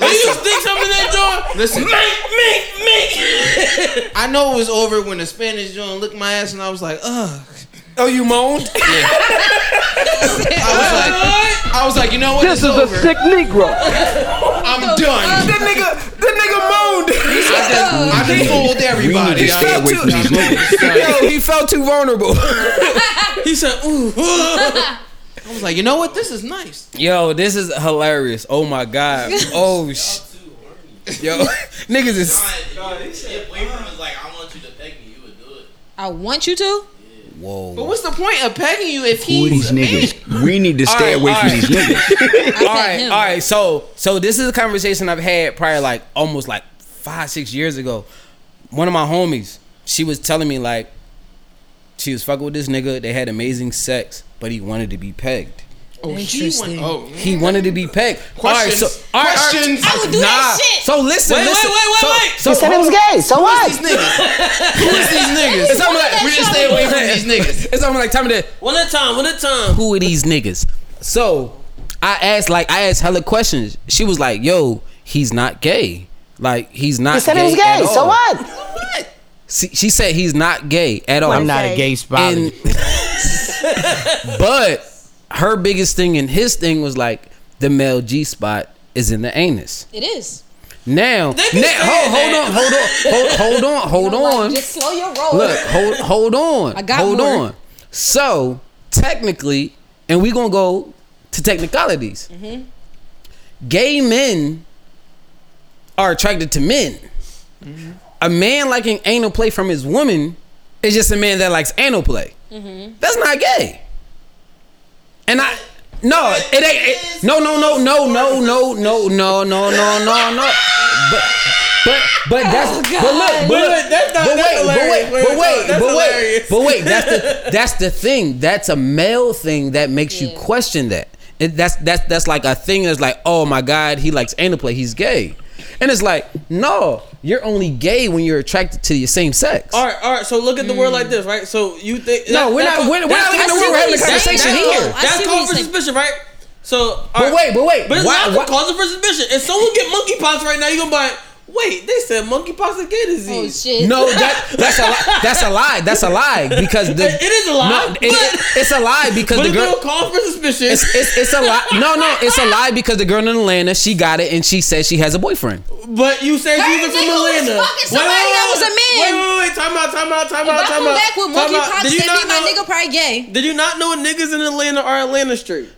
cannot.
That means y'all
When you stick something in that door,
Listen.
mink, mink, mink.
I know it was over when the Spanish joint looked my ass, and I was like, ugh.
Oh, you moaned?
Yeah. I was like, I was like, you know what?
This
it's
is a
over.
sick Negro.
I'm
done. The nigga, the nigga
Oh,
moaned.
I just fooled everybody.
He
Y'all get
felt
away
too,
from these niggas.
yo, he felt too vulnerable.
he said, "Ooh." I was like, you know what? This is nice.
Yo, this is hilarious. Oh my god. Oh sh. Yo, niggas is.
Your boyfriend was like, I want you to peg me. You would do it.
I want you to.
Oh,
Whoa.
But what's the point of pegging you if
Who
he's
these niggas? We need to stay
All right,
away from
all
these niggas.
all right, all right. So, so this is a conversation I've had probably like almost like five, six years ago. One of my homies, she was telling me like she was fucking with this nigga. They had amazing sex, but he wanted to be pegged.
Oh, he went. Oh,
He wanted to be pegged.
Questions. Questions. I would do that shit.
So listen,
Wait, wait,
listen.
wait, wait,
So-
wait.
So,
You said it was
gay. So what?
These niggas. Who is these niggas?
It's something like
we just stay away from these niggas.
It's something like time to
One at a time. One at a time.
who are these niggas? So I asked like I asked hella questions. She was like, "Yo, he's not gay. Like he's not."
He said
gay
he was
at
gay. So
all."
what?
She, she said he's not gay at all.
I'm not a gay
And- but her biggest thing and his thing was like the male G spot is in the anus.
Oh.
It is.
Now, now
saying
hold, hold
that.
on, hold on, hold, hold on, hold
You know, like,
on.
just slow your roll.
Look, hold hold on.
I got
hold
more.
on. So technically, and we're gonna go to technicalities.
Mhm.
Gay men are attracted to men. A man liking anal play from his woman is just a man that likes anal play.
Mm-hmm.
That's not gay. And I no, it ain't. It, no, no, no, no, no, no, no, no, no, no, no, no. But but but that's
Oh,
but
God.
look but
Wait, wait,
look
that's not-
but
that's
wait but wait
hilarious. Wait,
but wait
that's
but wait
hilarious.
but wait that's the that's the thing that's a male thing that makes you question that. It, that's that's that's like a thing that's like oh my god he likes anal play he's gay, and it's like no you're only gay when you're attracted to your same sex.
All right, all right. So look at the world like this, right? So you think
No, we're
that's
not-
all-
we're- we're not
that's-
looking at the
that's-
world, we're having a
that's-
conversation
that's-
here. I
That's
see
called
what
for
he's
suspicion, right? So all
But
right.
wait, but wait,
but it's
why-
not
why-
cause for suspicion. If someone get monkeypox right now, you gonna be like, wait, they said monkeypox is gay disease.
Oh shit!
No, that, that's a li- that's a lie. That's a lie because the
It- it is a lie,
No, it-
but-
it's a lie because
but
the
if
girl
you don't call for suspicion.
It's, it's, it's a lie. No, no, it's a lie because the girl in Atlanta she got it and she said she has a boyfriend.
But you said
Her
you were from
nigga was
Atlanta.
fucking somebody that was a man.
Wait, wait, wait. Time out, time out, time
if
out,
I
time
come
out.
back with
time out.
monkeypox,
Did you
that
not
mean my
know-
nigga probably gay.
Did you not know niggas in Atlanta are Atlanta straight?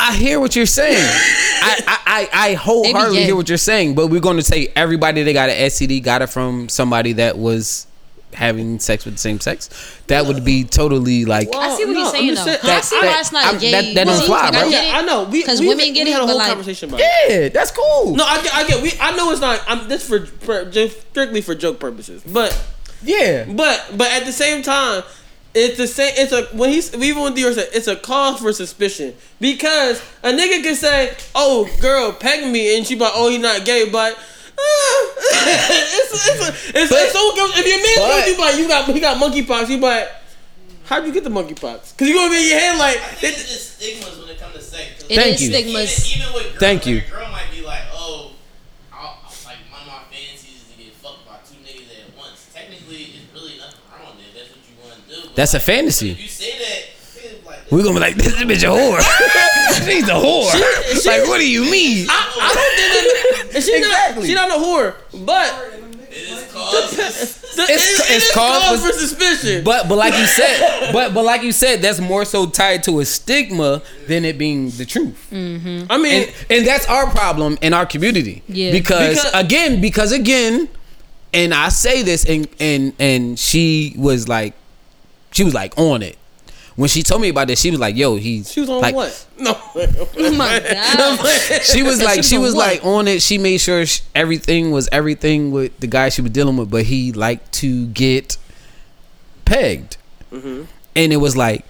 I hear what you're saying. I I, I, I
They
wholeheartedly
be
hear
gay.
what you're saying, but we're going to say everybody that got an STD got it from somebody that was having sex with the same sex. That would be totally like
I see what
no,
you're
I'm
saying
just
though.
saying-
I see
that-
why it's not
I'm-
gay.
that- that don't
disease.
fly,
Like, I
bro.
get it.
Yeah, I know. We-
'Cause
we-
women get
we
it,
had a
but
whole
like,
conversation about it.
yeah, that's cool.
No, I get, I get. We, I know it's not. I'm this for, for just strictly for joke purposes, but
yeah,
but but at the same time, it's the same. It's a when he's we even when Dior said it's a cause for suspicion because a nigga could say, "Oh, girl, peg me," and she be like, "Oh, he not gay," but. ah, it's it's, a, it's, it's so if your man told you like you got he got monkeypox, you be like, how'd you get the monkeypox? Cause you gonna be in your head like,
It's just stigmas when it comes to sex.
It Thank is you. stigmas.
Even, even with girls,
Thank you.
Like a girl might be like, oh, I'll, I'll- like one of my fantasies is to get fucked by two niggas at once. Technically, it's really nothing wrong there. That's what you want to do. But
That's a
like,
fantasy.
if You say that. it's Like,
we're gonna be like this bitch a whore. She's a whore.
She- she-
like what do you mean?
I don't think that she not she not a whore, but
it's,
it is cause for
suspicion. But but like you said, but but like you said, that's more so tied to a stigma than it being the truth.
Mm-hmm.
I mean,
and, and that's our problem in our community.
Yeah.
Because,
Because-
again, because again, and I say this, and and and she was like, she was like on it. When she told me about this, she was like, "Yo, he's
she was on
like,
what? No.
Oh my god.
she was like she
on
was
what?
like on it. She made sure sh everything was everything with the guy she was dealing with, but he liked to get pegged,
Mhm.
and it was like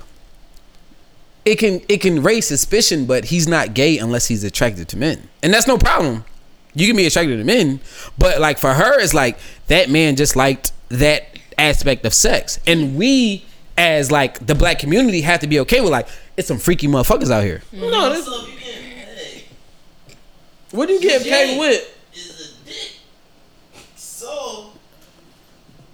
it can it can raise suspicion, but he's not gay unless he's attracted to men, and that's no problem. You can be attracted to men, but like for her, it's like that man just liked that aspect of sex, and we as like the black community have to be okay with like it's some freaky motherfuckers out here.
No, this. What do you get pegged with?
So,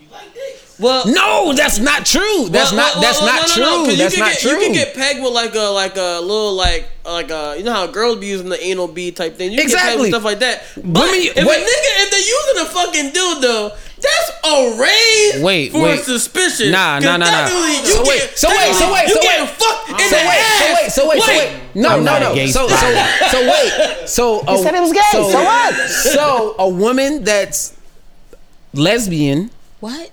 you like dicks.
Well,
no, that's not true. That's
Well,
not
well,
that's
well,
not
no, no, no, 'cause
true.
you
That's
can
not
get-
true.
You can get pegged with like a like a little like like a you know how girls be using the anal bead type thing. You can get pegged
Exactly.
with stuff like that.
Women-
But if
what-
a nigga if they're using a fucking dildo, that's a raise
Wait,
for
wait.
suspicion.
Nah,
'Cause
nah, nah, nah.
technically You
So
get,
wait, so wait, so wait,
you
so
getting
wait.
fucked in
so
the
wait,
ass.
so wait, so wait, so wait, No,
I'm
no,
not a
no.
gay
So, so,
spy.
so wait. So
You said it was gay, so what?
So a woman that's lesbian
What?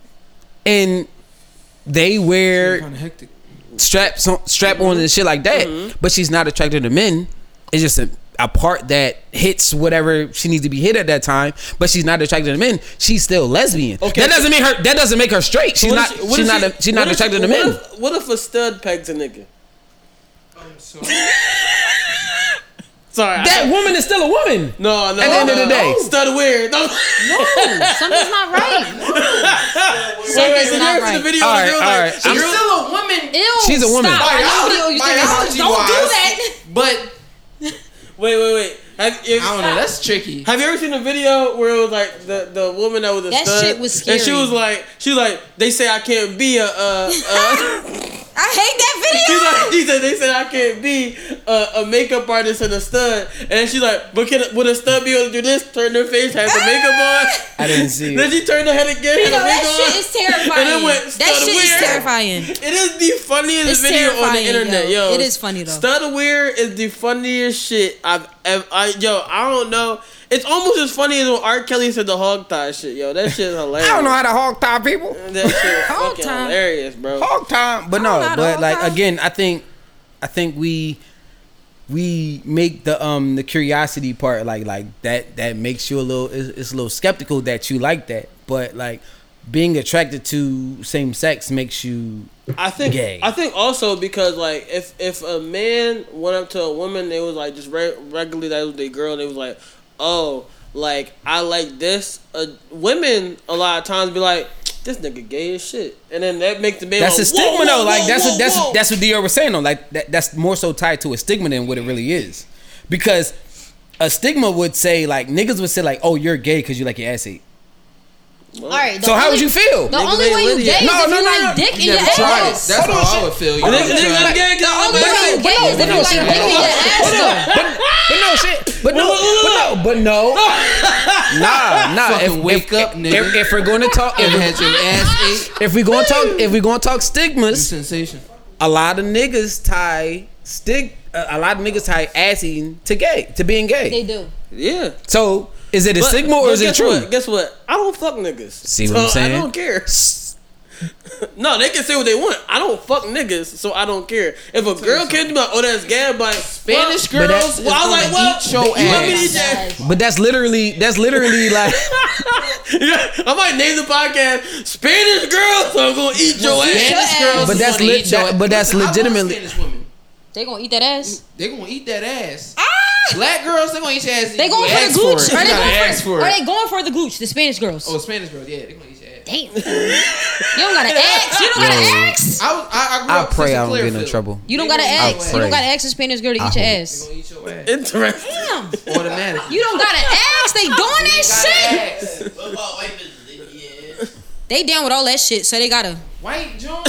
and they wear straps on, strap on and shit like that, but she's not attracted to men. It's just a, a part that hits whatever she needs to be hit at that time, but she's not attracted to men. She's still lesbian.
Okay.
That doesn't mean her. That doesn't make her straight. She's
What
not.
if she- what
she's
if
not.
she-
a, she's not
what if-
attracted to
what
men.
if- What if a stud pegs a nigga? Sorry, I-
That woman is still a woman.
No, no.
At the end of the
no,
day.
no. stud weird. No,
something's not right.
Wait, wait, so there's the video.
All right,
the girl,
all
like,
right.
the
I'm-
girl-
Still
a woman.
Ew,
She's a woman.
Stop. I know
Biology-
video you said that. Don't do that.
But
wait, wait, wait. Have, if,
I don't know. That's tricky.
Have you ever seen a video where it was like the, the woman that was a
That
stud,
shit was
and she
scary.
was like, she was like, they say I can't be a. Uh, uh,
I hate that video.
She's like, she said, they said I can't be a, a makeup artist and a stud, and she's like, but can would a stud be able to do this? Turn their face, have the makeup on.
I didn't see.
Then she turned her head again.
You
had
know,
the
that
makeup
shit
on,
is terrifying.
And then went,
That
"Stud
shit is
weird."
terrifying.
It is the funniest
It's
video on the
terrifying,
internet,
yo.
yo.
It is funny, though.
Stud weird is the funniest shit I've ever. I, yo, I don't know. It's almost as funny as when R. Kelly said the hog tie shit, yo. That shit is hilarious.
I don't know how to hog tie people.
That shit is
Hog
fucking
tie.
hilarious, bro.
Hog time, but
I don't
no,
know,
but
dog.
like again, I think, I think we, we make the um the curiosity part like like that that makes you a little it's, it's a little skeptical that you like that, but like being attracted to same sex makes you
I think
gay.
I think also because like if if a man went up to a woman, they was like just re- regularly that was their girl. They was like, oh, like I like this. Uh, women a lot of times be like, this nigga gay as shit, and then that makes the man.
that's
like,
a stigma
whoa,
though.
whoa,
like
whoa,
that's
whoa,
what that's
whoa.
that's what Dior was saying though. Like that, that's more so tied to a stigma than what it really is, because a stigma would say like niggas would say like, oh, you're gay because you like your ass ate.
All right. the
So how
only-
would you feel?
The only way you gay is if you like dick in your ass.
That's how I would feel. You
Niggas-
know?
niggas gay 'cause I'm gay.
But no,
But no, but no, shit, but no, but no, but- but no, shit, but no, but no, but no, nah, nah.
Fucking
if,
wake
if,
up, nigga.
If, if we're going to talk, if,
And had your ass
we- if we're going to talk, if we're going to talk stigmas, sensation. A lot of niggas tie stig. A a lot of niggas tie ass eating to gay, to being gay.
They do.
Yeah.
So is it a
But-
stigma or
but
is it
guess
true?
What, guess what? I don't fuck niggas.
See what I'm
so I
saying?
don't care. no, they can say what they want. I don't fuck niggas, so I don't care. If a girl came to me like, oh, that's gay, but Spanish
But that- girls is
well, I was like,
gonna
well,
eat your
you want me to
ass.
eat your ass?
But that's literally that's literally like
I might name the podcast Spanish Girls, so I'm gonna eat your ass.
But that's lit. That, but that's legitimately.
They gonna eat that ass.
They gonna eat that ass. Black girls, they gonna eat your ass.
Ah! They going
You
for
ask
the gooch.
it.
Are
You
they
gotta
going
ask
for?
it.
Are they going for the gooch? The Spanish girls.
Oh, Spanish girls, yeah, they gonna eat your ass.
Damn. you don't gotta ask. You don't gotta
Yo.
ask.
I, was- I, I grew
I
up
pray I
Sister
don't get in
Clearfield.
trouble.
You don't gotta
I
ask. You don't
pray.
gotta ask the Spanish girl to
I
eat your
hope.
ass.
Interesting.
Damn.
Automatic.
You don't gotta ask. They doing that shit. They down with all that shit, so they gotta.
White Jones.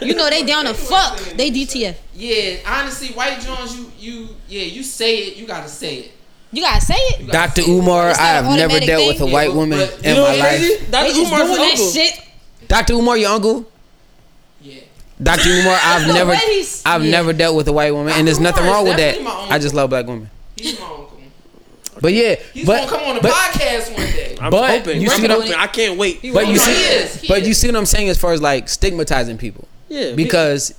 You know they down to fuck. They DTF.
Yeah, honestly, White Jones, you you yeah, you say it, you gotta say it.
You gotta say it.
Dr. Umar, I have never
automatic
dealt
thing.
with a
Yeah,
white
but-
woman
but-
in
You know
my
what's
life.
crazy? Dr. They just Umar's doing that uncle. shit.
Dr. Umar, your uncle. Dr. Umar, I've
The
never,
way he's-
I've
yeah.
never dealt with a white woman, and there's nothing
Umar is
wrong with that.
definitely my uncle.
I just love black women.
He's my uncle.
But yeah,
He's
but
gonna come on the
but,
podcast one day.
I'm But hoping. you see what I'm-
I can't wait.
but you see,
He is, he
but
is.
you see what I'm saying as far as like stigmatizing people.
Yeah,
Because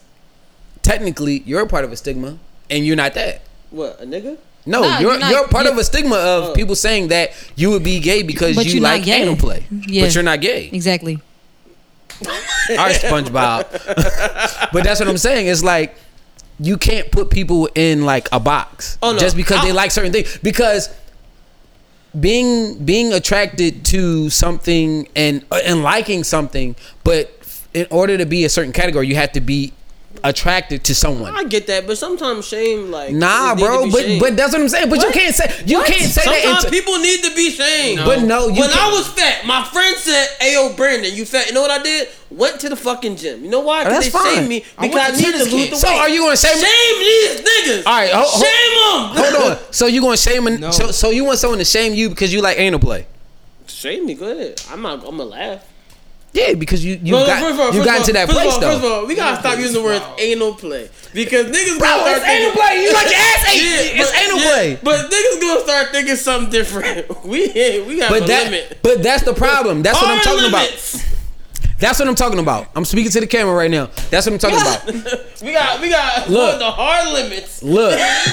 technically, you're part of a stigma, and you're not that.
What a nigga?
No,
Nah,
you're
you're
you're,
not-
part
you-
of a stigma of people saying that you would be gay because
But
you
you're not
like
gay.
anal play,
Yeah.
but you're not gay.
Exactly.
All right, SpongeBob. but that's what I'm saying. It's like you can't put people in like a box
Oh, no.
just because they
I-
like certain things. Because being being attracted to uh, something and and liking something, but in order to be a certain category, you have to be attracted to someone.
I get that, but sometimes shame like
Nah,
it need to
bro,
be
but
shamed.
but that's what I'm saying. But you
What?
can't say you
What?
can't say
Sometimes
that. into-
people need to be shamed.
But no, you
when
can't-
I was fat, my friend said, "Hey, yo, Brandon, you fat." You know what I did? Went to the fucking gym. You know why?
Oh,
Because they
that's fine.
shamed me
I went
because I
to
need to
tennis
lose
camp.
the weight.
So are you gonna shame-
shame these niggas?
All right, ho- ho-
shame them.
Hold on. So you gonna shame? An, so so you want someone to shame you because you like anal play?
Shame me, go ahead. I'm not. I'm gonna laugh.
Yeah, because you you
No, no,
got
first of all,
you
first
got
of
into
all,
that
first of
place
all,
though.
First of all, we gotta stop using the word anal play because niggas
Bro,
gonna start
it's
thinking,
anal play. You like your ass ate. It's
but-
anal
yeah,
play.
But niggas gonna start thinking something different. We ain't- we got
But
a
that
limit.
but that's the problem. That's what I'm
Hard
talking
limits.
about. That's what I'm talking about. I'm speaking to the camera right now. That's what I'm talking about.
we got we got
Look.
the hard limits.
Look,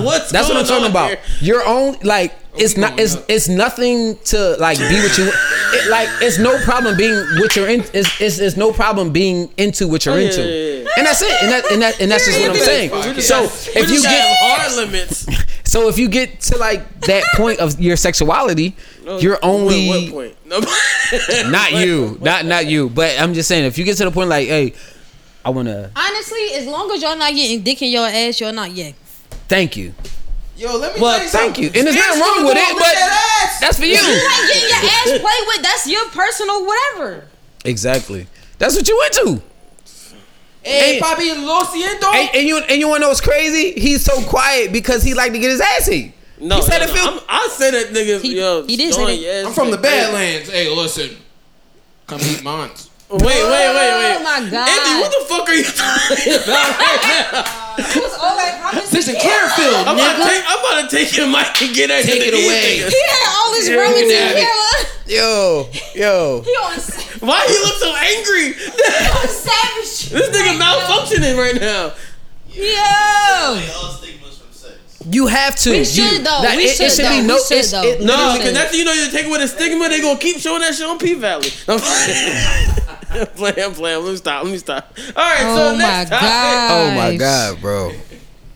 What's
that's what
going
I'm talking
on
about.
here?
Your own like it's not it's it's nothing to like be what you it, like. It's no problem being what you're in. It's, it's it's no problem being into what you're
Oh, yeah,
into,
yeah, yeah.
and that's it. And that and that and that's just what I'm saying. So if you get
hard limits,
so if you get to like that point of your sexuality, you're
what
only
point?
not you, not not you. But I'm just saying, if you get to the point like, hey, I wanna
Honestly, as long as y'all not getting dick in your ass, y'all not yet.
thank you.
Yo, let
Well, thank you, and there's nothing wrong with it, but that's for
You like getting your ass
you.
played with. That's your personal whatever.
Exactly. That's what you into.
Hey,
Hey.
papi, lo siento.
And, and you and you wanna know what's crazy? He's so quiet because he like to get his ass eat.
No,
he said
no,
it
no.
feel-
I'm- I said that niggas. yo, he
did say that. I'm from the Badlands. Hey, listen, come eat mine.
Wait, wait, wait, wait.
Oh my god.
Andy, what the fuck are you talking about right now?
Who's all that promise?
Listen, Clearfield,
I'm about, to
nigga.
take, I'm about to take your mic and get at
Take
you
it
to these
away.
niggas.
He had all his Romans in Kara.
Yo, yo.
He on, sa-
Why you look so angry?
he on savage.
This nigga malfunctioning right now.
Yo.
You have to.
We should,
You-
though.
that-
We
it- it
should,
should be
though.
no-
We should,
it's-
though.
it-
No,
literally-
because after you know you take away the stigma, they gonna keep showing that shit on P Valley. I'm playing. I'm playing. I'm playing. Let me stop. Let me stop. All right. so
Oh
next
my
topic.
God.
Oh my god, bro.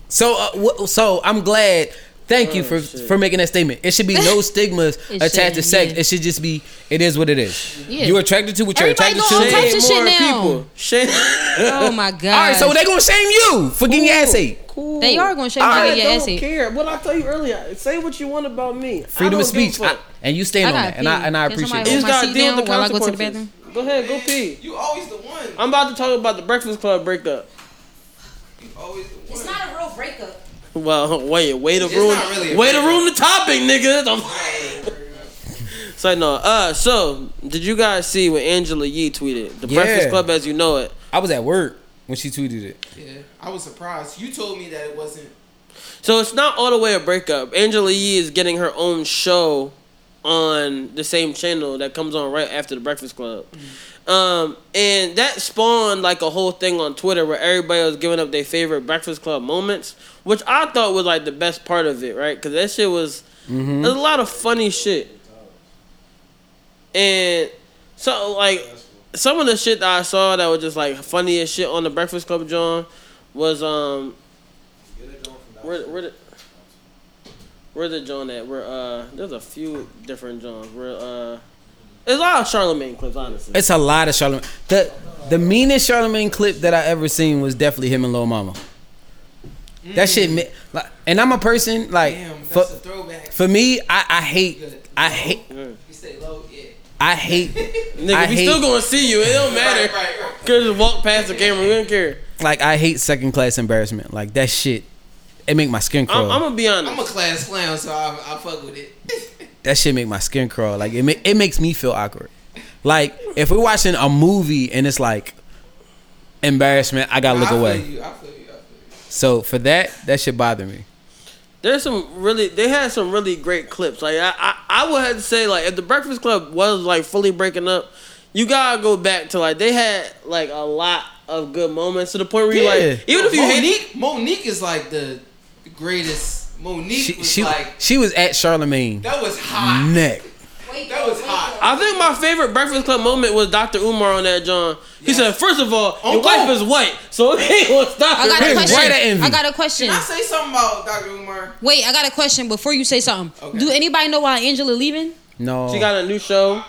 So uh, wh- so I'm glad. Thank you for for making that statement. It should be no stigmas
It
attached to
shouldn't,
sex. It should just be it is what it is.
Yeah.
You're attracted to what you're
Everybody
attracted
know all
to.
types of shit now.
Shame.
Oh my god.
All right, so they gonna shame you for getting your ass ate.
Cool.
They are gonna shame you
I
for your
don't
ass ate.
care. What I tell you earlier. Say what you want about me. I
Freedom
don't
of
give a
speech, I-
fuck.
and you stand
I
on
gotta
that, and I
pee.
and I
Can
appreciate
somebody
it.
You just
Hold my
gotta
seat
deal with the
down while I go to the
consequences.
bathroom.
Go ahead, go pee.
You always the one.
I'm about to talk about the Breakfast Club breakup.
It's not a real breakup.
Well, wait, way to
It's
ruin,
not really a
way to ruin the topic, nigga. Don't- so no, uh, so did you guys see what Angela Yee tweeted? The
Yeah.
Breakfast Club as you know it.
I was at work when she tweeted it.
Yeah, I was surprised. You told me that it wasn't.
So it's not all the way a breakup. Angela Yee is getting her own show on the same channel that comes on right after the Breakfast Club. Um, and that spawned like a whole thing on Twitter where everybody was giving up their favorite Breakfast Club moments, which I thought was like the best part of it, right? Because that shit was
Mhm.
there's a lot of funny shit. And so like some of the shit that I saw that was just like funny as shit on the Breakfast Club John was um where where the where the John at? Where uh there's a few different Johns where uh there's a lot of Charlemagne clips honestly.
It's a lot of Charlemagne. The the meanest Charlemagne clip that I ever seen was definitely him and Lil Mama. That shit, ma- like, and I'm a person like for, for me, I, I hate, I hate, I hate,
Nigga,
I
we
hate,
still gonna see you. It don't matter. Cause just walk past the camera. We don't care.
like I hate second class embarrassment. Like that shit, it make my skin crawl.
I'm, I'm gonna be honest.
I'm a class clown, so I, I fuck with it.
that shit make my skin crawl. Like it, ma- it makes me feel awkward. Like if we're watching a movie and it's like embarrassment, I gotta look
I feel
away.
you, I feel
So for that, that should bother me.
There's some really they had some really great clips. Like I, I I would have to say like if the Breakfast Club was like fully breaking up, you gotta go back to like they had like a lot of good moments to the point where you
Yeah.
like even if you
Monique,
hate
Monique is like the the greatest. Monique
She
was
she,
like
she was at Charlemagne.
that was hot.
Neck.
That was hot.
I think my favorite Breakfast Club moment was Dr. Umar on that John. He said, first of all, your wife is white, so he was stop.
I
it
got a
right-
question.
right at envy.
I got a question.
Can I say something about Dr. Umar?
Wait, I got a question before you say something. Do anybody know why Angela leaving?
No.
She got a new show.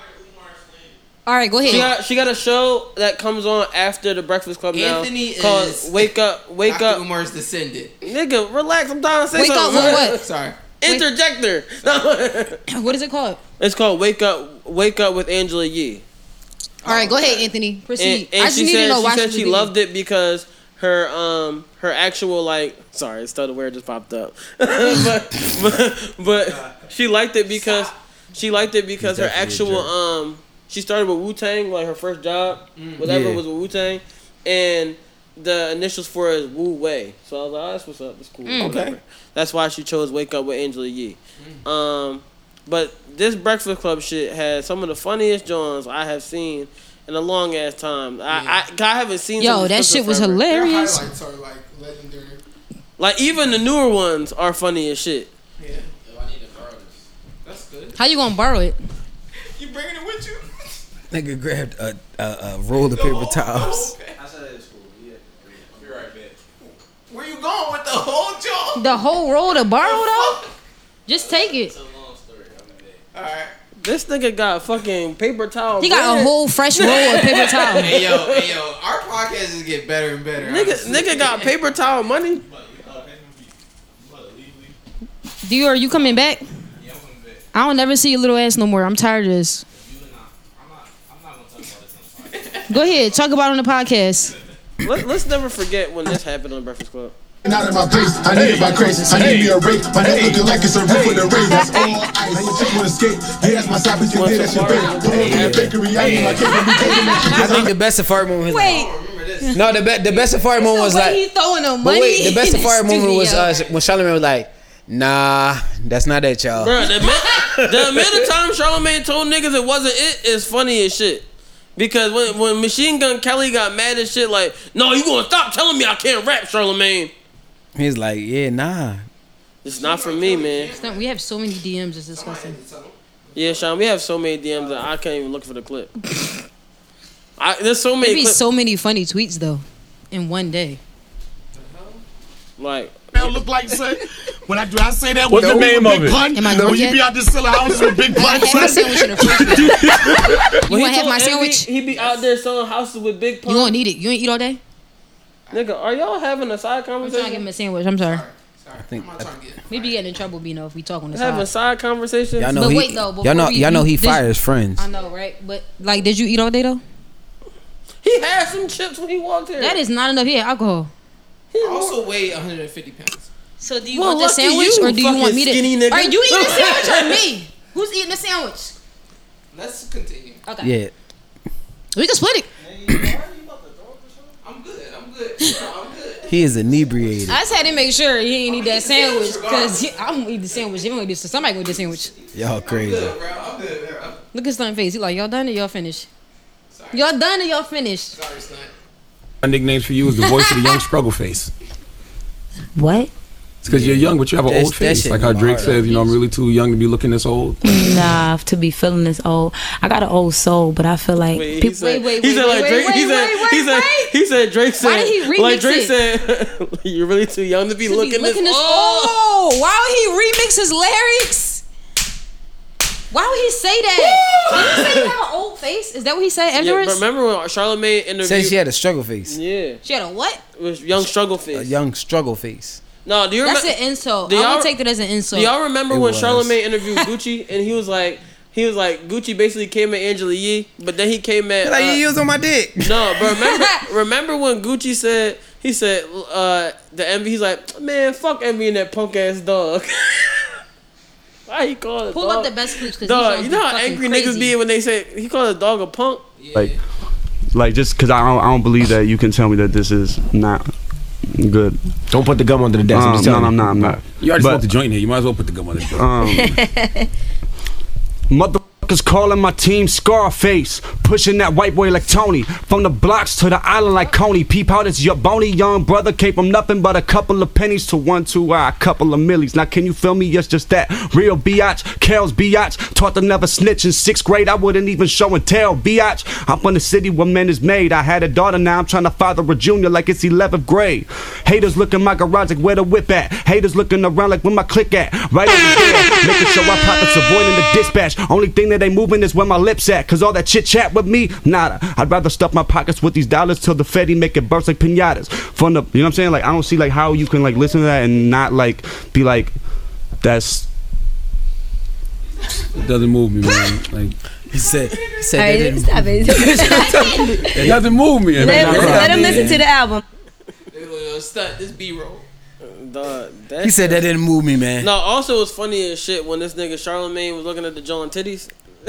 All right, go ahead.
She got, she got a show that comes on after the Breakfast Club
Anthony
now called
is
Wake Up, Wake
Dr.
Up.
Umar's descendant.
Nigga, relax. I'm trying to say
Wake up
something.
with what? Sorry.
Interjector. No.
what is it called?
It's called Wake Up, Wake Up with Angela Yee.
All right, go ahead, Anthony. Proceed.
And, and
I just
she
need
said
to know
she
why
said
was
she
being-
loved it because her um her actual like sorry it's the word just popped up but, but but she liked it because she liked it because
He's
her
definitely
actual
a
um she started with Wu Tang like her first job
Mm.
whatever
Yeah.
was with Wu Tang and the initials for it is Wu Wei so I was like oh, that's what's up that's cool
Mm. Okay.
whatever. that's why she chose Wake Up with Angela Yee um but this Breakfast Club shit had some of the funniest Johns I have seen in a long ass time. I, I, I haven't seen. some
Yo,
of
that
these
shit was
forever.
hilarious.
Sorry, like legendary.
Like even the newer ones are funny as shit.
Oh, That's good.
How you gonna borrow it?
You bringing it with you?
Nigga grabbed a, a, a roll of
Oh,
paper towels.
I said it's cool. Yeah. You're right, man. Where you going with the whole job?
The whole roll to borrow though? Just take it.
This nigga got fucking paper towel.
He got a
bread.
whole fresh roll of paper towel.
hey yo, hey yo, our podcast is getting better and better.
Nigga, nigga got paper towel money.
Dior, are you coming back? I don't never see your little ass no more. I'm tired of this. Go ahead, talk about it on the podcast.
Let, let's never forget when this happened on Breakfast Club.
Not in my face, I need it by grace. I need me a rape. My neck looking like it's a roof with a ray. That's all I ain't checking escape. Yeah, that's my side, bitch. Yeah, that's your babe. Born in the bakery, I need my cake. when we baking it.
I think the best Safari moment. Was
Wait,
no, the be- the best Safari moment was
way
like.
he throwing no money.
But wait, the best
in
Safari moment was
studio.
uh, when Charlamagne was like, "Nah, that's not it, y'all."
Bro, the, amount- the amount of time Charlamagne told niggas it wasn't it is funny as shit. Because when, when Machine Gun Kelly got mad as shit, like, no, you gonna stop telling me I can't rap, Charlamagne.
He's like, "Yeah, nah."
It's not for me, man.
We have so many DMs. It's disgusting.
Yeah, Sean, we have so many DMs that I can't even look for the clip. I, there's so
There'd
many
be
clips.
so many funny tweets though, in one day.
like,
Now look like son. When I do, I say that
What's
with
the name
with
of
big
it?
Pun.
Am I
When
going
you
yet?
be out there selling houses with big
I
pun,
had my sandwich in the fridge.
When he
wanna have
told
my
Envy
sandwich?
He be out there selling houses with big
You
pun.
gonna need it. You ain't eat all day.
Nigga, are y'all having a side
I'm trying to give
conversation?
him a sandwich. I'm sorry.
I think
We be getting in trouble, Bino, if we talk on the
Having a side
side.
conversation?
Y'all know
But
he,
wait, though,
y'all
before
know,
we-
y'all know he
you- this-
fires friends.
I know, right? But like, did you eat all day though?
He had some chips when he walked in.
That is not enough. Yeah, alcohol.
I also weigh 150 pounds.
So do you
Well,
want the
lucky
sandwich
you,
or do you want
fucking
me to?
skinny nigga.
Are you eating the sandwich or me? Who's eating the sandwich?
Let's continue.
Okay.
Yeah.
We can split it.
He is inebriated.
I just had to make sure he ain't eat that sandwich because I'm gonna eat the sandwich. He gonna eat this. So somebody gonna eat the sandwich.
Y'all crazy.
Look at Stunt face. He like, y'all done or y'all finished? Y'all done or y'all finished?
My nicknames for you is the voice of the young struggle face.
What?
It's because you're young, but you have an
That's-
old
that
face.
shit
Like how Drake
hard.
says, you know, I'm really too young to be looking this old.
Nah, to be feeling this old. I got an old soul, but I feel like
He
people.
said, he said like Drake. He said, he said, he said, Drake said,
Why did he
like
remix it?
Drake said, you're really too young to be
To be
looking,
looking
this.
this-
old."
oh, why would he remix his lyrics? Why would he say that? Did he say you have an old face? Is that what he said
Yeah,
afterwards?
but remember when Charlamagne interviewed?
Said she had Uh, a struggle face.
yeah,
she had a what?
It was young struggle
A
face.
young struggle face.
No, do you
That's
remember?
an insult.
Do
I
y'all-
would take that as an insult.
Do y'all remember
It
when
was.
Charlamagne interviewed Gucci and he was like, he was like, Gucci basically came at Angela Yee, but then he came at
Like,
uh,
you using my dick.
No, but remember, remember when Gucci said he said uh, the envy. He's like, man, fuck envy and that punk ass dog. Why he called it?
Pull
dog?
up the best clips
Dog,
because
Uh, you know how angry niggas be when they say he called a dog a punk.
Like, like just because I don't, I don't believe that you can tell me that this is not good. Don't put the gum under the
desk, I'm
Um,
just
no,
telling
no, I'm
you.
not. I'm not.
You already
But-
smoked the joint here. You might as well put the gum on the joint.
Um, Motherfuckers calling my team Scarface. Pushing that white boy like Tony. From the blocks to the island like Coney. Peep out, it's your bony young brother. Came from nothing but a couple of pennies to one, two, ah, a couple of millies. Now, can you feel me? It's just that real biatch. Kale's biatch. Taught to never snitch in sixth grade. I wouldn't even show and tell. Biatch. I'm from the city where men is made. I had a daughter, now I'm trying to father a junior like it's 11th grade. Haters look in my garage like where the whip at. Haters looking around like where my click at. Right over there. Making sure I pop the Savoy in the dispatch. Only thing that
minute they moving is where my lips at. Cause all that chit chat with me, nada. I'd rather stuff my pockets with these dollars till the Fetty make it burst like pinatas. From the, you know what I'm saying? Like, I don't see like how you can like listen to that and not like be like, that's
It doesn't move me, man. Like
he said, he
All
said
right, stop it.
it doesn't move me.
let,
man.
let, let him listen to the album.
Stunt this B roll.
He said that didn't move me, man.
No, also it was funny as shit when this nigga Charlemagne was looking at the John titties.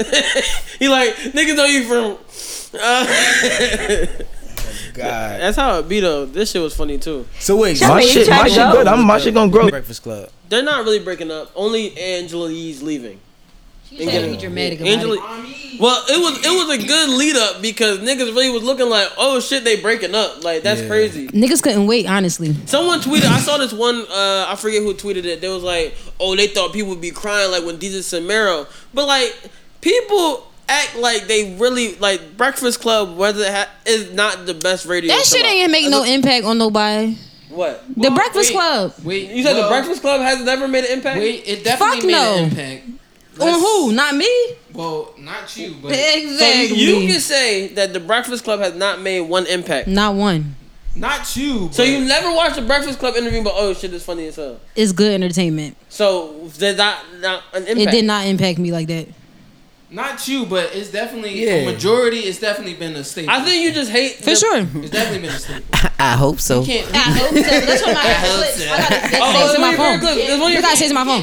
he like niggas know you from. Uh,
God.
That's how it be though. This shit was funny too.
So wait,
my shit, my shit good. I'm, my shit gonna grow.
Breakfast Club.
They're not really breaking up. Only Angela Yee's leaving.
She was trying to be dramatic about
Angela.
it.
Well, it was it was a good lead up because niggas really was looking like, oh shit, they breaking up. Like that's crazy.
Niggas couldn't wait, honestly.
Someone tweeted. I saw this one. Uh, I forget who tweeted it. They was like, "Oh, they thought people would be crying like when DJ Samero." But like, people act like they really like Breakfast Club. Whether it ha- is not the best radio.
That
show.
shit ain't make no impact on nobody.
What?
The Breakfast Club.
Wait, you said the
well-
Breakfast Club has never made an impact.
Wait, it
Fuck no. On who? Not me.
Well, not you, but
So you can say that the Breakfast Club has not made one impact.
Not one.
Not you.
So you never watched the Breakfast Club interview, but oh shit, it's funny as hell.
It's good entertainment.
So did that not an impact?
It did not impact me like that.
Not you, but it's definitely
Yeah.
a majority. It's definitely been a staple.
I think you just hate.
For sure.
It's definitely been a staple.
I hope so.
Can't.
That's what my
Oh, it's
to
one
my
of your favorite
phone.
clips. It's one of your
You gotta say to my phone.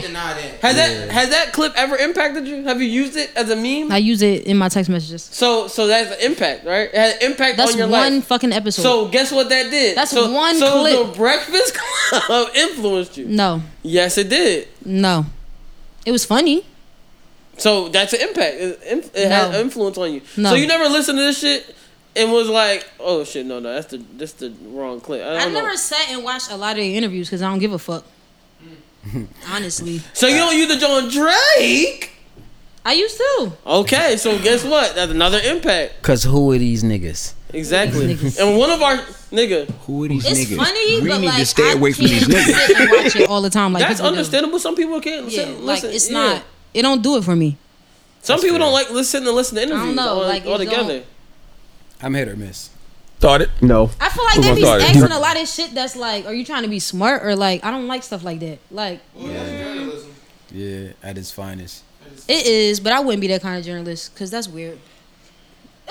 Has that has that clip ever impacted you? Have you used it as a meme?
I use it in my text messages.
So so that's an impact, right? It had an impact
That's
on your
one
life.
fucking episode.
So guess what that did?
That's
so,
one
so
clip.
the Breakfast Club influenced you.
no,
Yes, it did.
no, it was funny.
So that's an impact. It, it it had
No.
influence on you.
No.
So you never listened to this shit and was like, oh shit, no, no, that's the that's the wrong clip. I,
I,
don't know.
never sat and watched a lot of their interviews because I don't give a fuck.
Mm.
Honestly,
So you don't use the John Drake?
I used to.
Okay, so guess what? That's another impact.
Cause who are these niggas?
Exactly. and one of our nigga.
Who are these
It's
niggas?
funny,
we
but,
need to
like,
stay
I
away from these
can't
niggas.
sit and watch it all the time. Like
That's
people do.
understandable. Some people can't
Yeah,
listen.
like
listen,
it's
yeah.
not. It don't do it for me.
Some people don't like listen to listen to interviews
know,
all,
like, it
all together.
don't-
I'm hit or miss.
Start it. No.
I feel like
Who
they
gonna
be
start it?
asking a lot of shit that's like, are you trying to be smart or like I don't like stuff like that. Like
Yeah, at its finest.
it is, but I wouldn't be that kind of journalist because that's weird.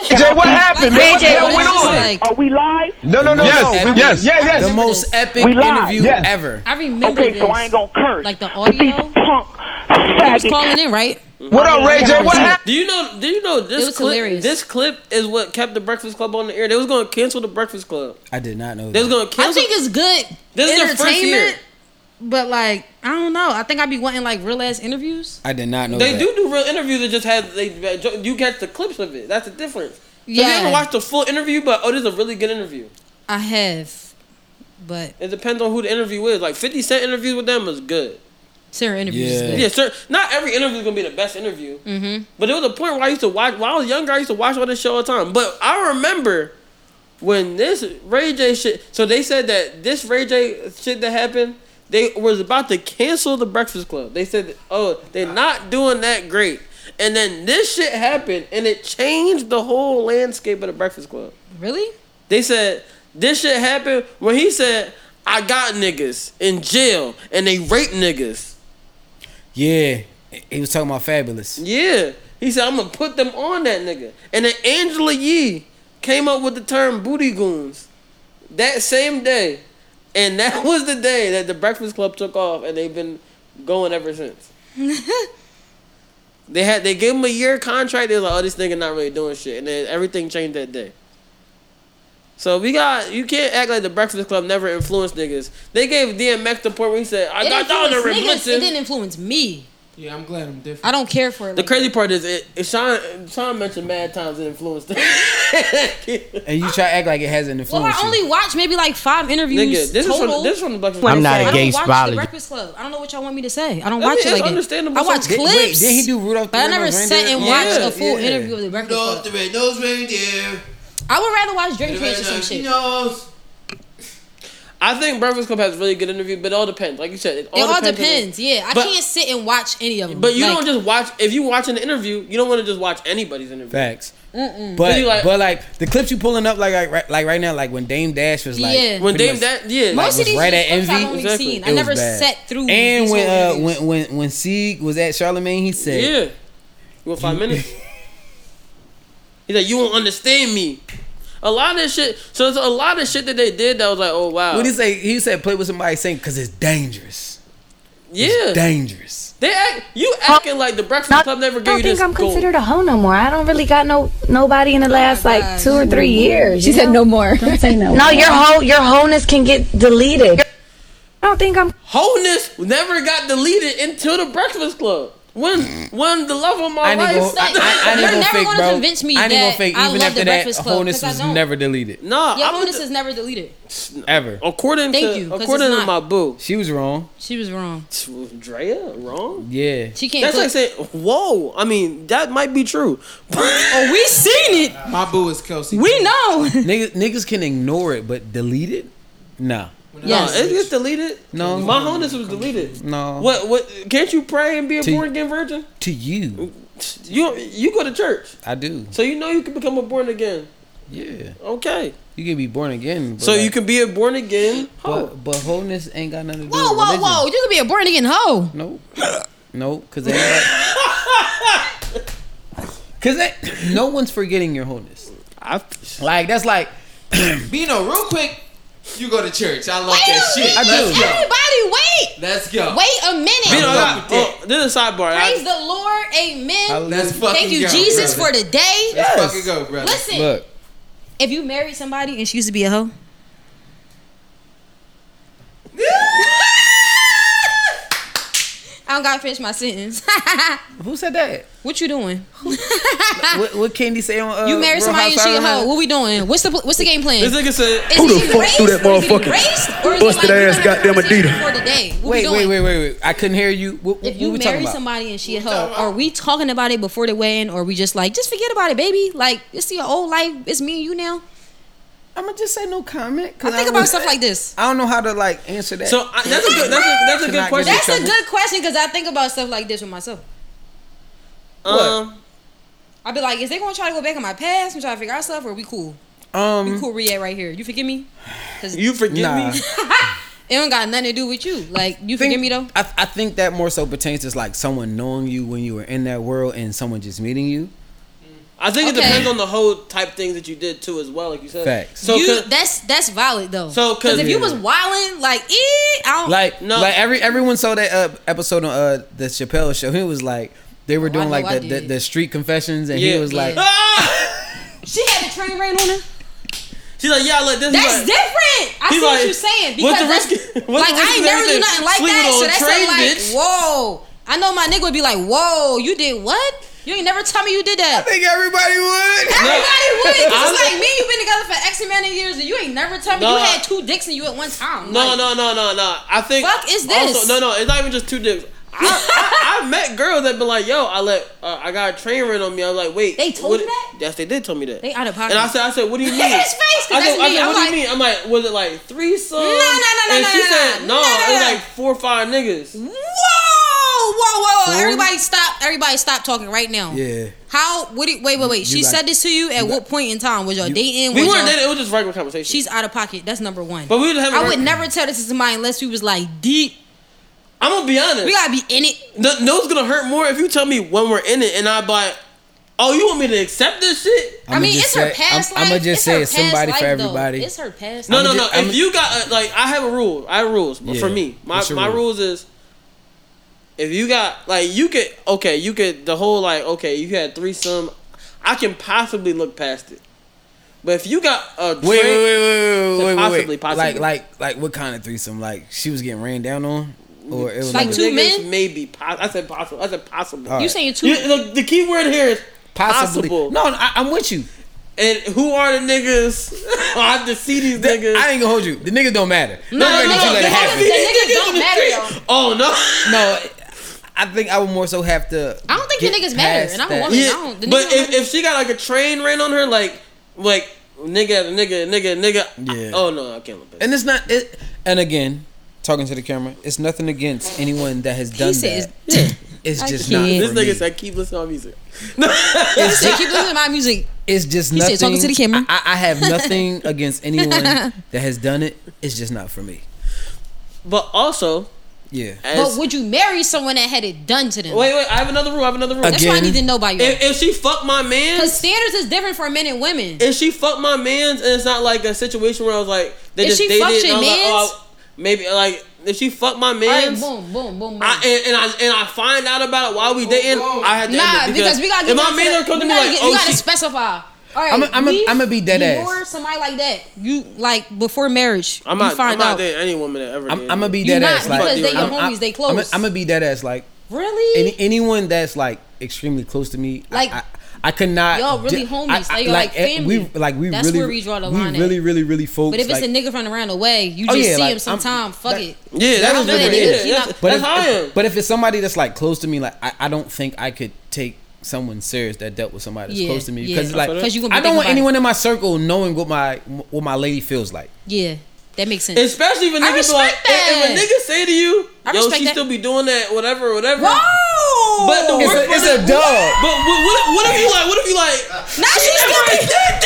Jay, what happened, man? What the hell went on?
Are
we live?
No, no, no,
Yes,
no.
yes,
We-
yes, yes.
The most epic
We live,
interview
yes.
ever.
I remember.
Okay, so
this.
I ain't gonna curse.
Like the audio. He was
faggots.
calling in, right?
What up, Ray J? What happened?
Do you know? Do you know this
was
clip?
hilarious.
This clip is what kept the Breakfast Club on the air. They was going to cancel the Breakfast Club.
I did not know.
They was going to
I
cancel.
think it's good
This is their first year.
entertainment, but like I don't know. I think I'd be wanting like real ass interviews.
I did not know.
they
that.
do do real interviews. That just has they you catch the clips of it. That's the difference. Yeah.
Yeah.
Have you ever watched the full interview? But oh, this is a really good interview.
I have, but
It depends on who the interview is. Like Fifty Cent interviews with them is good.
certain interviews. Is
Yeah,
good.
sir. Not every interview is gonna be the best interview.
Mm-hmm.
But there was a point where I used to watch. When I was younger, I used to watch all this show all the time. But I remember when this Ray J shit. So they said that this Ray J shit that happened, they was about to cancel the Breakfast Club. They said, that, "Oh, they're not doing that great." And then this shit happened, and it changed the whole landscape of the Breakfast Club.
Really?
They said this shit happened when he said, "I got niggas in jail, and they rape niggas."
Yeah, he was talking about fabulous.
Yeah. He said, I'm going to put them on that nigga. And then Angela Yee came up with the term booty goons that same day. And that was the day that the Breakfast Club took off, and they've been going ever since. They had they gave him a year contract. They was like, oh, this nigga not really doing shit, and then everything changed that day. So we got you can't act like the Breakfast Club never influenced niggas. They gave DMX the point where he said, I
It
got down to
influenced niggas, It
Remington.
didn't influence me.
Yeah, I'm glad I'm different.
I don't care for it.
The
Like,
crazy part is, it, it Sean Sean mentioned mad times it influenced. them.
And you try to act like it hasn't
well, I
influenced you.
only watch maybe like five interviews.
Nigga, this is
total.
from this is from the Breakfast
I'm not a
I don't
gay
watch
spologist.
The Breakfast Club. I don't know what y'all want me to say. I don't
I mean,
watch it
it's
like that.
understandable.
I watch
Some- Did-
clips.
wait, did he do
Rudolph
But I
the
never
Red-Nosed
sat
Reindeer?
and watched
Yeah,
a full
yeah.
interview of the Breakfast
Rudolph
Club.
the Red-Nosed Reindeer.
I would rather watch Drake Chase or some
Red-Nosed
shit.
Nose.
I think Breakfast Club has really good interview, but it all depends. Like you said, it all,
it all
depends, on-
depends. Yeah, I
But-
can't sit and watch any of them.
But you
Like,
don't just watch. If you watch an interview, you don't want to just watch anybody's interview.
Facts.
Mm-mm.
But
So you like-
like, but like the clips you pulling up like like right, like right now like when Dame Dash was like
Yeah. When
pretty
Dame
much-
Da- yeah.
like,
Most of
was
these
right at
clips
envy
I've only seen. I
It was
never
bad.
sat through
and
these
when
whole
uh,
interviews.
when when when Sieg was at Charlemagne he said
Yeah. You want five minutes? He's like, you won't understand me. A lot of this shit. So there's a lot of shit that they did that was like, oh wow.
what did he say he said play with somebody saying because it's dangerous
Yeah.
dangerous
They act. You acting like the Breakfast Club never
I
gave
don't
you this
think I'm
gold.
considered a hoe no more. I don't really got no nobody in the last like two or three years.
She
you
said
know?
no more. Don't say no.
No, your whole your wholeness can get deleted. I don't think I'm
Wholeness never got deleted until the Breakfast Club. When when the love of my
I ain't
life.
gonna, I, I, I ain't
You're
gonna
never
fake,
gonna
bro.
convince me
I ain't
that
gonna fake.
I
Even
love
after
The
that,
Breakfast Club,
wholeness
'cause I
was
don't.
never deleted.
No,
Your bonus is never deleted.
ever.
According
Thank
to
you, 'cause
according
it's
to
not.
my boo,
she was wrong.
She was wrong.
Drea wrong.
Yeah,
She can't
That's
cook.
like saying, "Whoa!" I mean, that might be true. oh,
we seen it.
My boo is Kelsey.
We know.
niggas, niggas can ignore it, but delete it? Nah.
Yes. No, it gets deleted.
No.
my wholeness was deleted.
No.
What? What? Can't you pray and be a
To-
born again virgin?
To you,
You you go to church,
I do.
so you know you can become a born again.
Yeah.
Okay.
You can be born again. But
So
like-
you can be a born again.
But, but wholeness ain't got nothing to do
Whoa,
with
whoa,
religion.
whoa! You could be a born again hoe.
Nope. No, because because no one's forgetting your wholeness.
I
like that's like
Bino, real quick, you go to church. I love that shit.
I do.
Let's go.
Everybody, wait.
Let's go.
Wait a minute.
Vino, I got- oh, this is a sidebar. I-
Praise the Lord. Amen.
Let's fucking
Thank you,
go,
Jesus,
brother.
for the day.
Let's fucking go, brother.
Listen,
Look.
if you married somebody and she used to be a hoe, I don't gotta finish my sentence.
Who said that?
What you doing?
what, what Candy say on uh,
you married
Real
somebody and she
Housewives
a
of
hoe. What we doing? What's the what's the game plan?
This nigga said,
Is
Who the
he
fuck threw that
raised or is he
motherfucking
raised or is it
busted
like you
ass
done
goddamn
heard it
Adidas?
For the day. What we
Wait,
doing?
wait, wait, wait, wait! I couldn't hear you. What, what,
If you
what we talking
marry
about?
somebody and she a hoe, are we talking about it before the wedding, or we just like just forget about it, baby? Like it's your old life. It's me and you now.
I'm gonna just say no comment.
I think about stuff like this.
I don't know how to like answer that.
So, I- that's a good- that's a- that's a
To
good
not get
question.
in
That's a
trouble.
good question because I think about stuff like this with myself.
um,
I'd be like, is they gonna try to go back on my past and try to figure out stuff, or we cool?
Um,
we cool. React right here. You forgive me? Cause
you forgive
Nah.
me.
it don't got nothing to do with you. Like you
Think-
forgive me though.
I, I think that more so pertains to like someone knowing you when you were in that world and someone just meeting you.
I think it
Okay.
depends on the whole type things that you did too, as well. Like you said,
Facts.
So
you,
'cause-
that's that's valid though.
So, 'cause-
if you
Yeah.
was wilding, like, eh, I don't
Like like every everyone saw that uh, episode on uh, the Chappelle show. He was like they were doing
know
like
I
the, the,
did.
the street confessions and he
Yeah.
was like
She had the train rain on her.
she's like, yeah, look, this. is
That's
like-
different. I
He
see what
like,
you're saying
what's the
because that's,
risk- what's
like
the
I
risk of
ain't never do
everything?
nothing like
Sleep
that.
with
So
on
that's
train,
like,
bitch.
whoa. I know my nigga would be like, whoa, you did what? You ain't never tell me you did that. I
think everybody would.
Everybody
No.
would. 'Cause
I'm-
It's like me. You've been together for X amount of years, and you ain't never tell me
No.
you had two dicks in you at one time.
No,
Like,
no, no, no, no. I think.
Fuck is this?
Also, no, no. It's not even just two dicks. I, I, I met girls that been like, yo, I let uh, I got a train run on me. I was like, wait,
They told
what-
you that?
Yes, they did tell me that.
They out of pocket.
and I said, I said, what do you
His
mean?
face, 'cause
I
that's
said, I
me.
said
I'm
what
like-
do you mean? I'm like, was it like three songs?
No, no, no, no,
And
no,
she
no,
said,
no,
no,
no, no,
it was
no.
like four or five niggas.
Whoa, whoa, whoa, whoa.
Fool.
Everybody stop. Everybody stop talking right now.
Yeah.
How? What? Did, wait, wait, wait.
You
she
got-
said this to you at what point in time? Was y'all dating?
We
Was
weren't
y'all-
dating. It was just regular conversation.
She's out of pocket. That's number one.
But we would have-
I would never tell this to somebody unless we was like deep.
I'm gonna be honest.
We gotta be in it.
No, no, it's gonna hurt more if you tell me when we're in it, and I buy. Oh, you want me to accept this shit?
I'ma just say- I'm, I'ma just say it's somebody for everybody.
her past.
No,
I'm
no,
ju-
no.
I'm-
if you got uh, like, I have a rule. I have rules But for
Yeah.
me. My
What's your
my
rule?
rules is if you got like you could okay you could the whole like okay you had threesome, I can possibly look past it. But if you got a
Wait, wait, wait,
So
wait, wait, wait,
possibly,
wait.
possibly.
Like, like, like, what kind of threesome? Like, she was getting ran down on, or it was
some
like,
niggas maybe. Po- I said possible. I said possible.
All You right.
saying two-
the, the key word here is
Possibly.
possible.
No, I, I'm with you.
And who are the niggas? I have to see these niggas.
I ain't gonna hold you. The niggas don't matter.
No,
Oh,
don't
no,
think that
no,
you
the
let it
niggas- the niggas
don't matter,
happen.
though. Oh no,
no. I think I would more so have to.
I don't think the
get
niggas matter,
past
and I'm
that.
a woman. I don't. The niggas
but
don't
if, if she got like a train ran on her, like like nigga, nigga, nigga, nigga. I-
Yeah.
oh no, I can't look.
And it's not. It,
and again, talking to the camera, it's nothing against anyone that has done
said
that. It's
I
just
can't.
not.
This
for me.
nigga said keep listening to my music.
It's just, keep listening to my music.
It's just
He
nothing.
said, talking to the camera.
I, I have nothing against anyone that has done it. It's just not for me.
But also,
yeah.
But would you marry someone that had it done to them?
Wait, wait, I have another rule. I have another rule.
That's why I need to know by you.
If, if she fuck my man,
Because standards is different for men and women.
if she fuck my man's, and it's not like a situation where I was like they
If
just
she
dated,
fucked
and
your
I was like,
mans?
oh, I- maybe like if she fuck my
All right,
man's.
boom, boom, boom, boom.
I, and, and I and I find out about it while we dating. I had to
nah,
end it
because, we gotta
if
get
my
down to
man
the-
don't come to
we
me
gotta
like,
get-
oh
you gotta
shit,
specify. All right,
I'ma- I'ma-
leave
I'ma be dead ass.
Before somebody like that, you like before marriage,
I'm
you
not,
find
I'm not
out.
dating any woman that ever.
I'm,
dated
I'm gonna be
me.
dead
not,
ass. Like,
because they your
I'm,
homies, they close.
I'm gonna be dead ass. Like,
Really?
any, anyone that's like extremely close to me,
Like,
like I, I could not.
y'all really
di-
homies, like, y'all like
eh,
family.
We like we
That's
really
where we draw the line at.
We really, really, really folks.
but if it's
like,
a nigga from around the way, you
Oh,
just
yeah,
see
like,
him
I'm-
sometime. Fuck it.
Yeah,
that
I'm
is
good
what
at
it
it.
is.
He not-
But
that's
if,
how I am.
if, but if it's somebody that's like close to me, like I, I don't think I could take someone serious that dealt with somebody that's
Yeah,
close to me
yeah.
because like
'Cause you gonna be
I don't want
thinking about
anyone in my circle knowing what my what my lady feels like.
Yeah, that makes sense.
Especially if a
I
nigga be
respect
like, if- if
that.
a nigga say to you,
I
yo,
respect
she
that.
still be doing that, whatever, whatever.
Whoa!
But the
It's
worst
a- it's
part
a
is-
dog.
But what, what, if- what if you like? What if you like?
Now she still be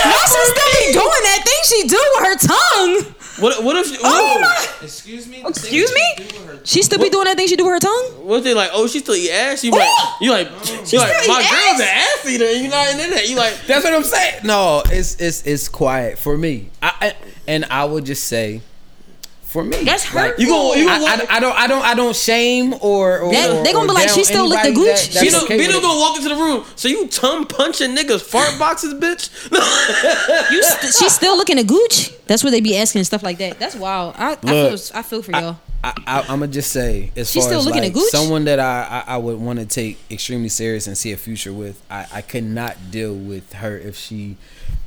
now she still be doing that thing she do with her tongue.
What what if? What
Oh
if-
my!
Excuse me.
Excuse me. She still be doing that thing she do with her tongue.
What if they like? Oh, she still eat ass. You like? You like? You like?
still
My
eat
girl's an
ass?
ass eater. and You not in that? You like?
That's what I'm saying. No, it's it's it's quiet for me. I, I and I would just say for me.
That's
Like,
hurtful. You gon- you gon-
I, I, I don't I don't I don't shame or, or
That-
or-
they gonna be
or
like,
down
she still lick the
anybody
Gucci.
that's
Beto,
okay with
Beto
it.
gonna walk into the room. So you tongue punching niggas fart boxes, bitch.
You st- she's still looking at Gooch. That's what they be asking and stuff like that. That's wild. I, I
Look,
feel I feel for y'all.
I, I, I'm gonna just say, as
She's
far
still
as
looking
like
at Gucci?
someone that I, I, I would want to take extremely serious and see a future with, I, I could not deal with her if she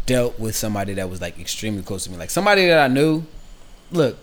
dealt with somebody that was like extremely close to me, like somebody that I knew. Look,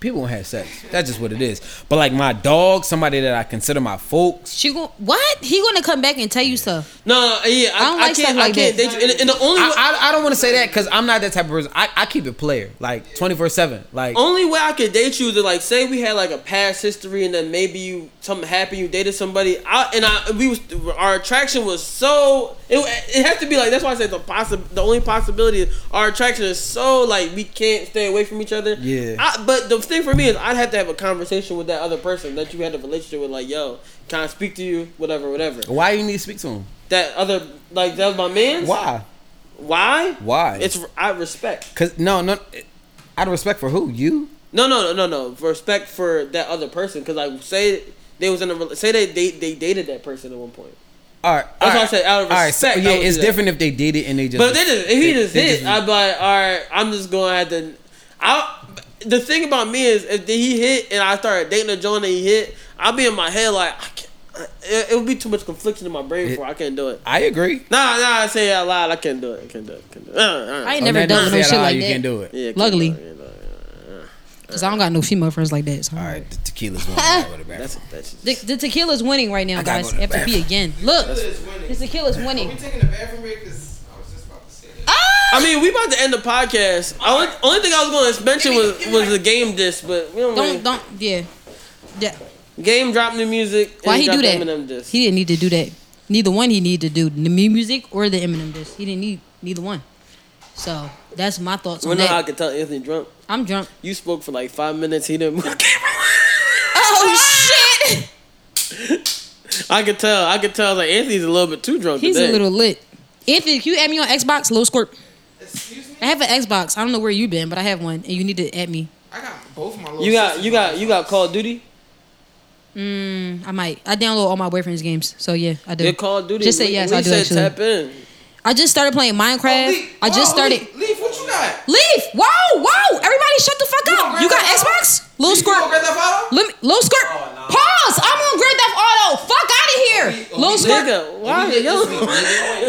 people don't have sex. That's just what it is. But like my dog, somebody that I consider my folks.
She gon' what? He gonna come back and tell you stuff.
No, no, yeah, I,
I
I
don't like
can't.
stuff like
I can't
that.
date you. And, and the only way,
I, I, I don't want to say that because I'm not that type of person. I, I keep it player, like twenty four seven. Like
only way I could date you is to like say we had like a past history, and then maybe you something happened, you dated somebody, I, and I we was our attraction was so it, it has to be like that's why I said the possi- the only possibility is our attraction is so like we can't stay away from each other.
Yeah.
I, but the thing for me is I'd have to have a conversation with that other person that you had a relationship with, like yo, can I speak to you, whatever, whatever.
why you need to speak to him?
That other like that was my man.
Why?
Why?
Why?
It's I respect.
Cause no, no. Out of respect for who you?
No, no, no, no, no. For Respect for that other person, because like say they was in a rela- say they, they they dated that person at one point.
All right.
That's why I said out of respect,
so,
I
yeah,
would
it's
do that.
different if they did it and they just.
but they just, if he just
they
did, I'd be like, all right, I'm just going to have to. I the thing about me is if he hit and I started dating a joint and he hit, I'll be in my head like I can't. It, it would be too much confliction in my brain for I can't do it.
I agree.
Nah, nah, I say it out loud. I can't do it. I can't do it. I can't do it. Uh, uh.
I ain't never done with no shit like
"Oh, you
that.
can't do it.
Yeah, can't
Luckily.
do it, can't do it.
Cause I don't got no female friends like that. So.
All right, the tequila's one.
That's that's.
The, the tequila's winning right now,
gotta
guys.
go to the
After B
bathroom.
again. Look,
Tequila's winning.
the tequila's winning.
I mean, we about to end the podcast. I only, only thing I was going to mention was was the game disc, but we don't.
Don't
really,
don't yeah. Yeah.
game dropped new music. and
Why he do
dropped
that?
Eminem disc.
He didn't need to do that. Neither one he need to do the mu- music or the Eminem disc. He didn't need neither one. So that's my thoughts
Well,
on
no, I
that.
could tell Anthony drunk.
I'm drunk.
You spoke for like five minutes. He didn't. move.
Oh shit!
I could tell. I could tell. Like Anthony's a little bit too drunk.
He's
today.
a little lit. Anthony, can you add me on Xbox, Low Scorp? I have an Xbox. I don't know where you've been, but I have one, and you need to add me.
Both my little
You got. You got. You got Call of Duty.
Mm, I might. I download all my boyfriend's games, so yeah, I do.
Did Call of Duty?
Just say
We-
yes.
we
I do
said
actually.
Tap Oh, in.
I just started playing Minecraft. I just started. Leaf.
Leaf, Leaf, what you got?
Whoa! Whoa! Everybody, shut the fuck up! You got Xbox? Little
Leaf, you on
Scorp.
Grand Theft Auto?
Let me. Little Scorp.
Oh,
Pause. I'm on Grand Theft Auto. Fuck out of here. Little Scorp.
Nigga, why yo?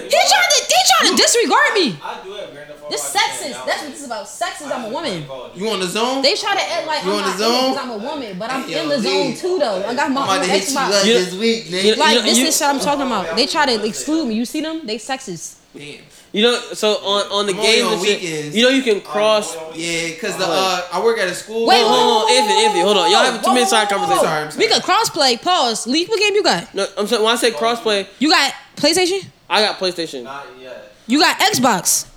He trying to. He trying to disregard me. I do have Grand Theft Auto. This sexist. That's what this is about sex is I'm a woman.
You on the zone?
They try to act like
You
I'm not
on
in
the
it
zone?
'cause I'm a woman, but I'm
Hey,
in the
yo,
zone
dude.
too though. I got my
I'm about
own
to hit you up
Xbox.
this week, nigga.
Like
You know-
this
you-
is shit I'm talking about. They try to exclude me. You see them? They sexist.
You know, so on on the
I'm only
games
on
and shit,
weekends.
you know you can cross.
Oh, Yeah, because the uh, I work at a school.
Wait,
hold
wait,
on,
wait,
Anthony, Anthony, hold on. Y'all have a two minute side conversation. Sorry,
We could crossplay. Pause. Leave. What game you got?
No, I'm saying when I say crossplay,
You got PlayStation?
I got PlayStation.
You got Xbox?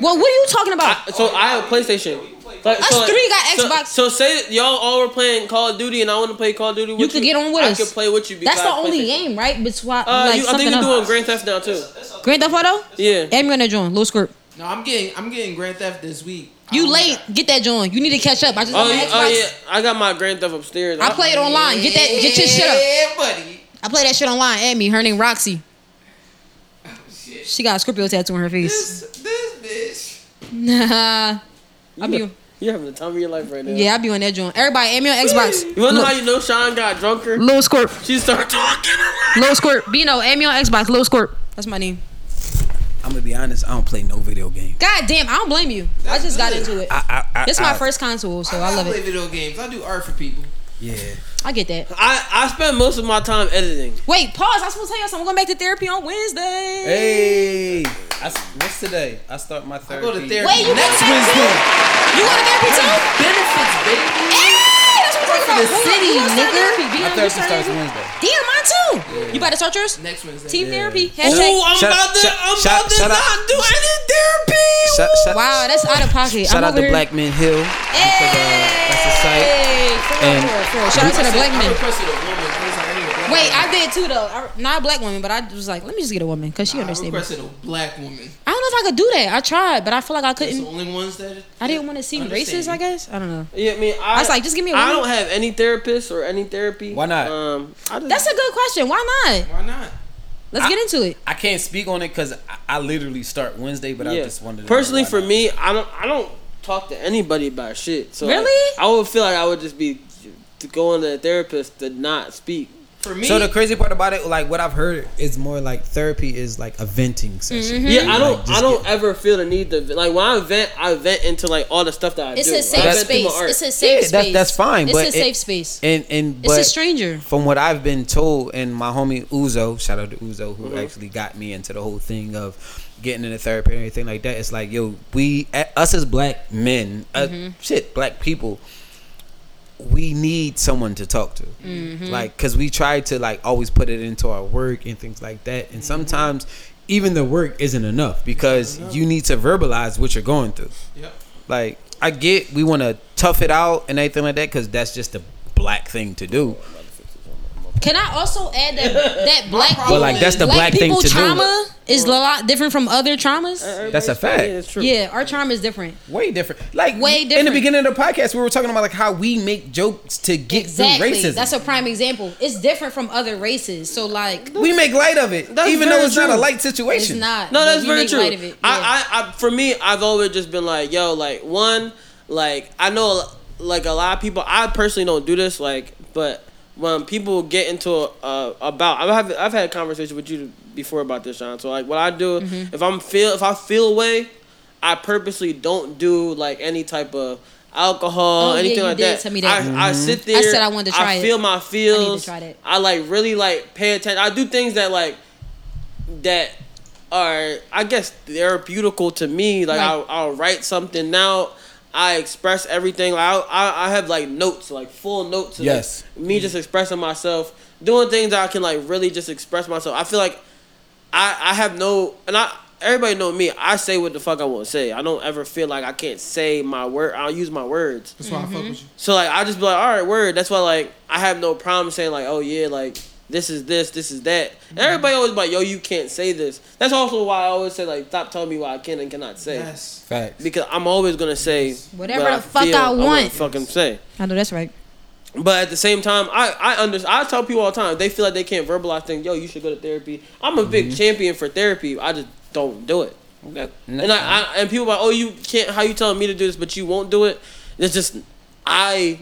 Well, what are you talking about?
So I have a PlayStation. Like,
Us three got
so-
Xbox.
So, say that y'all all were playing Call of Duty, and I want to play Call of Duty. With you
could get on with
I
us.
could play with you.
That's the
because
only
PlayStation.
game, right? Between
Uh,
like
you, I
something
think you're doing
else.
Grand Theft now too.
Grand Theft Auto?
Yeah.
I'm gonna join. Low squirt.
No, I'm getting I'm getting Grand Theft this week.
You late? Get that joint. You need to catch up. I just
Oh,
got my
yeah,
Xbox.
oh, yeah, I got my Grand Theft upstairs.
I play it online. Get that. Get your shit up.
Yeah, buddy.
I play that shit online. At me. Her name Roxy. She got a Scorpio tattoo on her face.
This
Nah.
bitch.
I
You,
be.
you're having the time of your life right now.
Yeah, I be on that joint. Everybody, add me on Xbox.
You wanna know how you know Sean got drunker?
Lil Scorp.
She started talking.
Low Scorp. Bino, add me on Xbox. Low Scorp. That's my name.
I'm gonna be honest. I don't play no video game.
God damn, I don't blame you. I just got into it.
I, I, I,
this is my
I-
first console, so I, love
play
it.
video games. I do art for people.
Yeah.
I get that.
I I spend most of my time editing.
Wait, pause. I was supposed to tell y'all something. I'm going back to therapy on
Hey,
Wednesday.
I s what's today? I start my therapy.
go to therapy Wait, you next
go to therapy? You want to therapy too?
Benefits, baby.
Hey, that's what I'm talking
For the
about. Hold on,
city,
you gonna start
nigga.
therapy.
My
Bino, you
therapy
start
starts
therapy?
Wednesday.
Damn, mine too. You about to start yours?
Next Wednesday.
Team
Yeah.
therapy.
Ooh,
Hashtag.
I'm Shout- about to- shout- I'm shout- about to shout out- not
do any therapy.
Shout- shout-
wow, that's out of pocket.
Shout
I'm
out
over
to
here.
Black Men Hill. That's a site.
Hey, for real,
And-
for real, for real. Shout out to the
I
black
requested-
men.
I requested a woman. I was like, I need a black
Wait,
woman.
I did too though. I, not a black woman, but I was like, let me just get a woman because she
I
understands.
requested a black woman.
I don't know if I could do that. I tried, but I feel like I
It's the
couldn't.
only ones that
I didn't want to seem
Understand.
racist. I guess I don't know.
Yeah, I mean, I,
I was like, just give me a
I
woman.
don't have any therapist or any therapy.
Why not?
Um, I just,
That's a good question. Why not?
Why not?
Let's get into it.
I can't speak on it because I, I literally start Wednesday, but I
yeah.
just wanted. to
Personally,
know why
for
not.
me, I don't I don't talk to anybody about shit. So
Really?
I, I would feel like I would just be to going to a therapist to not speak.
For me,
So the crazy part about it, like what I've heard, is more like therapy is like a venting session.
Mm-hmm.
Yeah, I don't.
Like, just
I don't ever feel the need to like when I vent. I vent into like all the stuff that I
It's
do.
a
I
safe
vent through my
space.
art.
It's a safe
Yeah, that-
space.
that's fine,
It's
but
a
it-
safe space.
And and
It's
but
a stranger.
From what I've been told, and my homie Uzo, shout out to Uzo, who
Mhm.
actually got me into the whole thing of getting into therapy and everything like that. It's like, yo, we uh, us as black men, uh,
Mhm.
shit, black people, we need someone to talk to,
Mhm.
like, cause we try to like always put it into our work and things like that, and sometimes even the work isn't enough because you need to verbalize what you're going through.
Yep.
Like I get we want to tough it out and everything like that because that's just the black thing to do.
Can I also add that that black
problem But, like, that's the black thing
people
to do.
trauma is a lot different from other
Uh,
traumas.
That's a fact.
Yeah, our trauma is different.
Way different. Like
Way
in
different.
the beginning of the podcast, we were talking about like how we make jokes to get
Exactly.
through racism.
That's a prime example. It's different from other races. So like
we make light of it,
That's
even though
very
it's not a
true.
light situation.
It's not.
No,
but
that's
we
very
make
true.
light of it.
I, I, I, for me, I've always just been like, yo, like one, like I know, like a lot of people. I personally don't do this, like, but when people get into uh, about, I've had, I've had a conversation with you before about this, Sean. So like, what I do
Mm-hmm.
Mhm.
if I'm feel, if I feel away, I purposely don't do like any type of alcohol,
Oh, yeah,
anything
you
like
did
that.
tell me that.
I, I
Mhm.
sit
I
there.
said I wanted to try
I
it.
feel my feels.
try that.
I like really like pay attention. I do things that like that are I guess therapeutical to me. Like
Right.
I'll, I'll write something now. I express everything. Like, I, I I have like notes, like full notes. Of, like,
Yes.
me just expressing myself, doing things that I can like really just express myself. I feel like I I have no and I. Everybody know me. I say what the fuck I want to say. I don't ever feel like I can't say my word. I'll use my words.
That's why I
Mm-hmm.
fuck with you.
So like I just be like, all right, word. That's why like I have no problem saying like, oh yeah, like this is this, this is that.
Mm-hmm.
And everybody always be like, yo, you can't say this. That's also why I always say like, stop telling me what I can and cannot say.
Yes.
Facts.
Because I'm always gonna say
Whatever
what
the fuck
feel
I
wanna
want.
fucking say.
I know that's right.
But at the same time, I I under, I tell people all the time if they feel like they can't verbalize things. Yo, you should go to therapy. I'm a big champion for therapy. I just don't do it. and I, I and people are like, oh, you can't. How you telling me to do this, but you won't do it? It's just I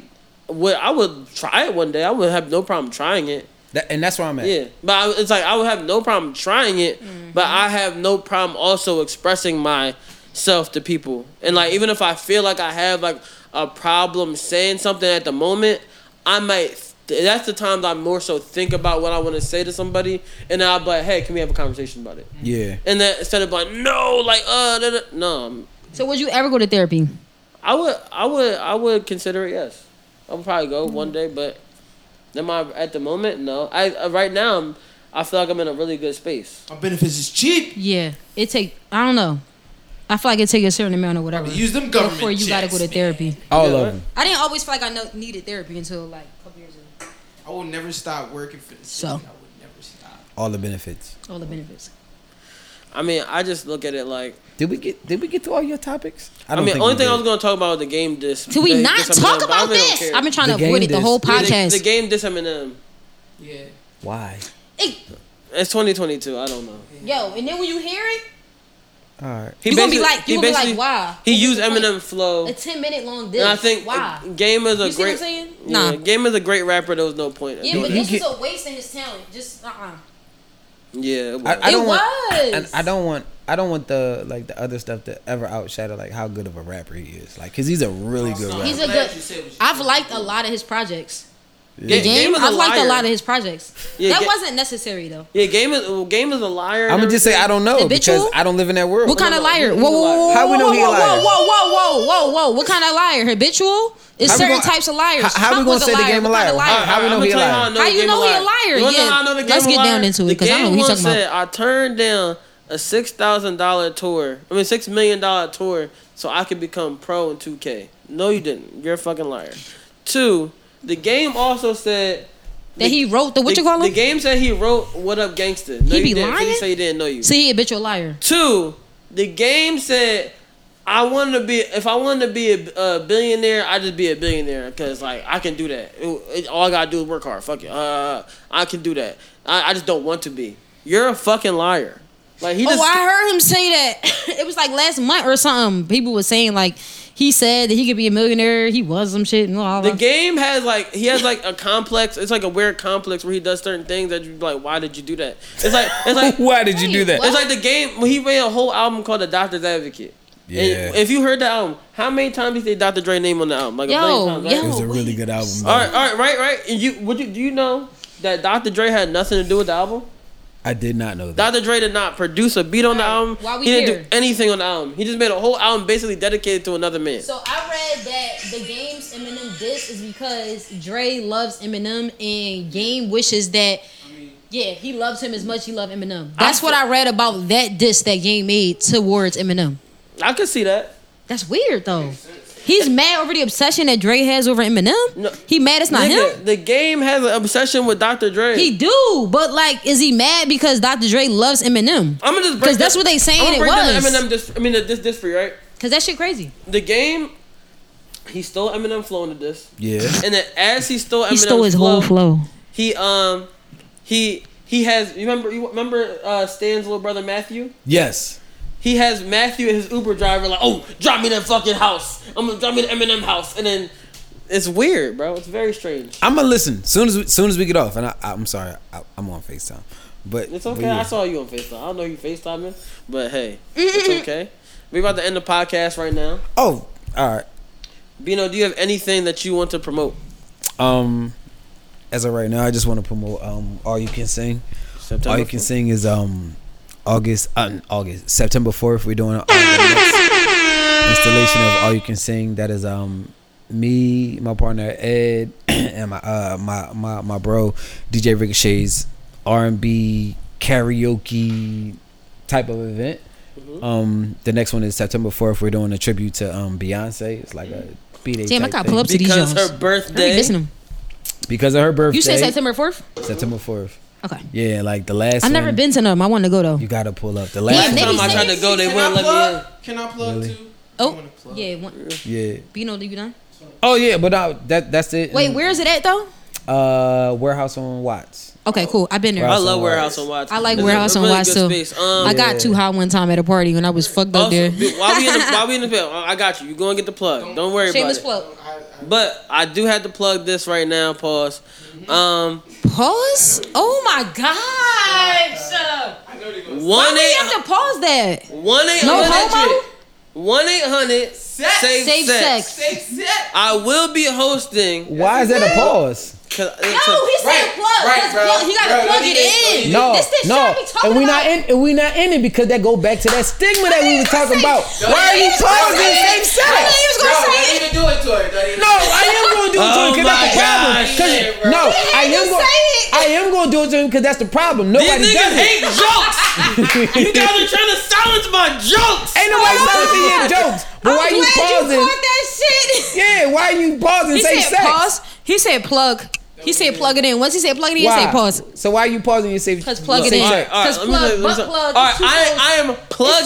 would I would try it one day. I would have no problem trying it.
That, and that's where I'm at.
Yeah, but I, it's like I would have no problem trying it, but I have no problem also expressing my self to people. And like even if I feel like I have like a problem saying something at the moment, I might that's the time that I more so think about what I want to say to somebody and then I'll be like, hey, can we have a conversation about it?
Yeah.
And then instead of like, no, like uh da, da, no
So would you ever go to therapy?
I would I would I would consider it yes. I would probably
Mm-hmm.
go one day, but am I at the moment? No. I uh, right now I'm, I feel like I'm in a really good space.
My benefits is cheap.
Yeah, it take. I don't know. I feel like it take a certain amount or whatever.
Use them government
before you gotta go to
checks,
therapy.
All of them.
I didn't always feel like I know, needed therapy until like a couple years ago.
I will never stop working for the
So.
city. I would never stop.
All the benefits.
All the benefits.
I mean, I just look at it like
Did we get Did we get to all your topics?
I,
don't
mean,
think
only
we
thing
did.
I was gonna talk about was the game disc.
Do we
the-
not
this
talk
Eminem, but I
about
really don't
this?
care.
I've been trying to The avoid game it the whole
Yeah,
podcast.
The, the game disc Eminem. Yeah.
Why?
It's 2022. I don't know.
Yo, and then when you hear it,
All right.
You gonna be like- you gonna be like, why?
He used Eminem flow.
a ten minute long disc.
And I think
why?
Game is a
You see what
great.
I'm saying?
Nah.
Nah.
Game is a great rapper. There was no point. of
yeah,
doing
but
that.
this was a waste of his talent. Just uh uh
Yeah, it
I, I
It
don't want. I,
was.
I don't want. I don't want the like the other stuff to ever outshadow like how good of a rapper he is. Like, cause he's a really good rapper.
He's a
glad
good.
you said what you
I've liked a lot of his projects.
Yeah.
The game,
Game is a
I've liked a
liar.
lot of his projects.
Yeah,
that
Ga-
wasn't necessary though.
Yeah, game is well, game is a liar.
I'm gonna just say I don't know
Habitual?
because I don't live in that world.
What kind of liar? Whoa, whoa, whoa,
How
whoa,
we know
whoa,
he a
whoa,
liar?
whoa, whoa, whoa, whoa, whoa. What kind of liar? Habitual? It's
How we
certain
gonna-
types of liars.
how- how we
Trump
gonna
was
say the game a
What kind of
liar? How- how we know
I'ma
he a
tell you
liar?
how I
How
the
you
game
know he a liar?
You wanna know
Yeah.
how I know the game
Let's
a
get
liar?
down into it,
The
'cause I don't know
game
what he
one
talking
said, I turned down a six thousand dollar tour. I mean six million dollar tour so I could become pro in two K. No, you didn't. You're a fucking liar. Two, the game also said
That he wrote the- what you call
The
him?
game said he wrote "What Up Gangsta." No,
He
you
be
didn't, 'cause He
lying?
said he didn't know you.
See, he habitual liar.
Two, the game said, I wanted to be. If I wanted to be a, a billionaire, I just be a billionaire because like I can do that. It- it- all I gotta do is work hard. Fuck it. Uh, I can do that. I, I just don't want to be. You're a fucking liar. Like he just.
oh, I heard him say that. it was like last month or something. People were saying like he said that he could be a millionaire. He was some shit and all
the
that.
game has like he has like a complex. It's like a weird complex where he does certain things that you be like. Why did you do that? It's like it's like
Why did you do that?
It's like the game. He made a whole album called The Doctor's Advocate.
Yeah.
And if you heard the album, how many times did they Dr. Dre name on the album? Like a
Yo,
billion times. right?
It was a really good album.
All
though.
right, all right, right, right. And you, would you, do you know that Dr. Dre had nothing to do with the album?
I did not know that.
Dr. Dre did not produce a beat on the album.
why we
he didn't
here?
do anything on the album. He just made a whole album basically dedicated to another man.
So I read that the game's Eminem diss is because Dre loves Eminem and Game wishes that yeah he loves him as much he loved Eminem. That's what I read about that diss that Game made towards Eminem.
I could see that.
That's weird though. He's mad over the obsession that Dre has over Eminem. he mad it's not
Nigga,
him.
The game has an obsession with Dr. Dre.
He do, but like, is he mad because Dr. Dre loves Eminem?
I'm gonna just break
because that's
that-
what they saying
I'ma
it
break down
was.
the Eminem dis- I mean, the- this this for you, right?
Because that shit crazy.
The game, he stole Eminem flow into this.
Yeah.
And then as he stole Eminem,
He stole his whole flow.
He um, he he has. You remember? You remember uh, Stan's little brother Matthew?
Yes.
He has Matthew and his Uber driver like, oh, drop me that fucking house. I'm gonna drop me the Eminem house, and then it's weird, bro. It's very strange.
I'm gonna listen soon as we, soon as we get off. And I, I'm sorry, I, I'm on Facetime, but
It's
but
okay.
yeah.
I saw you on Facetime. I don't know you Facetiming, but hey, it's okay. We about to end the podcast right now.
Oh, all right.
Bino, do you have anything that you want to promote?
Um, as of right now, I just want to promote um all you can sing. all you can
4th.
sing is um August uh, August September fourth. We're doing a installation of all you can sing. That is um me, my partner Ed, and my uh my my my bro DJ Ricochet's R and B karaoke type of event. Um, the next one is September fourth. We're doing a tribute to um Beyonce. It's like a B Day.
Damn, I
type
gotta
thing.
pull up to these
Because
Jones.
her
I
birthday.
be dissing him.
because of her birthday.
You said September fourth.
September fourth.
Okay.
Yeah, like the last.
I've never
one,
been to them. I want to go though.
You gotta pull up the
Last
last. one.
time I tried to go, they wouldn't let me in.
Can I plug
Really?
too?
Oh, yeah. One,
Yeah.
Bino, you done?
Oh yeah, but uh, that that's it.
Wait, where is it at though?
Uh, warehouse on Watts.
Okay, cool. I've been there.
Warehouse
I love
on
Warehouse on Watts.
I like
It's a
warehouse on
really
Watts
good
too.
space. Um,
I got too hot one time at a party when I was fucked up there.
While we in the while we in the plug, I got you. You gonna get the plug. Don't, worry
Shameless
about
plug.
it. But I do have to plug this right now. Pause.
Mm-hmm.
Um,
Pause. Oh my gosh.
one
Why do you
eight
have to pause that?
one eight
No
one
homo?
hundred One eight hundred save
Save
sex.
sex.
I will be hosting.
Why is that a pause?
No,
No, he said plug. Let's plug. You gotta plug it in.
No,
This this
no,
shit I be talking
and we not
about.
in, and we not in it because that go back to that stigma that we was talking about.
Don't
Why are
even
you
say
pausing?
it.
Same
I
sex.
thought you was gonna Bro, say don't
even do it to her.
No, I am gonna do it
Oh
to him because that's the problem. 'Cause- no, I am gonna, I am gonna do it to him because that's the problem. Nobody
These
does
niggas hate
it.
jokes. you guys are trying to silence my jokes.
Ain't nobody silencing your jokes. But why you pausing? Yeah, why you pausing?
He
Say
said
sex.
pause. He said plug. He said plug it in. Once he said plug it in, he
Why?
said pause.
So why are you pausing your safety?
Cause plug it in. Cause
let me tell
plug,
you- let me
butt
tell you-
plug.
All right,
it's too
I,
close.
I am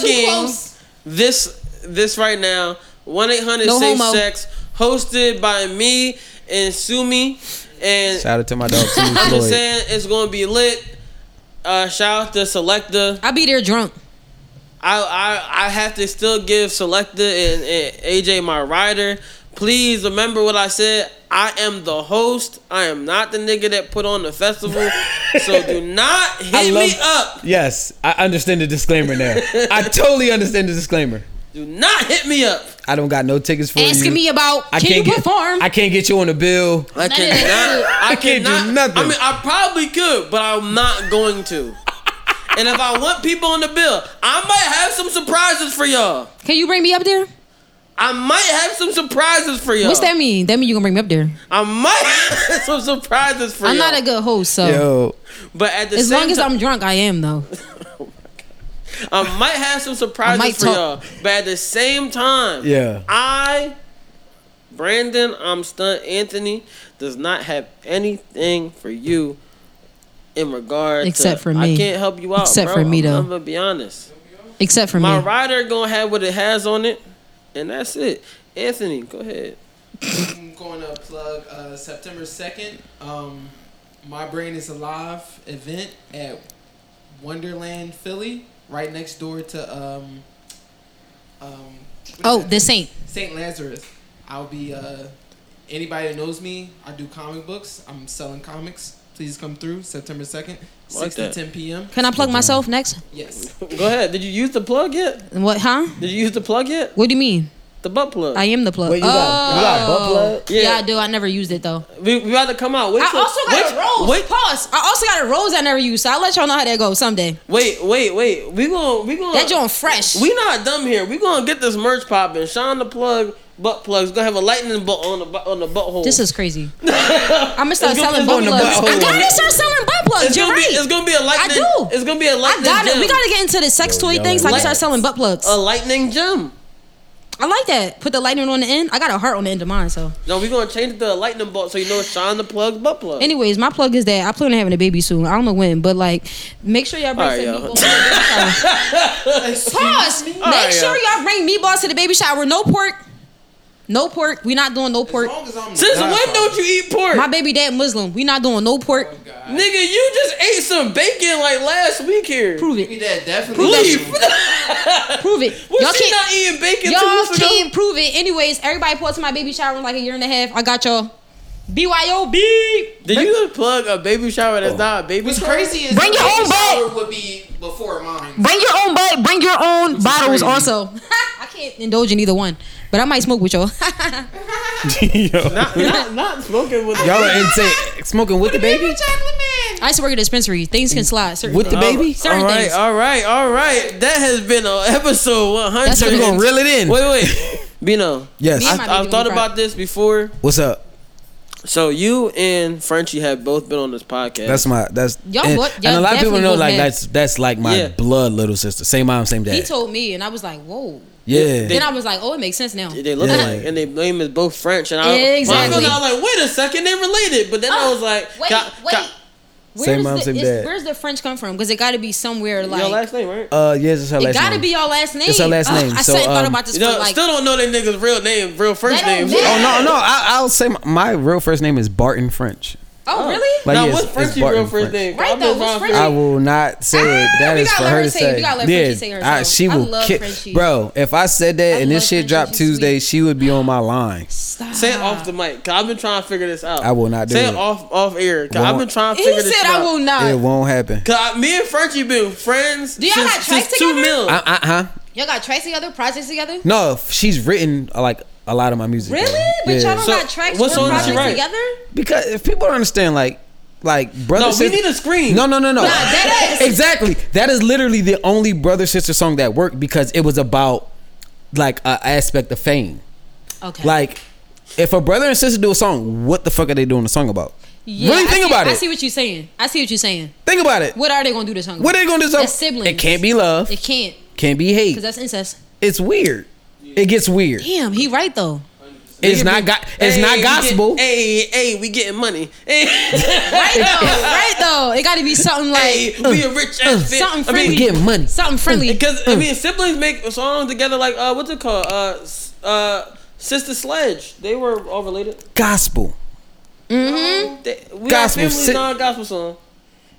plugging
close.
this this right now. One eight hundred
No
safe
homo.
sex, hosted by me and Sumi. And
Shout out to my dog. Sue
I'm just
Floyd.
saying it's gonna be lit. Uh, shout out to Selecta.
I be there drunk.
I I, I have to still give Selecta and, and AJ my rider. Please remember what I said. I am the host. I am not the nigga that put on the festival. so do not hit me up.
Yes, I understand the disclaimer now. I totally understand the disclaimer.
Do not hit me up.
I don't got no tickets for you.
Asking me about can you
get,
perform?
I can't get you on the bill.
I cannot. I
I can't
cannot.
do nothing.
I mean, I probably could, but I'm not going to. and if I want people on the bill, I might have some surprises for y'all.
Can you bring me up there?
I might have some surprises for y'all.
What's that mean? That mean you gonna bring me up there?
I might have some surprises for
I'm
y'all.
not a good host, so
But at the
as
same
long as
time,
I'm drunk, I am though.
I might have some
I might
surprises for y'all.
talk.
But at the same time,
Yeah.
I, Brandon, I'm stunned. Anthony does not have anything for you in regard
Except
to-
for
I
me.
can't help you out.
Except
bro.
for me,
I'm-
though.
I'm gonna be honest.
Except for
My
me.
rider gonna have what it has on it, and that's it. Anthony, go ahead.
I'm going to plug uh, September 2nd. Um, My Brain is Alive event at Wonderland, Philly, right next door to. Um, um, what is
Oh,
that
the
thing?
Saint.
Saint Lazarus. I'll be. Uh, anybody that knows me, I do comic books. I'm selling comics. Please come through September 2nd, 6
Like
to
that.
10 p.m.
Can I plug myself next?
Yes.
Go ahead. Did you use the plug yet?
What? Huh?
Did you use the plug yet?
What do you mean?
The butt plug.
I am the plug. Oh.
Wait, you got- you got butt plug?
Yeah.
Yeah.
I do. I never used it though.
We, we about to come out. Wait
I
till-
also got
wait-
a rose.
Wait,
Pause. I also got a rose I never used. So I'll let y'all know how that goes someday.
wait, wait, wait. We going we going
That joint fresh.
We not dumb here. We gonna get this merch popping. Shine the plug. Butt plugs gonna have a lightning bolt on the bu- on the butthole.
This is crazy. I'm gonna start
It's gonna-
selling
it's
butt
gonna
plugs.
be-
I gotta start selling butt plugs.
It's
You're
gonna be-
right.
it's gonna be a lightning-
I do.
it's gonna be a lightning
I got it.
gem.
We gotta get into the sex toy thing so I can start selling butt plugs.
a lightning gem.
I like that. Put the lightning on the end. I got a heart on the end of mine. So,
No, we gonna change it to a lightning bolt so you know it's shine the plug butt plug.
anyways, my plug is that I plan on having a baby soon. I don't know when, but like, make sure y'all
All
bring
right,
some
y'all.
meatballs. Pause. Make
All right,
sure
y'all.
y'all bring meatballs to the baby shower. No pork. No pork. We not doing no pork.
Since when don't you eat pork?
My baby dad Muslim. We not doing no pork.
Nigga, you just ate some bacon like last week here.
Prove it.
Prove that
Prove that
definitely.
Prove it.
Was
y'all
she
can't,
not eating bacon two
Y'all
weeks ago?
can't prove it. Anyways, everybody pulled to my baby shower in like a year and a half. I got y'all. BYOB.
Did you just plug a baby shower
Oh.
that's not a baby
What's
shower?
crazy is
Bring
the
your own
baby
bag.
shower would be before mine.
Bring your own butt. Bring your own bottles.
crazy.
Also, I can't indulge in either one, but I might smoke with y'all.
Not, not, not smoking with
Y'all are insane. Smoking with the baby?
I used to work at a dispensary. Things can slide. Certain
With the
things.
baby?
Certain
all right,
things.
all right, all right. That has been a episode 100.
That's what we gonna
reel it in.
Wait, wait. Bino.
Yes. Me and my
I, I've
baby
thought
gonna be
about this before.
What's up?
So you and Frenchie have both been on this podcast.
That's my that's
Y'all
and,
both-
and
y'all
a lot of people
definitely
know
both
like
have-
that's that's like my
Yeah.
blood little sister. Same mom, same
He
dad.
told me, and I was like, "Whoa."
Yeah.
then I was like, "Oh, it makes sense now."
They look
Yeah.
like, and their name is both French. And I,
Exactly. Oh,
when I was like, wait a second, they related. But then I was like,
Wait,
God-
wait.
God-
Where's
Same mom,
the,
same
it's-
dad.
Where's the French come from? Because it got to be somewhere like
your last name, right?
uh yes, it's her
it
last
got to
name.
be your last name.
It's her last
Ugh,
name.
I
So,
sat and thought
um,
about this
You know,
for like
still don't know their niggas' real name, real first
They don't
names.
matter.
Oh no, no, I, I'll say my, my real first name is Barton French.
Oh, really?
Like,
now,
yes,
what's
it's
Frenchie
Barton
real first
French.
name?
Right,
I've
though,
been
what's
around
Frenchie?
I will not say it. That
Ah, we
is
gotta
for
let
her
her
to
say it.
say.
We gotta let
yeah,
Frenchie say
I,
herself.
she
I
will
love
kick,
Frenchie.
bro. If I said that and this shit dropped Tuesday, she would be
Ah.
on my line.
Say it off the mic. 'cause I've been trying to figure this out.
I will not do
Say
it.
off off air. 'cause I've been
Won't.
trying to
he
figure this
said,
shit out.
"I will not."
It won't happen.
Cause I- me and Frenchie been friends
Do y'all
since,
have tracks
since two
together?
mil.
Uh uh huh.
Y'all got tracks together, projects together?
No, she's written uh, like a lot of my music.
Really? But
Yeah.
y'all don't got tracks with projects together?
Because if people don't understand, like, like brother.
No, we
sis-
need a scream.
No, no, no, no.
Nah, that is-
exactly. That is literally the only brother sister song that worked because it was about like an aspect of fame.
Okay.
Like, if a brother and sister do a song, what the fuck are they doing a song about? really
I
think
see-
about
I
it.
see what you're saying. I see what you're saying.
Think about it.
What are they gonna do this song?
What they gonna do this song-
That's siblings.
It can't be love.
It can't.
Can't be
Because
hate.
that's incest.
It's weird. It gets weird.
Damn, he right though.
It's not got. It's not gospel.
hey, hey, we getting money. Hey.
right though. Right though. It gotta be something like
Hey, we a rich
Uh,
ass bitch.
something
I mean,
friendly.
getting
money.
Something friendly.
Because
Uh.
I mean, siblings make songs together. Like uh, what's it called? Uh, s- uh, Sister Sledge. They were all related.
Gospel.
Mm-hmm. They, we
Gospel,
gospel.
si-
Family non-gospel song.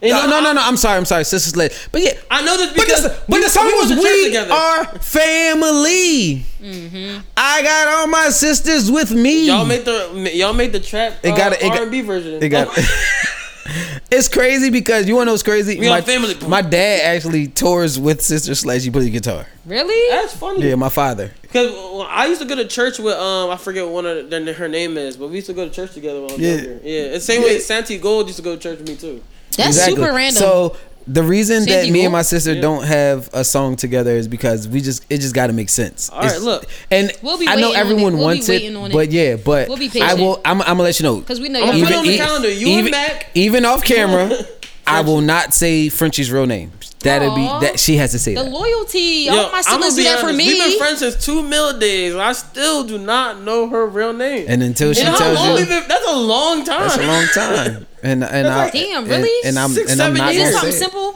no, no, no, no. I'm sorry. I'm sorry. Sister Sled. But yeah,
I know this
because but,
we-
the song
we went
was
to church
"We
together."
Are Family."
Mm-hmm.
I got all my sisters with me.
Y'all made the y'all made the trap.
It
uh,
got- it got-
R&B version. Oh
It got. it's crazy because you want to know what's crazy?
We
my,
are family.
my dad actually tours with Sister Sledge. He plays guitar.
Really?
That's funny.
Yeah, my father.
Because well, I used to go to church with um I forget one of the, her name is, but we used to go to church together. When I was
Yeah.
yeah, yeah. And same way Santi Gold used to go to church with me too.
Exactly. So the reason that
Sandy
me
Gold?
and my sister
Yeah.
don't have a song together is because we just it just got to make sense.
All right,
It's-
look.
and
We'll be
I
waiting
know
on
everyone
it. We'll be
wants
waiting on
it,
it.
but yeah, but
We'll be
I
patient.
will. I'm, I'm gonna let you know
'Cause we know
I'ma
y'all- Put it on the
e-
calendar. You
even,
and Mac.
even off camera, I will not say Frenchie's real name. That'd
Aw.
be that she has to say
The
that.
loyalty.
Yo,
All Oh, my
I'ma
siblings
be
do that for
honest, We've
me.
been friends since two mill days. and I still do not know her real name.
And until she
how
tells
long
you-
we've been- that's a long time.
That's a long time. And and I
That's like- Damn, really?
And, and I'm
Six,
and I'm
seven
not
years? Something
gonna say it.
simple?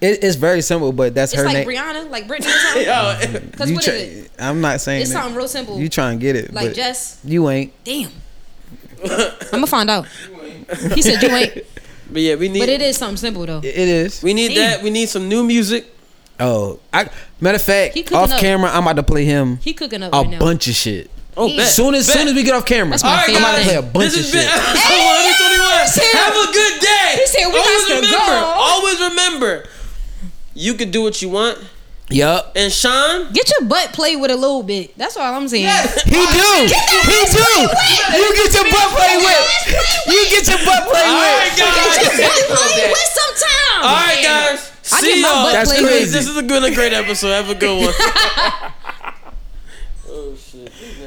It- it's very simple, but that's
It's
her
like
name.
Brianna, like Brittany or something. Because
You
what is
try-
it?
I'm not saying
It's
that.
something real simple.
You try and get it,
Like
but
Jess.
You ain't.
Damn. I'm gonna find out. He said you ain't.
But yeah, we need.
But it is something simple though.
It is.
We need
Damn.
that. We need some new music.
Oh, I matter of fact,
He cooking
off
up.
camera, I'm about to play him.
He cooking up
a
right now.
bunch of shit.
Oh, bet,
soon as
bet.
soon as we get off camera,
That's my
I'm about to
favorite
play a
thing.
bunch
This has
of shit.
been episode 121.
Sam.
Have a good day.
He said we
always
got to
remember,
go.
always remember, you can do what you want.
Yup.
And Sean,
Get your butt played with a little bit. That's all I'm saying.
He do. He do. You get your butt played with. You get your butt played with.
Alright, guys.
Get your butt played
Okay.
with sometime.
All right, guys.
I get
See
my
y'all.
butt That's played with.
This is a good, a great episode. Have a good one. oh shit.